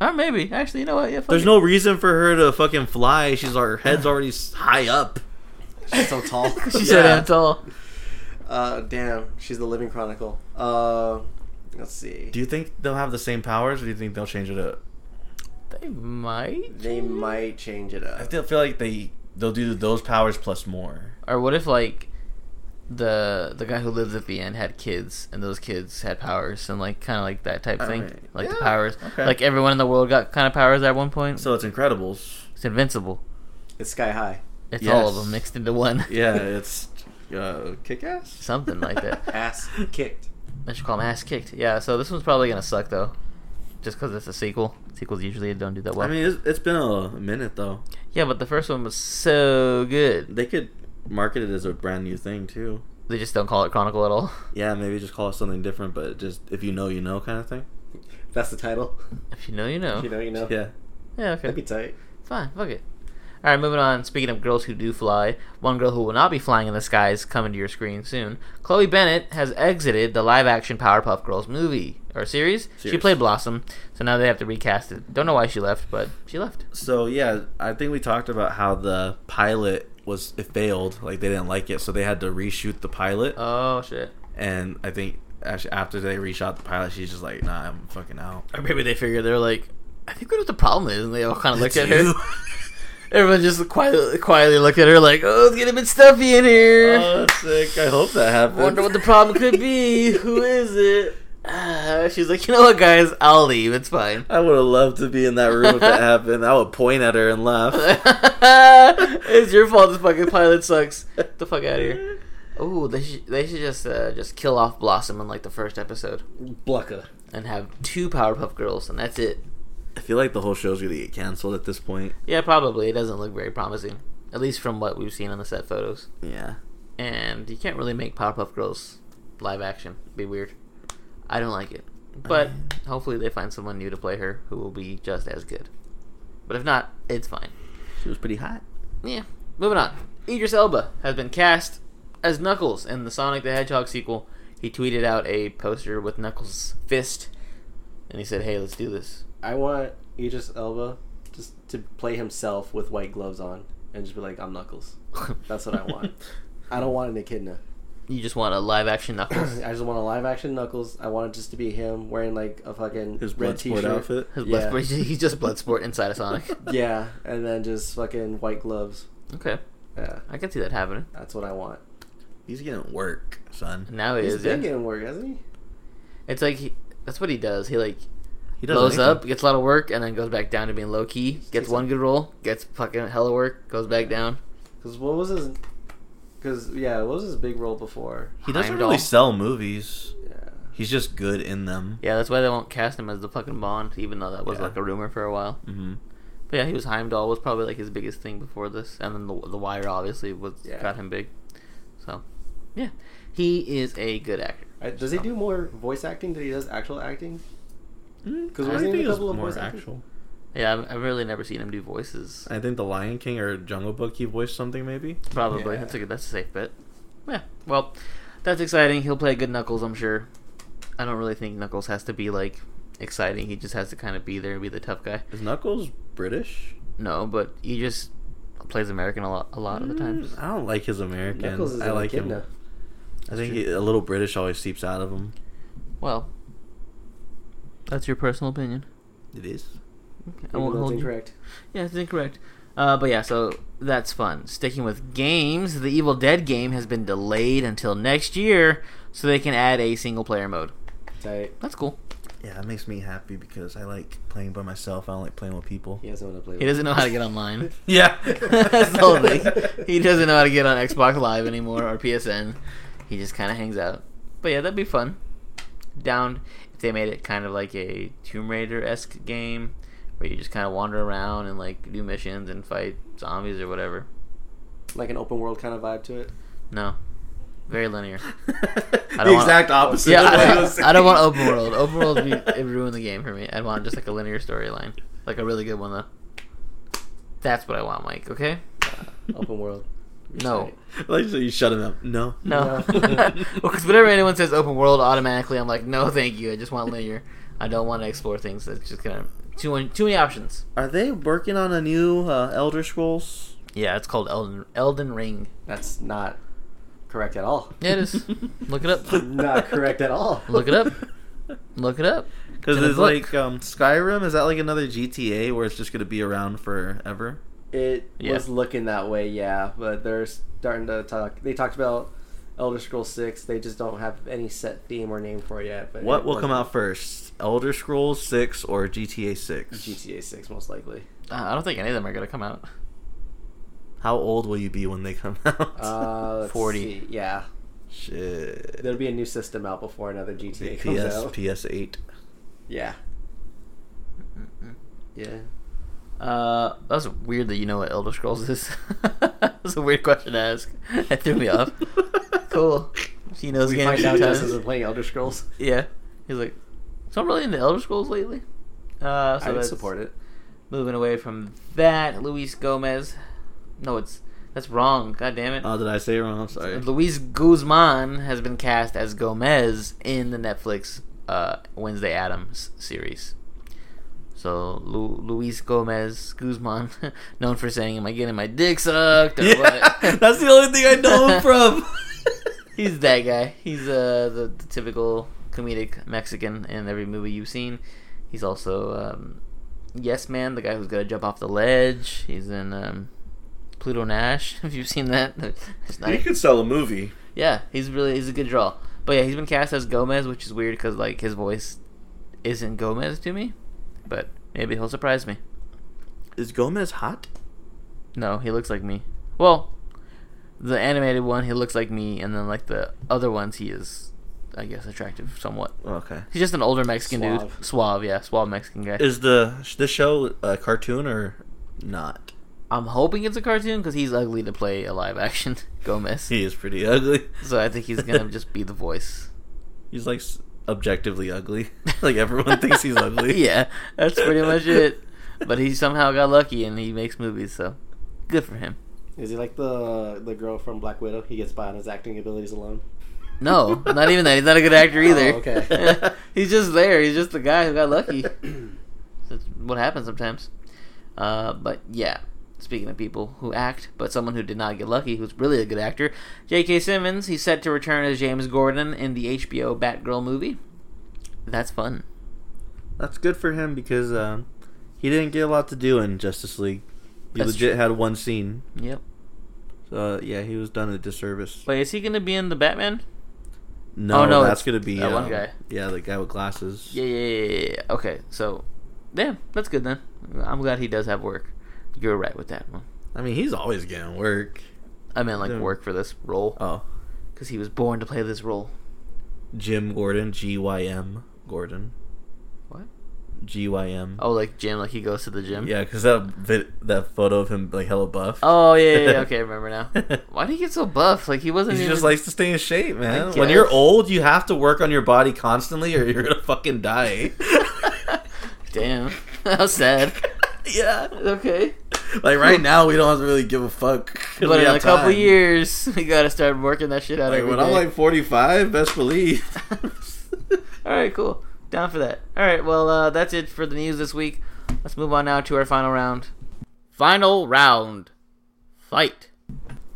Speaker 3: Or maybe. Actually, you know what? Yeah, fuck
Speaker 4: There's
Speaker 3: it. [LAUGHS]
Speaker 4: no reason for her to fucking fly. She's our head's already s- high up.
Speaker 2: She's so
Speaker 3: [LAUGHS]
Speaker 2: tall.
Speaker 3: She's so
Speaker 4: Yeah.
Speaker 3: damn tall.
Speaker 2: uh, damn. She's the living chronicle. Uh, let's see.
Speaker 4: Do you think they'll have the same powers, or do you think they'll change it up?
Speaker 3: They might.
Speaker 2: They might change it
Speaker 4: I
Speaker 2: up.
Speaker 4: still feel like they they'll do those powers plus more.
Speaker 3: Or what if like the the guy who lives at the end had kids and those kids had powers and like kind of like that type thing
Speaker 4: Alright.
Speaker 3: like the
Speaker 4: Yeah,
Speaker 3: powers
Speaker 4: okay.
Speaker 3: like everyone in the world got kind of powers at one point so,
Speaker 4: So it's Incredibles.
Speaker 3: It's invincible.
Speaker 2: It's sky high.
Speaker 3: It's
Speaker 4: Yes.
Speaker 3: all of them mixed into one. [LAUGHS]
Speaker 4: Yeah, it's uh, kick ass.
Speaker 3: Something like
Speaker 4: [LAUGHS]
Speaker 3: that.
Speaker 2: Ass kicked.
Speaker 3: I should call him ass kicked. Yeah. So this one's probably gonna suck though, just because it's a sequel. Sequels usually don't do that well.
Speaker 4: I mean, it's, it's been a minute though.
Speaker 3: yeah, but the first one was so good.
Speaker 4: They could market it as a brand new thing too.
Speaker 3: They just don't call it Chronicle at all. [LAUGHS]
Speaker 4: Yeah, maybe just call it something different, but just if you know, you know, kind of thing.
Speaker 2: That's the title. [LAUGHS]
Speaker 3: If you know, you know.
Speaker 2: You know, you know.
Speaker 4: Yeah.
Speaker 3: Yeah. Okay.
Speaker 2: That'd be tight.
Speaker 3: Fine, fuck it. All right, moving on. Speaking of girls who do fly, one girl who will not be flying in the sky is coming to your screen soon. Chloe Bennett has exited the live-action Powerpuff Girls movie or series. She
Speaker 4: Series.
Speaker 3: played Blossom, so now they have to recast it. Don't know why she left, but she left.
Speaker 4: So yeah, I think we talked about how the pilot was it failed, like they didn't like it, so they had to reshoot the pilot.
Speaker 3: Oh shit.
Speaker 4: and I think actually after they reshot the pilot, she's just like, "Nah, I'm fucking out."
Speaker 3: Or maybe they figured they're like, I think we know what the problem is, and they all kind of looked [LAUGHS]
Speaker 4: [LAUGHS]
Speaker 3: at her.
Speaker 4: You-
Speaker 3: Everyone just quietly, quietly looked at her like, oh, it's getting a bit stuffy in here.
Speaker 4: oh, that's sick. I hope that happens.
Speaker 3: Wonder what the problem could be. Who is it? Ah, she's like, you know what, guys, I'll leave. It's fine. [LAUGHS]
Speaker 4: [LAUGHS] I would have loved to be in that room if [LAUGHS] that happened. I would point at her and [LAUGHS] laugh.
Speaker 3: it's your fault. This fucking pilot sucks. Get the fuck out of here. Oh, they should they should just uh, just kill off Blossom in like the first episode
Speaker 2: Blucka.
Speaker 3: and have two Powerpuff Girls and that's it.
Speaker 4: I feel like the whole show's gonna get canceled at this point.
Speaker 3: Yeah, probably. It doesn't look very promising, at least from what we've seen on the set photos.
Speaker 4: Yeah.
Speaker 3: And you can't really make Powerpuff Girls live action. Be weird. I don't like it. But
Speaker 2: Uh.
Speaker 3: hopefully they find someone new to play her who will be just as good. But if not, it's fine.
Speaker 4: She was pretty hot.
Speaker 3: Yeah. Moving on. Idris Elba has been cast as Knuckles in the Sonic the Hedgehog sequel. He tweeted out a poster with Knuckles' fist, and he said, "Hey, let's do this." [LAUGHS]
Speaker 2: I want Idris Elba just to play himself with white gloves on and just be like, I'm Knuckles. That's what I
Speaker 3: [LAUGHS]
Speaker 2: want. I don't want an echidna. [CLEARS THROAT]
Speaker 3: you just want a live-action
Speaker 2: [COUGHS]
Speaker 3: Knuckles.
Speaker 2: I just want a live action Knuckles. I want it just to be him wearing like a fucking
Speaker 4: [LAUGHS] His
Speaker 2: red
Speaker 4: blood
Speaker 2: t
Speaker 4: sport
Speaker 2: shirt.
Speaker 4: outfit.
Speaker 3: His
Speaker 2: Yeah.
Speaker 3: blood sport- [LAUGHS] he's just Bloodsport inside of Sonic. [LAUGHS]
Speaker 2: Yeah, and then just fucking white gloves.
Speaker 3: Okay,
Speaker 2: Yeah,
Speaker 3: I can see that happening.
Speaker 2: that's what I want.
Speaker 4: He's getting work, son.
Speaker 3: Now it
Speaker 2: He's
Speaker 3: is.
Speaker 2: been
Speaker 3: yeah.
Speaker 2: getting work, hasn't he?
Speaker 3: It's like he, that's what he does. He like
Speaker 4: He
Speaker 3: blows up, gets a lot of work, and then goes back down to being low key. Gets one good roll, gets fucking hella work, goes back down.
Speaker 2: Because what was his? Because yeah, what was his big role before?
Speaker 4: He doesn't
Speaker 3: Heimdall.
Speaker 4: really sell movies.
Speaker 2: Yeah,
Speaker 4: He's just good in them.
Speaker 3: Yeah, that's why they won't cast him as the fucking Bond, even though that was
Speaker 4: Yeah.
Speaker 3: like a rumor for a while.
Speaker 4: Mm-hmm.
Speaker 3: But yeah, he was Heimdall was probably like his biggest thing before this, and then the the Wire obviously was
Speaker 2: Yeah.
Speaker 3: got him big. So, yeah, he is a good actor.
Speaker 2: I, does he do more voice acting than he does actual acting?
Speaker 4: Because
Speaker 2: Mm, wasn't he in a couple of voice actors?
Speaker 3: Yeah, I've, I've really never seen him do voices.
Speaker 4: I think The Lion King or Jungle Book, he voiced something maybe.
Speaker 3: Probably
Speaker 2: Yeah.
Speaker 3: that's a good, that's a safe bet. Yeah, well, that's exciting. He'll play good Knuckles, I'm sure. I don't really think Knuckles has to be like exciting. He just has to kind of be there and be the tough guy.
Speaker 4: Is Knuckles British?
Speaker 3: No, but he just plays American a lot a lot of the times.
Speaker 4: Mm, I don't like his American.
Speaker 2: Knuckles is
Speaker 4: I
Speaker 2: an
Speaker 4: like
Speaker 2: echidna.
Speaker 4: him. I think he, a little British always seeps out of him.
Speaker 3: Well, that's your personal opinion.
Speaker 4: It is.
Speaker 3: I
Speaker 2: Even
Speaker 3: won't
Speaker 2: though it's
Speaker 3: hold you. [LAUGHS]
Speaker 2: incorrect.
Speaker 3: Yeah, it's incorrect. Uh, but yeah, so that's fun. Sticking with games, the Evil Dead game has been delayed until next year, so they can add a single player mode.
Speaker 2: Tight.
Speaker 3: That's cool.
Speaker 4: Yeah, that makes me happy because I like playing by myself. I don't like playing with people.
Speaker 2: He doesn't want to play.
Speaker 3: He
Speaker 2: with-
Speaker 3: doesn't know how to get online.
Speaker 4: Yeah.
Speaker 3: [LAUGHS] that's the whole thing. He doesn't know how to get
Speaker 4: [LAUGHS]
Speaker 3: on Xbox Live anymore or PSN. He just kind of hangs out. But yeah, that'd be fun. Down if they made it kind of like a Tomb Raider esque game where you just kind of wander around and like do missions and fight zombies or whatever.
Speaker 2: like an open world kind of vibe to it.
Speaker 3: No, very
Speaker 4: [LAUGHS]
Speaker 3: linear.
Speaker 4: the
Speaker 3: don't wanna-
Speaker 4: exact opposite.
Speaker 3: Yeah,
Speaker 4: of what
Speaker 3: I
Speaker 4: he was
Speaker 3: don't,
Speaker 4: saying.
Speaker 3: I don't want open world. Open world would be,
Speaker 4: [LAUGHS]
Speaker 3: it ruined the game for me. I'd want just like a linear storyline, like a really good one though. That's what I want, Mike. Okay?
Speaker 2: Open
Speaker 3: [LAUGHS]
Speaker 2: world.
Speaker 3: No,
Speaker 4: like so you shut him up. No.
Speaker 3: no. [LAUGHS]
Speaker 2: No.
Speaker 3: Because whenever anyone says open world, automatically I'm like, no, thank you. I just want linear. I don't want to explore things. That's just gonna too many, too many options.
Speaker 4: Are they working on a new uh, Elder Scrolls?
Speaker 3: Yeah, it's called Elden Elden Ring.
Speaker 2: That's not correct at all.
Speaker 3: Yeah, it is. Look it up.
Speaker 2: [LAUGHS]
Speaker 4: [LAUGHS]
Speaker 2: not correct at all.
Speaker 3: [LAUGHS] Look it up. [LAUGHS] Look it up.
Speaker 4: Because
Speaker 3: In the
Speaker 4: it's
Speaker 3: book.
Speaker 4: like um, Skyrim. Is that like another GTA where it's just going to be around forever?
Speaker 2: It
Speaker 3: Yeah.
Speaker 2: was looking that way, yeah, but they're starting to talk. They talked about Elder Scrolls Six. They just don't have any set theme or name for it yet. But
Speaker 4: What
Speaker 2: it
Speaker 4: will come
Speaker 2: was
Speaker 4: out first, Elder Scrolls Six or GTA
Speaker 3: [LAUGHS]
Speaker 4: Six?
Speaker 2: GTA Six most likely.
Speaker 3: Uh, I don't think any of them are gonna come out.
Speaker 4: How old will you be when they come [LAUGHS] out?
Speaker 2: Uh, let's
Speaker 3: 40.
Speaker 2: see. Yeah,
Speaker 4: Shit.
Speaker 2: there'll be a new system out before another GTA comes
Speaker 4: PS
Speaker 2: out.
Speaker 4: PS eight.
Speaker 2: Yeah. Yeah.
Speaker 3: Uh, that's weird that you know what Elder Scrolls is. [LAUGHS] that's a weird question to ask. That threw me [LAUGHS] off. cool. She knows
Speaker 2: We
Speaker 3: games
Speaker 2: find out
Speaker 3: sometimes.
Speaker 2: Justin's been playing Elder Scrolls.
Speaker 3: Yeah. He's like, so I'm really into Elder Scrolls lately. Uh, so
Speaker 2: I would
Speaker 3: that's-
Speaker 2: support it.
Speaker 3: Moving away from that, Luis Gomez. No, it's that's wrong. God damn it.
Speaker 4: Oh, did I say it wrong? I'm [LAUGHS] sorry.
Speaker 3: Luis Guzman has been cast as Gomez in the Netflix uh, Wednesday Adams series. So Lu- Luis Gomez Guzman, [LAUGHS] known for saying, "Am I getting my dick sucked?" Or
Speaker 4: [LAUGHS] Yeah,
Speaker 3: what?
Speaker 4: that's the only thing I know him [LAUGHS] from.
Speaker 3: He's that guy. He's uh, the, the typical comedic Mexican in every movie you've seen. He's also um, Yes Man, the guy who's gonna jump off the ledge. He's in um, Pluto Nash. [LAUGHS] Have you seen that? It's not-
Speaker 4: He could sell a movie.
Speaker 3: yeah, he's really he's a good draw. But yeah, he's been cast as Gomez, which is weird because like his voice isn't Gomez to me. But maybe he'll surprise me.
Speaker 4: Is Gomez hot?
Speaker 3: No, he looks like me. Well, the animated one, he looks like me, and then like the other ones, he is, I guess, attractive somewhat.
Speaker 4: Oh, Okay.
Speaker 3: He's just an older Mexican
Speaker 2: Suave.
Speaker 3: dude, suave, yeah, suave Mexican guy.
Speaker 4: Is the the show a cartoon or not?
Speaker 3: I'm hoping it's a cartoon because he's ugly to play a live action [LAUGHS] Gomez.
Speaker 4: He is pretty ugly.
Speaker 3: So I think he's
Speaker 4: [LAUGHS]
Speaker 3: gonna just be the voice.
Speaker 4: He's like s- objectively ugly. [LAUGHS] like everyone thinks [LAUGHS] he's ugly.
Speaker 3: [LAUGHS] yeah, that's pretty much it. But he somehow got lucky and he makes movies, so good for him.
Speaker 2: Is he like the the girl from Black Widow? He gets by on his acting abilities alone.
Speaker 3: No, not even that. He's not a good actor either.
Speaker 2: Oh, okay.
Speaker 3: [LAUGHS] he's just there. He's just the guy who got lucky. That's what happens sometimes. Uh, but yeah, speaking of people who act, but someone who did not get lucky, who's really a good actor, J.K. Simmons. He's set to return as James Gordon in the HBO Batgirl movie. That's fun.
Speaker 4: That's good for him because um, he didn't get a lot to do in Justice League. He
Speaker 3: That's
Speaker 4: legit
Speaker 3: true.
Speaker 4: had one scene.
Speaker 3: Yep.
Speaker 4: So uh, yeah, he was done a disservice.
Speaker 3: Wait, is he gonna be in the Batman?
Speaker 4: No,
Speaker 3: Oh, no,
Speaker 4: that's
Speaker 3: it's
Speaker 4: gonna be
Speaker 3: that one
Speaker 4: um,
Speaker 3: guy.
Speaker 4: Yeah, the guy with glasses.
Speaker 3: Yeah, yeah, yeah, yeah, yeah. Okay, so, yeah, that's good then. I'm glad he does have work. You're right with that one.
Speaker 4: I mean, he's always getting work.
Speaker 3: I meant like
Speaker 4: Yeah.
Speaker 3: work for this role
Speaker 4: Oh,
Speaker 3: because he was born to play this role.
Speaker 4: Jim Gordon, G Y M Gordon,
Speaker 3: What?
Speaker 4: G Y M.
Speaker 3: Oh, like gym, like he goes to the gym.
Speaker 4: Yeah, because that vid- that photo of him like hella buff. [LAUGHS]
Speaker 3: Oh yeah, yeah, yeah. okay, I remember now. Why did he get so buff? Like he wasn't.
Speaker 4: He
Speaker 3: even...
Speaker 4: just likes to stay in shape, man. When
Speaker 3: guess.
Speaker 4: you're old, you have to work on your body constantly, or you're gonna
Speaker 3: [LAUGHS]
Speaker 4: fucking die.
Speaker 3: [LAUGHS] Damn, [LAUGHS] how sad.
Speaker 4: [LAUGHS] yeah,
Speaker 3: Okay,
Speaker 4: like right now, we don't have to really give a fuck. 'cause we
Speaker 3: but in
Speaker 4: have
Speaker 3: a couple
Speaker 4: time.
Speaker 3: years, [LAUGHS] we gotta start working that shit out.
Speaker 4: like
Speaker 3: every
Speaker 4: when I'm
Speaker 3: day.
Speaker 4: like 45,
Speaker 3: [LAUGHS]
Speaker 4: best believe. [LAUGHS]
Speaker 3: All right, cool. Down for that. All right, well, uh, that's it for the news this week. Let's move on now to our final round. Final round. Fight.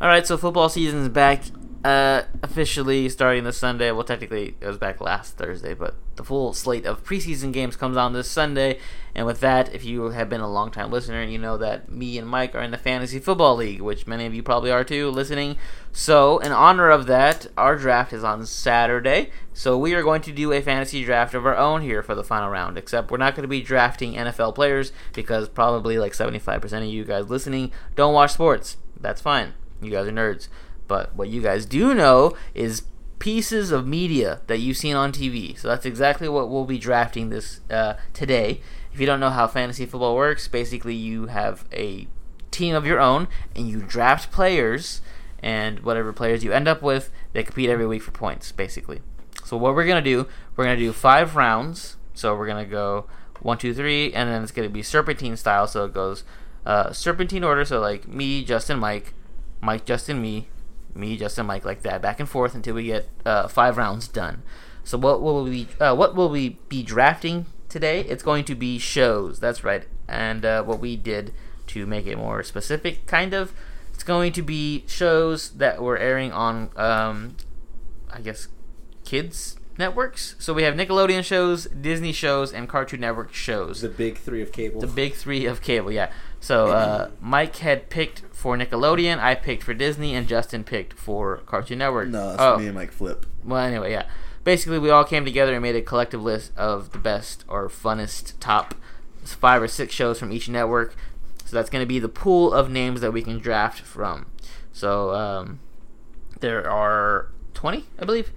Speaker 3: All right, so football season's back uh, officially starting this Sunday. Well, technically, it was back last Thursday, but the full slate of preseason games comes on this Sunday. And with that, if you have been a longtime listener, you know that me and Mike are in the Fantasy Football League, which many of you probably are too listening. So, in honor of that, our draft is on Saturday. So, we are going to do a fantasy draft of our own here for the final round, except we're not going to be drafting NFL players because probably like 75% of you guys listening don't watch sports. That's fine. You guys are nerds. But what you guys do know is pieces of media that you've seen on TV. So that's exactly what we'll be drafting this uh, today. If you don't know how fantasy football works, basically you have a team of your own and you draft players, and whatever players you end up with, they compete every week for points, basically. So what we're gonna do, we're gonna do five rounds. So we're gonna go one, two, three, and then it's gonna be serpentine style. So it goes uh, serpentine order. So like me, Justin, Mike, Mike, Justin, me, me, Justin, Mike, like that, back and forth until we get uh, five rounds done. So what will we uh, what will we be drafting today? It's going to be shows. That's right. And uh, what we did to make it more specific, kind of, it's going to be shows that were airing on um, I guess, kids networks. So we have Nickelodeon shows, Disney shows, and Cartoon Network shows.
Speaker 2: The big three of cable.
Speaker 3: The big three of cable, yeah. So uh, Mike had picked for Nickelodeon, I picked for Disney, and Justin picked for Cartoon Network.
Speaker 4: No, that's
Speaker 3: Oh,
Speaker 4: me and Mike Flip.
Speaker 3: well, anyway, yeah. Basically, we all came together and made a collective list of the best or funnest top five or six shows from each network. So that's going to be the pool of names that we can draft from. So um, there are 20, I believe.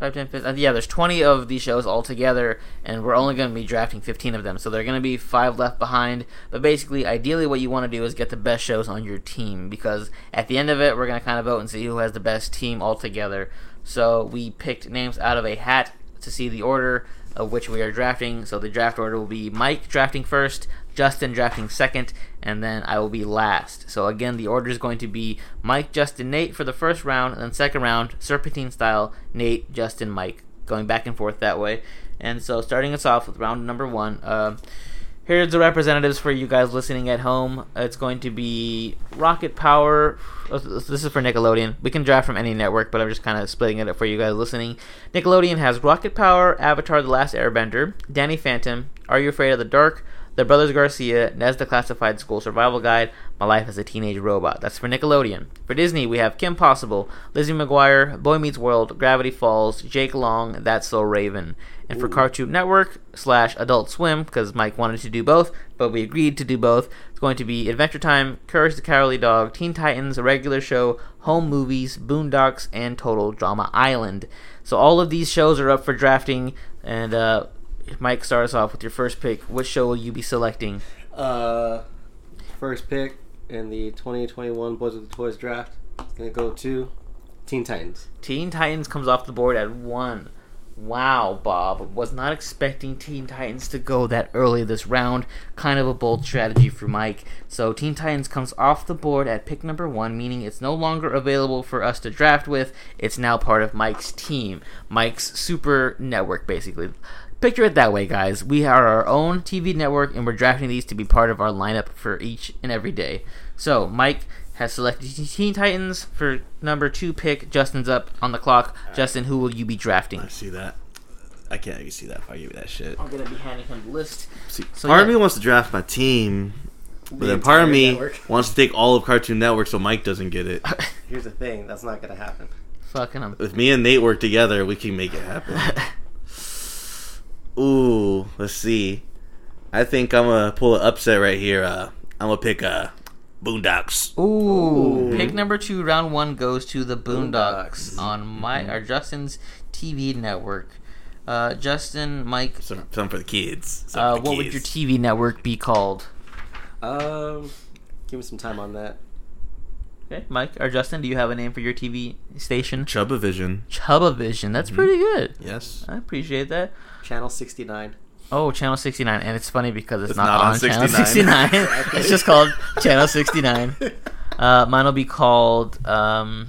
Speaker 3: 5, 10, 15, uh, yeah, there's 20 of these shows altogether, and we're only going to be drafting 15 of them. So there are going to be five left behind. But basically, ideally, what you want to do is get the best shows on your team because at the end of it, we're going to kind of vote and see who has the best team altogether. So we picked names out of a hat to see the order of which we are drafting. So the draft order will be Mike drafting first, Justin drafting second, and then I will be last. So again, the order is going to be Mike, Justin, Nate for the first round, and then second round, serpentine style, Nate, Justin, Mike, going back and forth that way. And so starting us off with round number one. Uh, Here's the representatives for you guys listening at home. It's going to be Rocket Power. Uh, This is for Nickelodeon. We can draft from any network, but I'm just kind of splitting it up for you guys listening. Nickelodeon has Rocket Power, Avatar The Last Airbender, Danny Phantom, Are You Afraid of the Dark, The Brothers Garcia, Nez the Classified School Survival Guide, My Life as a Teenage Robot. That's for Nickelodeon. For Disney, we have Kim Possible, Lizzie McGuire, Boy Meets World, Gravity Falls, Jake Long, That's So Raven. And for Cartoon Network slash Adult Swim, because Mike wanted to do both, but we agreed to do both, it's going to be Adventure Time, Courage the Cowardly Dog, Teen Titans, Regular Show, Home Movies, Boondocks, and Total Drama Island. So all of these shows are up for drafting, and uh, Mike, start us off with your first pick. Which show will you be selecting?
Speaker 2: Uh, first pick in the 2021 Boys with the Toys draft is going to go to Teen Titans.
Speaker 3: Teen Titans comes off the board at one. Wow, Bob. Was not expecting Teen Titans to go that early this round. Kind of a bold strategy for Mike. So Teen Titans comes off the board at pick number one, meaning it's no longer available for us to draft with. It's now part of Mike's team. Mike's super network, basically. Picture it that way, guys. We are our own TV network, and we're drafting these to be part of our lineup for each and every day. So, Mike has selected Teen Titans for number two pick. Justin's up on the clock. Justin, who will you be drafting?
Speaker 4: I see that. I can't even see that if I give you that shit.
Speaker 3: I'm gonna be handing him the list.
Speaker 4: See,
Speaker 3: So,
Speaker 4: part of
Speaker 3: yeah.
Speaker 4: me wants to draft my team, but then part of
Speaker 2: entire
Speaker 4: me
Speaker 2: network. [LAUGHS]
Speaker 4: wants to take all of Cartoon Network so Mike doesn't get it.
Speaker 2: Here's the thing that's not going to happen.
Speaker 3: [LAUGHS] Fucking him.
Speaker 4: If me and Nate work together, we can make
Speaker 3: [LAUGHS]
Speaker 4: it happen. Ooh, let's see. I think I'm gonna pull an upset right here. Uh, I'm gonna pick uh, Boondocks.
Speaker 3: Ooh. Pick number two, round one goes to the Boondocks, on my or Justin's TV network. Uh, Justin, Mike,
Speaker 4: Some, some for the kids. Some
Speaker 3: uh,
Speaker 4: for the
Speaker 3: what would your
Speaker 4: kids.
Speaker 3: TV network be called?
Speaker 2: Um, give me some time on that.
Speaker 3: Okay, Mike or Justin, do you have a name for your TV station?
Speaker 4: Chubbavision?
Speaker 3: Chubbavision. That's pretty good.
Speaker 2: [LAUGHS]
Speaker 4: Yes.
Speaker 3: I appreciate that.
Speaker 2: Channel 69.
Speaker 3: Oh, Channel 69. And it's funny because it's,
Speaker 4: It's
Speaker 3: not,
Speaker 4: not
Speaker 3: on,
Speaker 4: on
Speaker 3: Channel 69.
Speaker 4: 69.
Speaker 3: it's just called Channel 69. Uh, mine will be called. Um,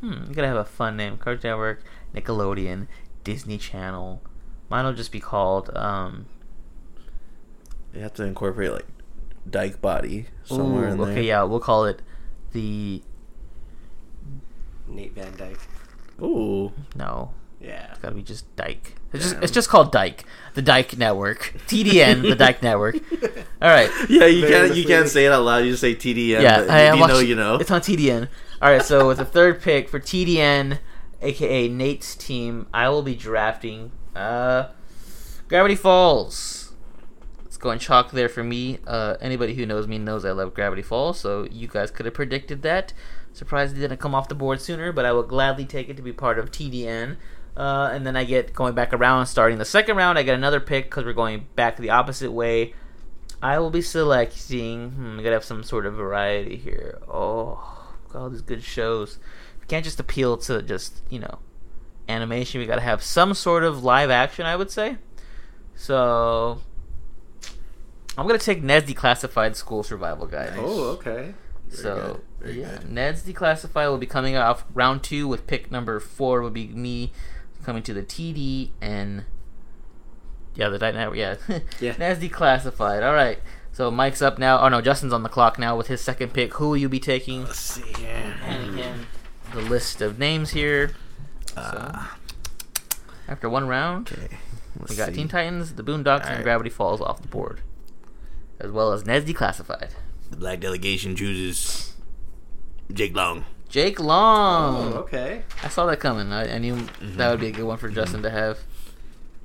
Speaker 3: hmm, you gotta have a fun name. Cartoon Network, Nickelodeon, Disney Channel. Mine will just be called. Um,
Speaker 4: You have to incorporate like Dyke Body somewhere in
Speaker 3: ooh,
Speaker 4: there.
Speaker 3: okay, yeah, we'll call it the.
Speaker 2: Nate Van Dyke.
Speaker 4: Ooh.
Speaker 3: No,
Speaker 2: Yeah.
Speaker 3: Gotta be just Dyke. It's just, it's just called Dyke. The Dyke Network. TDN, the Dyke
Speaker 4: [LAUGHS]
Speaker 3: Network. All right.
Speaker 4: Yeah, you
Speaker 2: Very
Speaker 4: can't you can't
Speaker 2: misleading.
Speaker 4: say it out loud. You just say TDM.
Speaker 3: Yeah,
Speaker 4: but
Speaker 3: I, I
Speaker 4: you
Speaker 3: watched-
Speaker 4: know you know.
Speaker 3: It's on TDN. All right, so with the third pick for TDN, aka Nate's team, I will be drafting uh, Gravity Falls. Let's go and chalk there for me. Uh, anybody who knows me knows I love Gravity Falls, so you guys could have predicted that. Surprised it didn't come off the board sooner, but I will gladly take it to be part of TDN. Uh, and then I get going back around, starting the second round. I get another pick because we're going back the opposite way. I will be selecting. Hmm, we gotta have some sort of variety here. Oh, got all these good shows. We can't just appeal to just you know animation. We gotta have some sort of live action. I would say. So I'm gonna take Ned's Declassified School Survival Guide.
Speaker 2: Oh, okay.
Speaker 3: So
Speaker 4: good. Very
Speaker 3: yeah,
Speaker 4: good.
Speaker 3: Ned's Declassified will be coming off round two with pick number four. Would be me coming to the TD and yeah, the Night Network. Yeah, [LAUGHS]
Speaker 2: Yeah.
Speaker 3: Ned's Declassified. All right. So Mike's up now. Oh no, Justin's on the clock now with his second pick. Who will you be taking?
Speaker 4: Let's see. here.
Speaker 3: And again, the list of names here.
Speaker 4: Uh,
Speaker 3: So, after one round,
Speaker 4: Okay, let's
Speaker 3: we got
Speaker 4: see.
Speaker 3: Teen Titans, the Boondocks, and
Speaker 4: Alright.
Speaker 3: Gravity Falls off the board, as well as Ned's Declassified.
Speaker 4: The black delegation chooses Jake Long.
Speaker 3: Jake Long.
Speaker 2: Oh, okay. Mm-hmm.
Speaker 3: I saw that coming. I, I knew that would be a good one for Justin to have.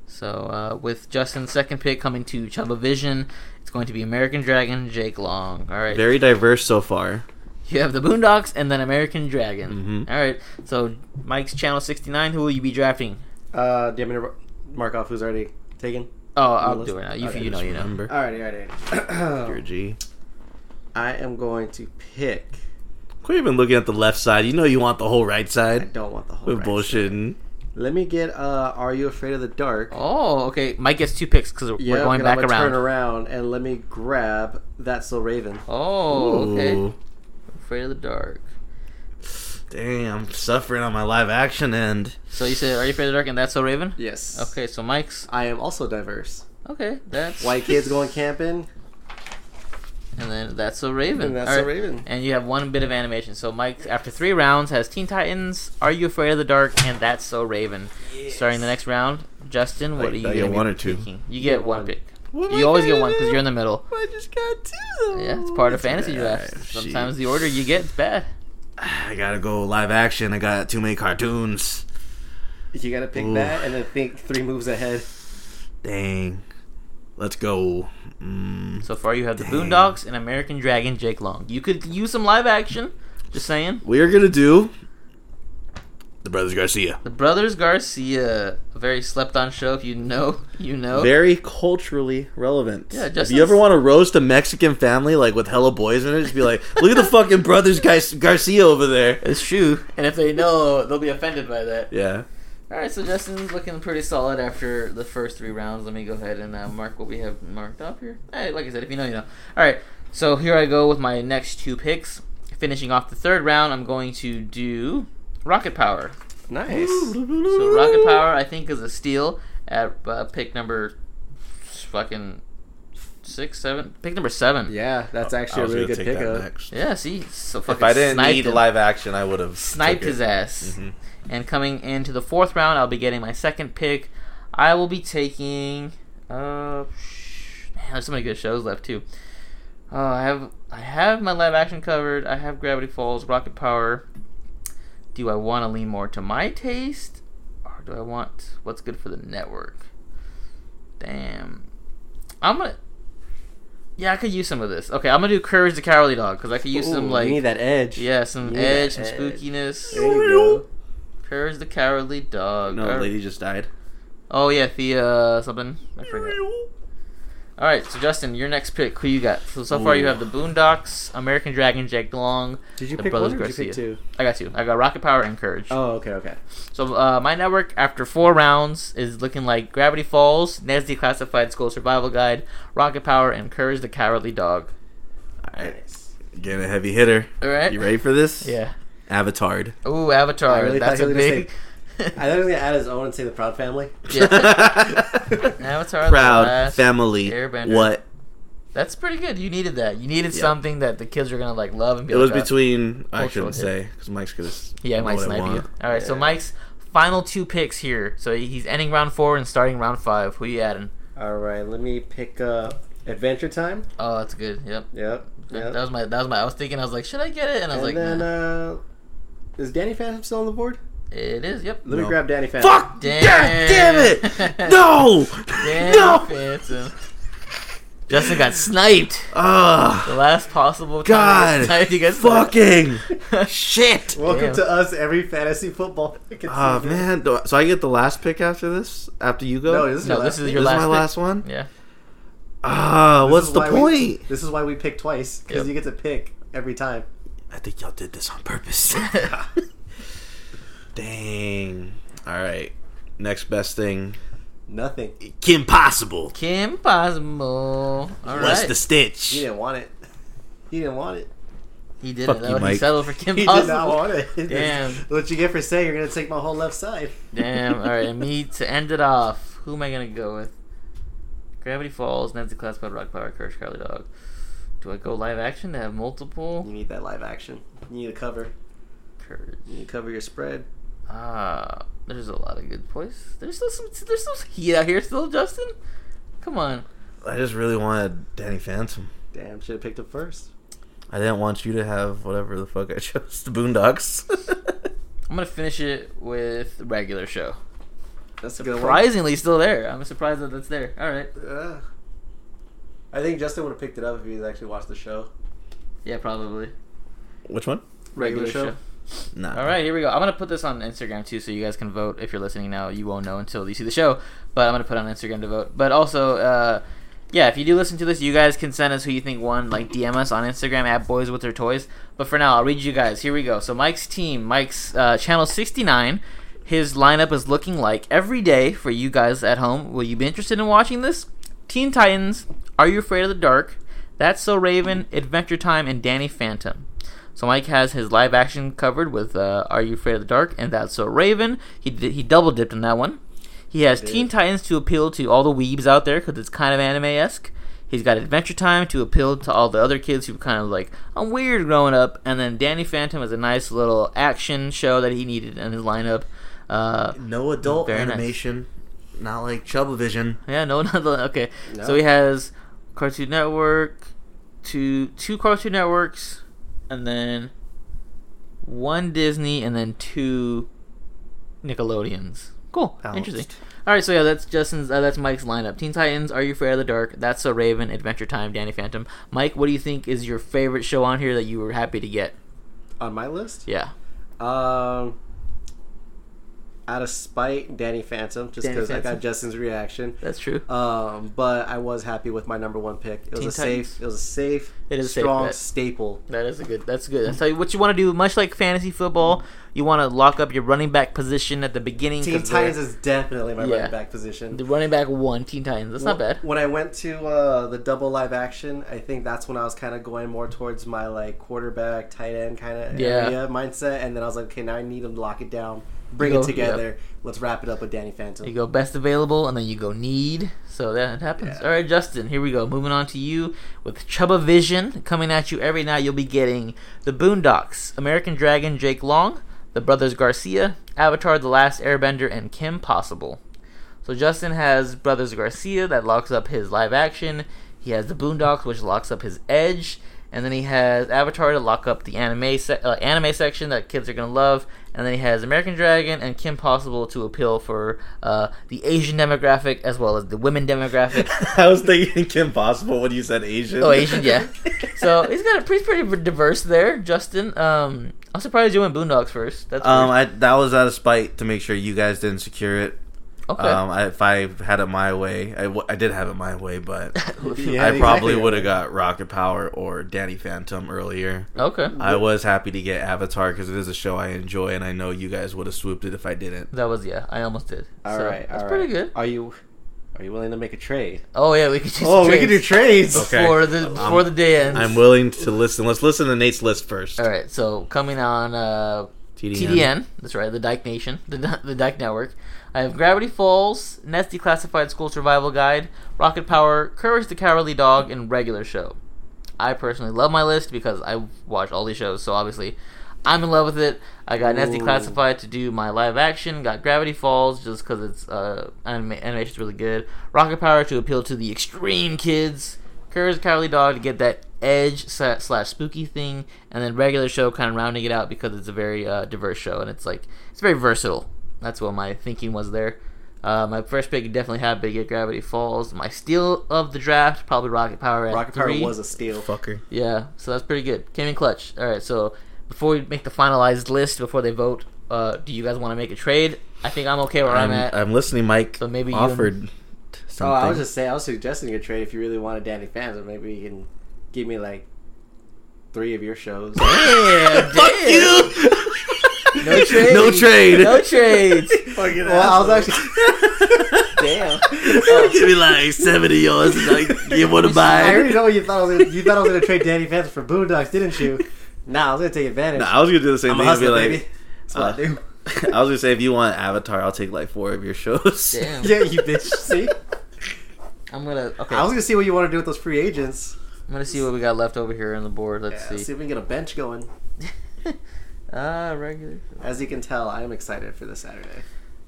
Speaker 3: So uh, with Justin's second pick coming to Chuba Vision, it's going to be American Dragon Jake Long. All right,
Speaker 4: Very diverse so far.
Speaker 3: you have the Boondocks and then American Dragon.
Speaker 2: Mm-hmm.
Speaker 4: Mhm.
Speaker 3: All right, so Mike's channel sixty nine. Who will you be drafting?
Speaker 2: Uh, do you want me to mark off who's already taken?
Speaker 3: Oh, I'll
Speaker 2: Melissa?
Speaker 3: do it now. You,
Speaker 2: Okay,
Speaker 3: you know, Uh, you know.
Speaker 4: Remember,
Speaker 2: Alrighty, alrighty. [CLEARS THROAT]
Speaker 4: you're a G.
Speaker 2: I am going to pick.
Speaker 4: Quit even looking at the left side. You know you want the whole right
Speaker 2: I
Speaker 4: side.
Speaker 2: don't want the whole.
Speaker 4: We're
Speaker 2: right
Speaker 4: bullshitting.
Speaker 2: side. Let me get. Uh, Are you afraid of the dark?
Speaker 3: Oh, okay. Mike gets two picks because
Speaker 2: Yeah,
Speaker 3: we're going
Speaker 2: and I'm gonna
Speaker 3: back around.
Speaker 2: Turn around and let me grab that so Raven.
Speaker 3: Oh, okay.
Speaker 4: Ooh.
Speaker 3: Afraid of the dark.
Speaker 4: Damn, I'm suffering on my live action end.
Speaker 3: So you said, "Are you afraid of the dark?" And that's so Raven.
Speaker 2: Yes.
Speaker 3: Okay, so Mike's
Speaker 2: I am also diverse.
Speaker 3: okay. That's
Speaker 2: White kids going camping.
Speaker 3: and then that's so Raven.
Speaker 2: And that's
Speaker 3: All
Speaker 2: so Raven.
Speaker 3: And you have one bit of animation. So Mike, after three rounds, has Teen Titans, Are You Afraid of the Dark, and That's So Raven. Starting the next round, Justin, what
Speaker 4: I-
Speaker 3: are you?
Speaker 4: I get
Speaker 3: gonna be
Speaker 4: one or two.
Speaker 3: picking? You get one
Speaker 2: one.
Speaker 3: pick.
Speaker 4: What am
Speaker 3: You
Speaker 4: I
Speaker 3: always get
Speaker 4: gonna
Speaker 3: one because
Speaker 4: do?
Speaker 3: you're in the middle.
Speaker 4: I just got two. Though.
Speaker 3: Yeah, it's part of
Speaker 4: That's
Speaker 3: fantasy
Speaker 4: alright.
Speaker 3: drafts. Sometimes
Speaker 4: Jeez.
Speaker 3: the order you get is bad.
Speaker 4: I gotta go live action. I got too many cartoons.
Speaker 2: You gotta pick
Speaker 4: Ooh.
Speaker 2: that and then think three moves ahead.
Speaker 4: Dang. Let's go. Mm.
Speaker 3: So far, you have the
Speaker 4: Dang.
Speaker 3: Boondocks and American Dragon Jake Long. You could use some live action. Just saying.
Speaker 4: We are gonna do the Brothers Garcia.
Speaker 3: The Brothers Garcia, a very slept-on show. If you know, you know.
Speaker 4: Very culturally relevant.
Speaker 3: Yeah,
Speaker 4: if
Speaker 3: just
Speaker 4: you ever
Speaker 3: as-
Speaker 4: want to roast a Mexican family like with hella boys in it, just
Speaker 3: [LAUGHS]
Speaker 4: be like, "Look at the fucking Brothers Gar- Garcia over there."
Speaker 3: It's true. And if they know, they'll be offended by that.
Speaker 4: Yeah.
Speaker 3: All right, so Justin's looking pretty solid after the first three rounds. Let me go ahead and uh, mark what we have marked up here. Hey, like I said, if you know, you know. All right, so here I go with my next two picks. Finishing off the third round, I'm going to do Rocket Power.
Speaker 2: Nice.
Speaker 3: So Rocket Power, I think, is a steal at uh, pick number fucking six, seven, pick number seven.
Speaker 2: Yeah, that's actually
Speaker 4: I
Speaker 2: a
Speaker 4: was
Speaker 2: really
Speaker 4: gonna
Speaker 2: good
Speaker 4: take that
Speaker 2: pickup.
Speaker 4: next.
Speaker 3: Yeah, see, so fucking
Speaker 4: If I didn't
Speaker 3: sniped
Speaker 4: need
Speaker 3: him.
Speaker 4: live action, I would have
Speaker 3: sniped his ass.
Speaker 2: Mm-hmm.
Speaker 3: And coming into the fourth round, I'll be getting my second pick. I will be taking. Uh, sh- man, there's so many good shows left too. Uh, I have I have my live action covered. I have Gravity Falls, Rocket Power. Do I want to lean more to my taste, or do I want what's good for the network? Damn, I'm gonna. Yeah, I could use some of this. Okay, I'm gonna do Courage the Cowardly Dog because I could use some
Speaker 2: Ooh,
Speaker 3: like
Speaker 2: you need that edge.
Speaker 3: yeah, some
Speaker 2: Yeah,
Speaker 3: edge, some
Speaker 2: edge.
Speaker 3: spookiness.
Speaker 2: There you
Speaker 3: Courage the Cowardly Dog.
Speaker 4: No,
Speaker 3: Or-
Speaker 4: the lady just died.
Speaker 3: Oh yeah, Thea something. I forget. All right, so Justin, your next pick. Who you got? So so far you
Speaker 4: Ooh.
Speaker 3: have the Boondocks, American Dragon, Jack DeLong.
Speaker 2: go. Did you
Speaker 3: The
Speaker 2: pick
Speaker 3: Brothers
Speaker 2: one or did you pick
Speaker 3: Garcia.
Speaker 2: two?
Speaker 3: I got you. I got Rocket Power and Courage.
Speaker 2: Oh, okay, okay.
Speaker 3: So uh, my network, after four rounds, is looking like Gravity Falls, NESD Classified School Survival Guide, Rocket Power, and Courage the Cowardly Dog.
Speaker 4: All right,
Speaker 2: Nice.
Speaker 4: getting a heavy hitter.
Speaker 3: All right.
Speaker 4: You ready for this?
Speaker 3: Yeah.
Speaker 4: Avatard.
Speaker 3: Ooh, Avatar.
Speaker 2: I really
Speaker 3: That's
Speaker 2: thought
Speaker 3: a
Speaker 2: you were gonna
Speaker 3: big. [LAUGHS]
Speaker 2: I thought I was gonna add his own and say the Proud Family.
Speaker 4: [LAUGHS]
Speaker 3: yeah. [LAUGHS] Avatar:
Speaker 4: Avatar.
Speaker 3: The
Speaker 4: Proud
Speaker 3: Last
Speaker 4: family.
Speaker 3: Airbender.
Speaker 4: What?
Speaker 3: That's pretty good. You needed that. You needed
Speaker 4: Yeah.
Speaker 3: something that the kids are gonna like love and be
Speaker 4: It was
Speaker 3: like. "Oh,
Speaker 4: between. I
Speaker 3: cultural
Speaker 4: shouldn't
Speaker 3: hit.
Speaker 4: say because Mike's gonna. s-
Speaker 3: Yeah,
Speaker 4: know
Speaker 3: Mike
Speaker 4: what I
Speaker 3: snipe you.
Speaker 4: want.
Speaker 3: All right, so
Speaker 2: Yeah.
Speaker 3: Mike's final two picks here. So he's ending round four and starting round five. Who you adding?
Speaker 2: All right, let me pick up Adventure Time.
Speaker 3: Oh, that's good. Yep.
Speaker 2: Yep.
Speaker 3: That
Speaker 2: yep.
Speaker 3: that was my. That was my. I was thinking. I was like, should I get it? And I
Speaker 2: and
Speaker 3: was like,
Speaker 2: then
Speaker 3: nah.
Speaker 2: uh, is Danny Phantom still on the board?
Speaker 3: it is. Yep.
Speaker 2: Let
Speaker 4: No.
Speaker 2: me grab Danny Phantom.
Speaker 3: [LAUGHS]
Speaker 4: Fuck!
Speaker 3: Damn.
Speaker 4: God
Speaker 3: [LAUGHS]
Speaker 4: damn it! No!
Speaker 3: Damn,
Speaker 4: no!
Speaker 3: Phantom. [LAUGHS] Justin got sniped. The
Speaker 4: Ugh.
Speaker 3: last possible time
Speaker 4: God.
Speaker 3: he got [LAUGHS] sniped, he got sniped.
Speaker 4: Fucking shit!
Speaker 2: Welcome
Speaker 3: Damn.
Speaker 2: to us, every fantasy football. [LAUGHS]
Speaker 4: Oh man! Do I- So I get the last pick after this? After you go?
Speaker 2: No, this is
Speaker 3: No,
Speaker 2: your
Speaker 3: this
Speaker 2: last.
Speaker 3: is
Speaker 2: pick.
Speaker 3: your
Speaker 4: This
Speaker 3: last.
Speaker 4: my
Speaker 3: pick.
Speaker 4: last one.
Speaker 3: Yeah.
Speaker 4: Ah,
Speaker 2: This
Speaker 4: what's
Speaker 2: is
Speaker 4: the
Speaker 2: why
Speaker 4: point?
Speaker 2: we- [LAUGHS] this is why we pick twice because
Speaker 3: Yep.
Speaker 2: you get to pick every time.
Speaker 4: I think y'all did this on
Speaker 3: [LAUGHS]
Speaker 4: purpose. [LAUGHS] Dang. All right. Next best thing.
Speaker 2: Nothing.
Speaker 4: Kim Possible.
Speaker 3: Kim Possible. All
Speaker 4: What's
Speaker 3: right.
Speaker 4: the stitch?
Speaker 2: You didn't want it. You didn't want it.
Speaker 3: He did
Speaker 4: Fuck
Speaker 3: it.
Speaker 4: you,
Speaker 3: Though. He
Speaker 4: Mike.
Speaker 3: settled for Kim
Speaker 2: You
Speaker 3: Possible.
Speaker 2: did not want it.
Speaker 3: [LAUGHS] Damn.
Speaker 2: [LAUGHS] what you get for saying you're gonna take my whole left side?
Speaker 3: Damn. All right, and me to end it off. Who am I gonna go with? Gravity Falls, Nancy Classified, Rock Power, Courage, Carly Dog. Do I go live action to have multiple?
Speaker 2: You need that live action. You need to cover.
Speaker 3: Courage.
Speaker 2: You need to cover your spread.
Speaker 3: Ah, there's a lot of good points. There's still some. There's still some heat out here. Still, Justin. Come on.
Speaker 4: I just really wanted Danny Phantom.
Speaker 2: Damn, should have picked up first.
Speaker 4: I didn't want you to have whatever the fuck I [LAUGHS] chose. The Boondocks. [LAUGHS]
Speaker 3: I'm gonna finish it with regular show.
Speaker 2: That's a good one.
Speaker 3: Surprisingly, still there. I'm surprised that that's there. All right.
Speaker 2: Yeah. I think Justin would have picked it up if he'd actually watched the show.
Speaker 3: Yeah, probably.
Speaker 4: Which one?
Speaker 2: Regular show.
Speaker 4: Nah.
Speaker 3: All right, here we go. I'm gonna put this on Instagram too, so you guys can vote. If you're listening now, you won't know until you see the show. But I'm gonna put it on Instagram to vote. But also, uh, yeah, if you do listen to this, you guys can send us who you think won. Like DM us on Instagram at Boys With Their Toys. But for now, I'll read you guys. Here we go. So Mike's team, Mike's uh, channel 69. His lineup is looking like every day for you guys at home. Will you be interested in watching this? Teen Titans, Are You Afraid of the Dark? That's So Raven, Adventure Time, and Danny Phantom. So Mike has his live action covered with uh, "Are You Afraid of the Dark?" and "That's So Raven." He d- he double dipped in that one. He has Teen Titans to appeal to all the weebs out there because it's kind of anime esque. He's got Adventure Time to appeal to all the other kids who kind of like I'm weird growing up, and then Danny Phantom is a nice little action show that he needed in his lineup. Uh,
Speaker 4: No adult
Speaker 3: Very nice.
Speaker 4: animation. Not like Chubavision.
Speaker 3: yeah, no, [LAUGHS] not the, okay.
Speaker 2: No.
Speaker 3: So he has Cartoon Network, two two Cartoon Networks, and then one Disney, and then two Nickelodeons. Cool,
Speaker 4: Balanced.
Speaker 3: interesting. All right, so yeah, that's Justin's. Uh, that's Mike's lineup: Teen Titans, Are You Afraid of the Dark? That's So Raven, Adventure Time, Danny Phantom. Mike, what do you think is your favorite show on here that you were happy to get?
Speaker 2: On my list?
Speaker 3: Yeah,
Speaker 2: Um, out of spite, Danny Phantom, just
Speaker 3: Danny
Speaker 2: because I
Speaker 3: Phantom.
Speaker 2: got Justin's reaction.
Speaker 3: that's true.
Speaker 2: Um, but I was happy with my number one pick. It was
Speaker 3: Teen
Speaker 2: a safe.
Speaker 3: Titans.
Speaker 2: It was a safe.
Speaker 3: It is a safe
Speaker 2: strong
Speaker 3: bet.
Speaker 2: staple.
Speaker 3: That is a good. That's good. That's how, what you want to do. Much like fantasy football, you want to lock up your running back position at the beginning.
Speaker 2: Teen
Speaker 3: 'cause they're-
Speaker 2: Titans is definitely my
Speaker 3: Yeah.
Speaker 2: running back position.
Speaker 3: The running back one, Teen Titans. That's not bad.
Speaker 2: When I went to uh, the double live action, I think that's when I was kind of going more towards my like quarterback, tight end kind of
Speaker 3: Yeah.
Speaker 2: area mindset, and then I was like, okay, now I need to lock it down, bring
Speaker 3: Go-
Speaker 2: it together, let's wrap it up with Danny Phantom.
Speaker 3: You go best available, and then you go need. So that happens. All right, Justin. Here we go. Moving on to you with Chuba Vision coming at you every night. You'll be getting the Boondocks, American Dragon, Jake Long, the Brothers Garcia, Avatar: The Last Airbender, and Kim Possible. So Justin has Brothers Garcia that locks up his live action. He has the Boondocks, which locks up his Edge, and then he has Avatar to lock up the anime se- uh, anime section that kids are gonna love. And then he has American Dragon and Kim Possible to appeal for uh, the Asian demographic as well as the women
Speaker 4: [LAUGHS]
Speaker 3: demographic.
Speaker 4: [LAUGHS] I was thinking Kim Possible when you said Asian.
Speaker 3: oh, Asian, yeah. So he's got a pretty pretty diverse there, Justin. Um, I'm surprised you went Boondocks first. That's
Speaker 4: [LAUGHS] Um,
Speaker 3: weird.
Speaker 4: I, that was out of spite to make sure you guys didn't secure it.
Speaker 3: okay.
Speaker 4: Um, I, if I had it my way, I, w- I did have it my way,
Speaker 3: [LAUGHS]
Speaker 4: but
Speaker 2: [LAUGHS] Yeah,
Speaker 4: I probably
Speaker 2: exactly.
Speaker 4: would have got Rocket Power or Danny Phantom earlier.
Speaker 3: okay.
Speaker 4: I was happy to get Avatar because it is a show I enjoy, and I know you guys would have swooped it if I didn't.
Speaker 3: That was yeah. I almost did.
Speaker 2: All right,
Speaker 3: so, that's pretty good.
Speaker 2: Are you are you willing to make a trade? Oh,
Speaker 3: Oh yeah, we could just
Speaker 2: trades.
Speaker 3: [LAUGHS]
Speaker 4: Okay. Um,
Speaker 3: before the before the day ends.
Speaker 4: I'm willing to listen. Let's listen to Nate's list first.
Speaker 3: All right, so coming on uh, TDN. that's right, the Dyke Nation, the [LAUGHS] the Dyke Network. I have Gravity Falls, Nest Declassified School Survival Guide, Rocket Power, Courage the Cowardly Dog, and Regular Show. I personally love my list because I watch all these shows, so obviously I'm in love with it. I got Nasty
Speaker 2: Ooh.
Speaker 3: Classified to do my live action, got Gravity Falls just because it's uh, anima- animation's really good, Rocket Power to appeal to the extreme kids, Courage the Cowardly Dog to get that edge sa- slash spooky thing, and then regular show kind of rounding it out because it's a very uh, diverse show and it's like it's very versatile. That's what my thinking was there. Uh, my first pick definitely had to get Gravity Falls. My steal of the draft probably Rocket Power. At
Speaker 2: Rocket Power
Speaker 3: three.
Speaker 2: was a steal.
Speaker 4: Fucker.
Speaker 3: Yeah, so that's pretty good. Came in clutch. All right, so before we make the finalized list, before they vote, uh, do you guys want to make a trade? I think I'm okay where I'm,
Speaker 4: I'm, uh,
Speaker 3: at.
Speaker 4: I'm listening, Mike.
Speaker 3: So maybe you and-
Speaker 4: offered
Speaker 2: Oh,
Speaker 4: something.
Speaker 2: I
Speaker 4: [LAUGHS]
Speaker 2: was just saying, I was suggesting a trade if you really wanted Danny Phantom. Maybe you can give me like three of your shows. [LAUGHS]
Speaker 3: yeah, [LAUGHS] damn.
Speaker 2: no trade.
Speaker 4: no trade. [LAUGHS]
Speaker 3: No trades.
Speaker 2: [LAUGHS]
Speaker 4: Fucking
Speaker 2: Well, I was
Speaker 4: asshole.
Speaker 2: actually [LAUGHS]
Speaker 3: [LAUGHS]
Speaker 2: damn.
Speaker 4: Give me like seven of yours. and, Like you want to
Speaker 2: Oh. [LAUGHS] I
Speaker 4: buy?
Speaker 2: already know what you thought I was gonna, you thought I was gonna trade Danny Phantom for Boondocks, didn't you? Nah, I was gonna take advantage.
Speaker 4: No, I was gonna do the same
Speaker 2: I'm a
Speaker 4: thing. and be
Speaker 2: hustler,
Speaker 4: like,
Speaker 2: baby. That's what
Speaker 4: uh, [LAUGHS]
Speaker 2: I do.
Speaker 4: I was gonna say if you want Avatar, I'll take like four of your shows. [LAUGHS]
Speaker 3: Damn.
Speaker 2: yeah, you bitch. See,
Speaker 3: I'm gonna. Okay,
Speaker 2: I was
Speaker 3: I'm
Speaker 2: gonna see what you want to do with those free agents.
Speaker 3: gonna see what we got left over here on the board. Let's
Speaker 2: Yeah, see.
Speaker 3: see.
Speaker 2: if we can get a bench going.
Speaker 3: [LAUGHS] Ah, regular.
Speaker 2: As you can tell, I am excited for this Saturday.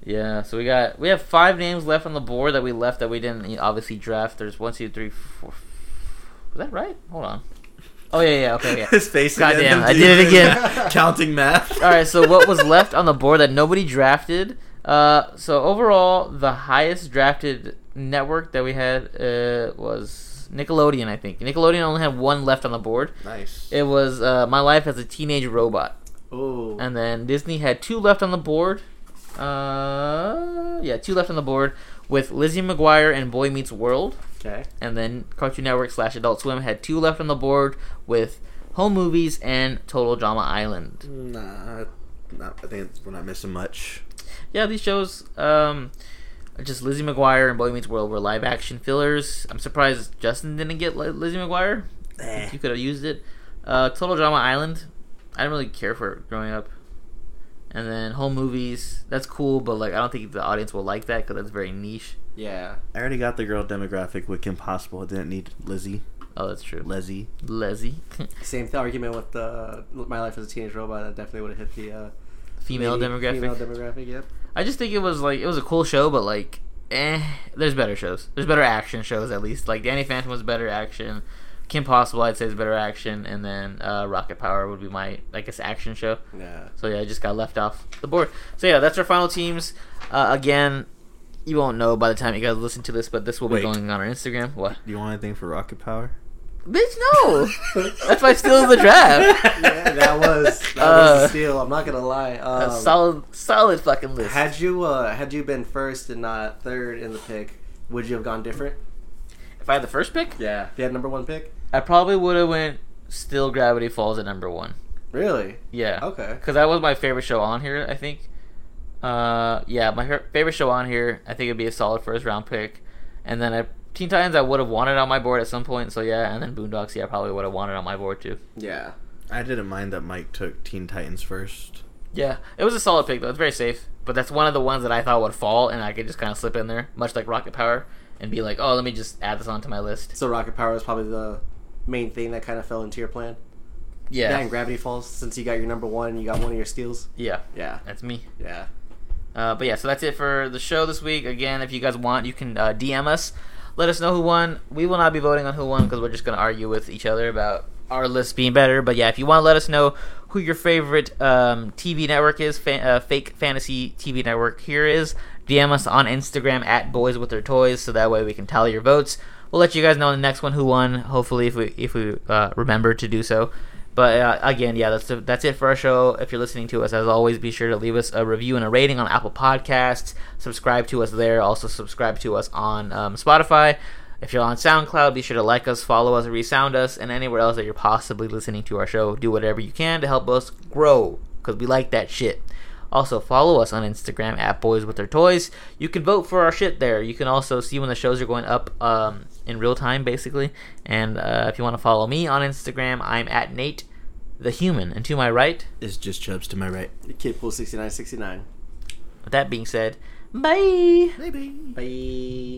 Speaker 3: Yeah, so we got we have five names left on the board that we left that we didn't e, obviously draft. There's one, two, three, four. Was that right? Hold on. Oh yeah, yeah, okay, yeah.
Speaker 4: His face.
Speaker 3: God
Speaker 4: again, [LAUGHS]
Speaker 3: damn, I did it
Speaker 4: dude. Counting math.
Speaker 3: All right, so what was left on the board that nobody drafted? Uh, so overall, the highest drafted network that we had uh, was Nickelodeon. I think Nickelodeon only had one left on the board.
Speaker 4: Nice.
Speaker 3: It was uh, My Life as a Teenage Robot,
Speaker 2: Oh,
Speaker 3: and then Disney had two left on the board. Uh, yeah, two left on the board with Lizzie McGuire and Boy Meets World,
Speaker 2: okay.
Speaker 3: and then Cartoon Network slash Adult Swim had two left on the board with Home Movies and Total Drama Island.
Speaker 4: Nah, not, I think we're not missing much.
Speaker 3: yeah, these shows, um, just Lizzie McGuire and Boy Meets World were live action fillers. I'm surprised Justin didn't get Li- Lizzie McGuire. You could have used it. Uh, Total Drama Island, I didn't really care for it growing up. And then home movies, that's cool, but like I don't think the audience will like that because that's very niche.
Speaker 2: Yeah.
Speaker 4: I already got the girl demographic with Kim Possible. I didn't need Lizzie.
Speaker 3: Oh, that's true.
Speaker 4: Lizzie.
Speaker 3: Lizzie,
Speaker 2: Same th- argument with the My Life as a Teenage Robot. That definitely would have hit the uh,
Speaker 3: [LAUGHS] female
Speaker 2: lady-
Speaker 3: demographic.
Speaker 2: Female demographic. Yep.
Speaker 3: I just think it was like it was a cool show, but like, eh, there's better shows. There's better action shows at least. Like Danny Phantom was better action. Kim Possible, I'd say, is better action, and then uh, Rocket Power would be my, I guess, action show.
Speaker 2: Yeah.
Speaker 3: So yeah, I just got left off the board. So yeah, that's our final teams. Uh, again, you won't know by the time you guys listen to this, but this will be
Speaker 4: Wait.
Speaker 3: going on our Instagram. What?
Speaker 4: Do you want anything for Rocket Power?
Speaker 3: Bitch, no. [LAUGHS] that's my steal of the draft.
Speaker 2: [LAUGHS] yeah, that was that was
Speaker 3: Uh,
Speaker 2: a steal. I'm not gonna lie.
Speaker 3: A
Speaker 2: Um,
Speaker 3: solid, solid fucking list.
Speaker 2: Had you uh, had you been first and not third in the pick, would you have gone different?
Speaker 3: if I had the first pick,
Speaker 2: Yeah. If you had number one pick,
Speaker 3: I probably would have went. Still, Gravity Falls at number one.
Speaker 2: really?
Speaker 3: Yeah.
Speaker 2: Okay.
Speaker 3: because that was my favorite show on here. I think. Uh, yeah, my her- favorite show on here. I think it'd be a solid first round pick, and then I, Teen Titans I would have wanted on my board at some point. So yeah, and then Boondocks, yeah, I probably would have wanted on my board too.
Speaker 2: Yeah.
Speaker 4: I didn't mind that Mike took Teen Titans first.
Speaker 3: Yeah, it was a solid pick though. It's very safe, but that's one of the ones that I thought would fall, and I could just kind of slip in there, much like Rocket Power, and be like, oh, let me just add this onto my list.
Speaker 2: So rocket power was probably the main thing that kind of fell into your plan.
Speaker 3: Yeah,
Speaker 2: That and gravity falls. Since you got your number one, you got one of your steals.
Speaker 3: yeah,
Speaker 2: Yeah.
Speaker 3: that's me.
Speaker 2: Yeah.
Speaker 3: Uh, but yeah, so that's it for the show this week. Again, if you guys want, you can uh, DM us. Let us know who won. We will not be voting on who won because we're just going to argue with each other about our list being better. But yeah, if you want to let us know who your favorite um, TV network is, fa- uh, fake fantasy TV network here is, DM us on Instagram at Boys with Their Toys so that way we can tally your votes. We'll let you guys know in the next one who won. Hopefully, if we if we uh, remember to do so. But uh, again, yeah, that's that's it for our show. If you're listening to us, as always, be sure to leave us a review and a rating on Apple Podcasts. Subscribe to us there. Also, subscribe to us on um, Spotify. If you're on SoundCloud, be sure to like us, follow us, resound us, and anywhere else that you're possibly listening to our show. Do whatever you can to help us grow because we like that shit. Also, follow us on Instagram at Boys With Their Toys. You can vote for our shit there. You can also see when the shows are going up um, in real time, basically. And uh, if you want to follow me on Instagram, I'm at Nate the Human. And to my right,
Speaker 4: It's just Chubbs to my right.
Speaker 2: Kid pool sixty nine sixty nine.
Speaker 3: with that being said, bye.
Speaker 4: Maybe.
Speaker 2: Bye.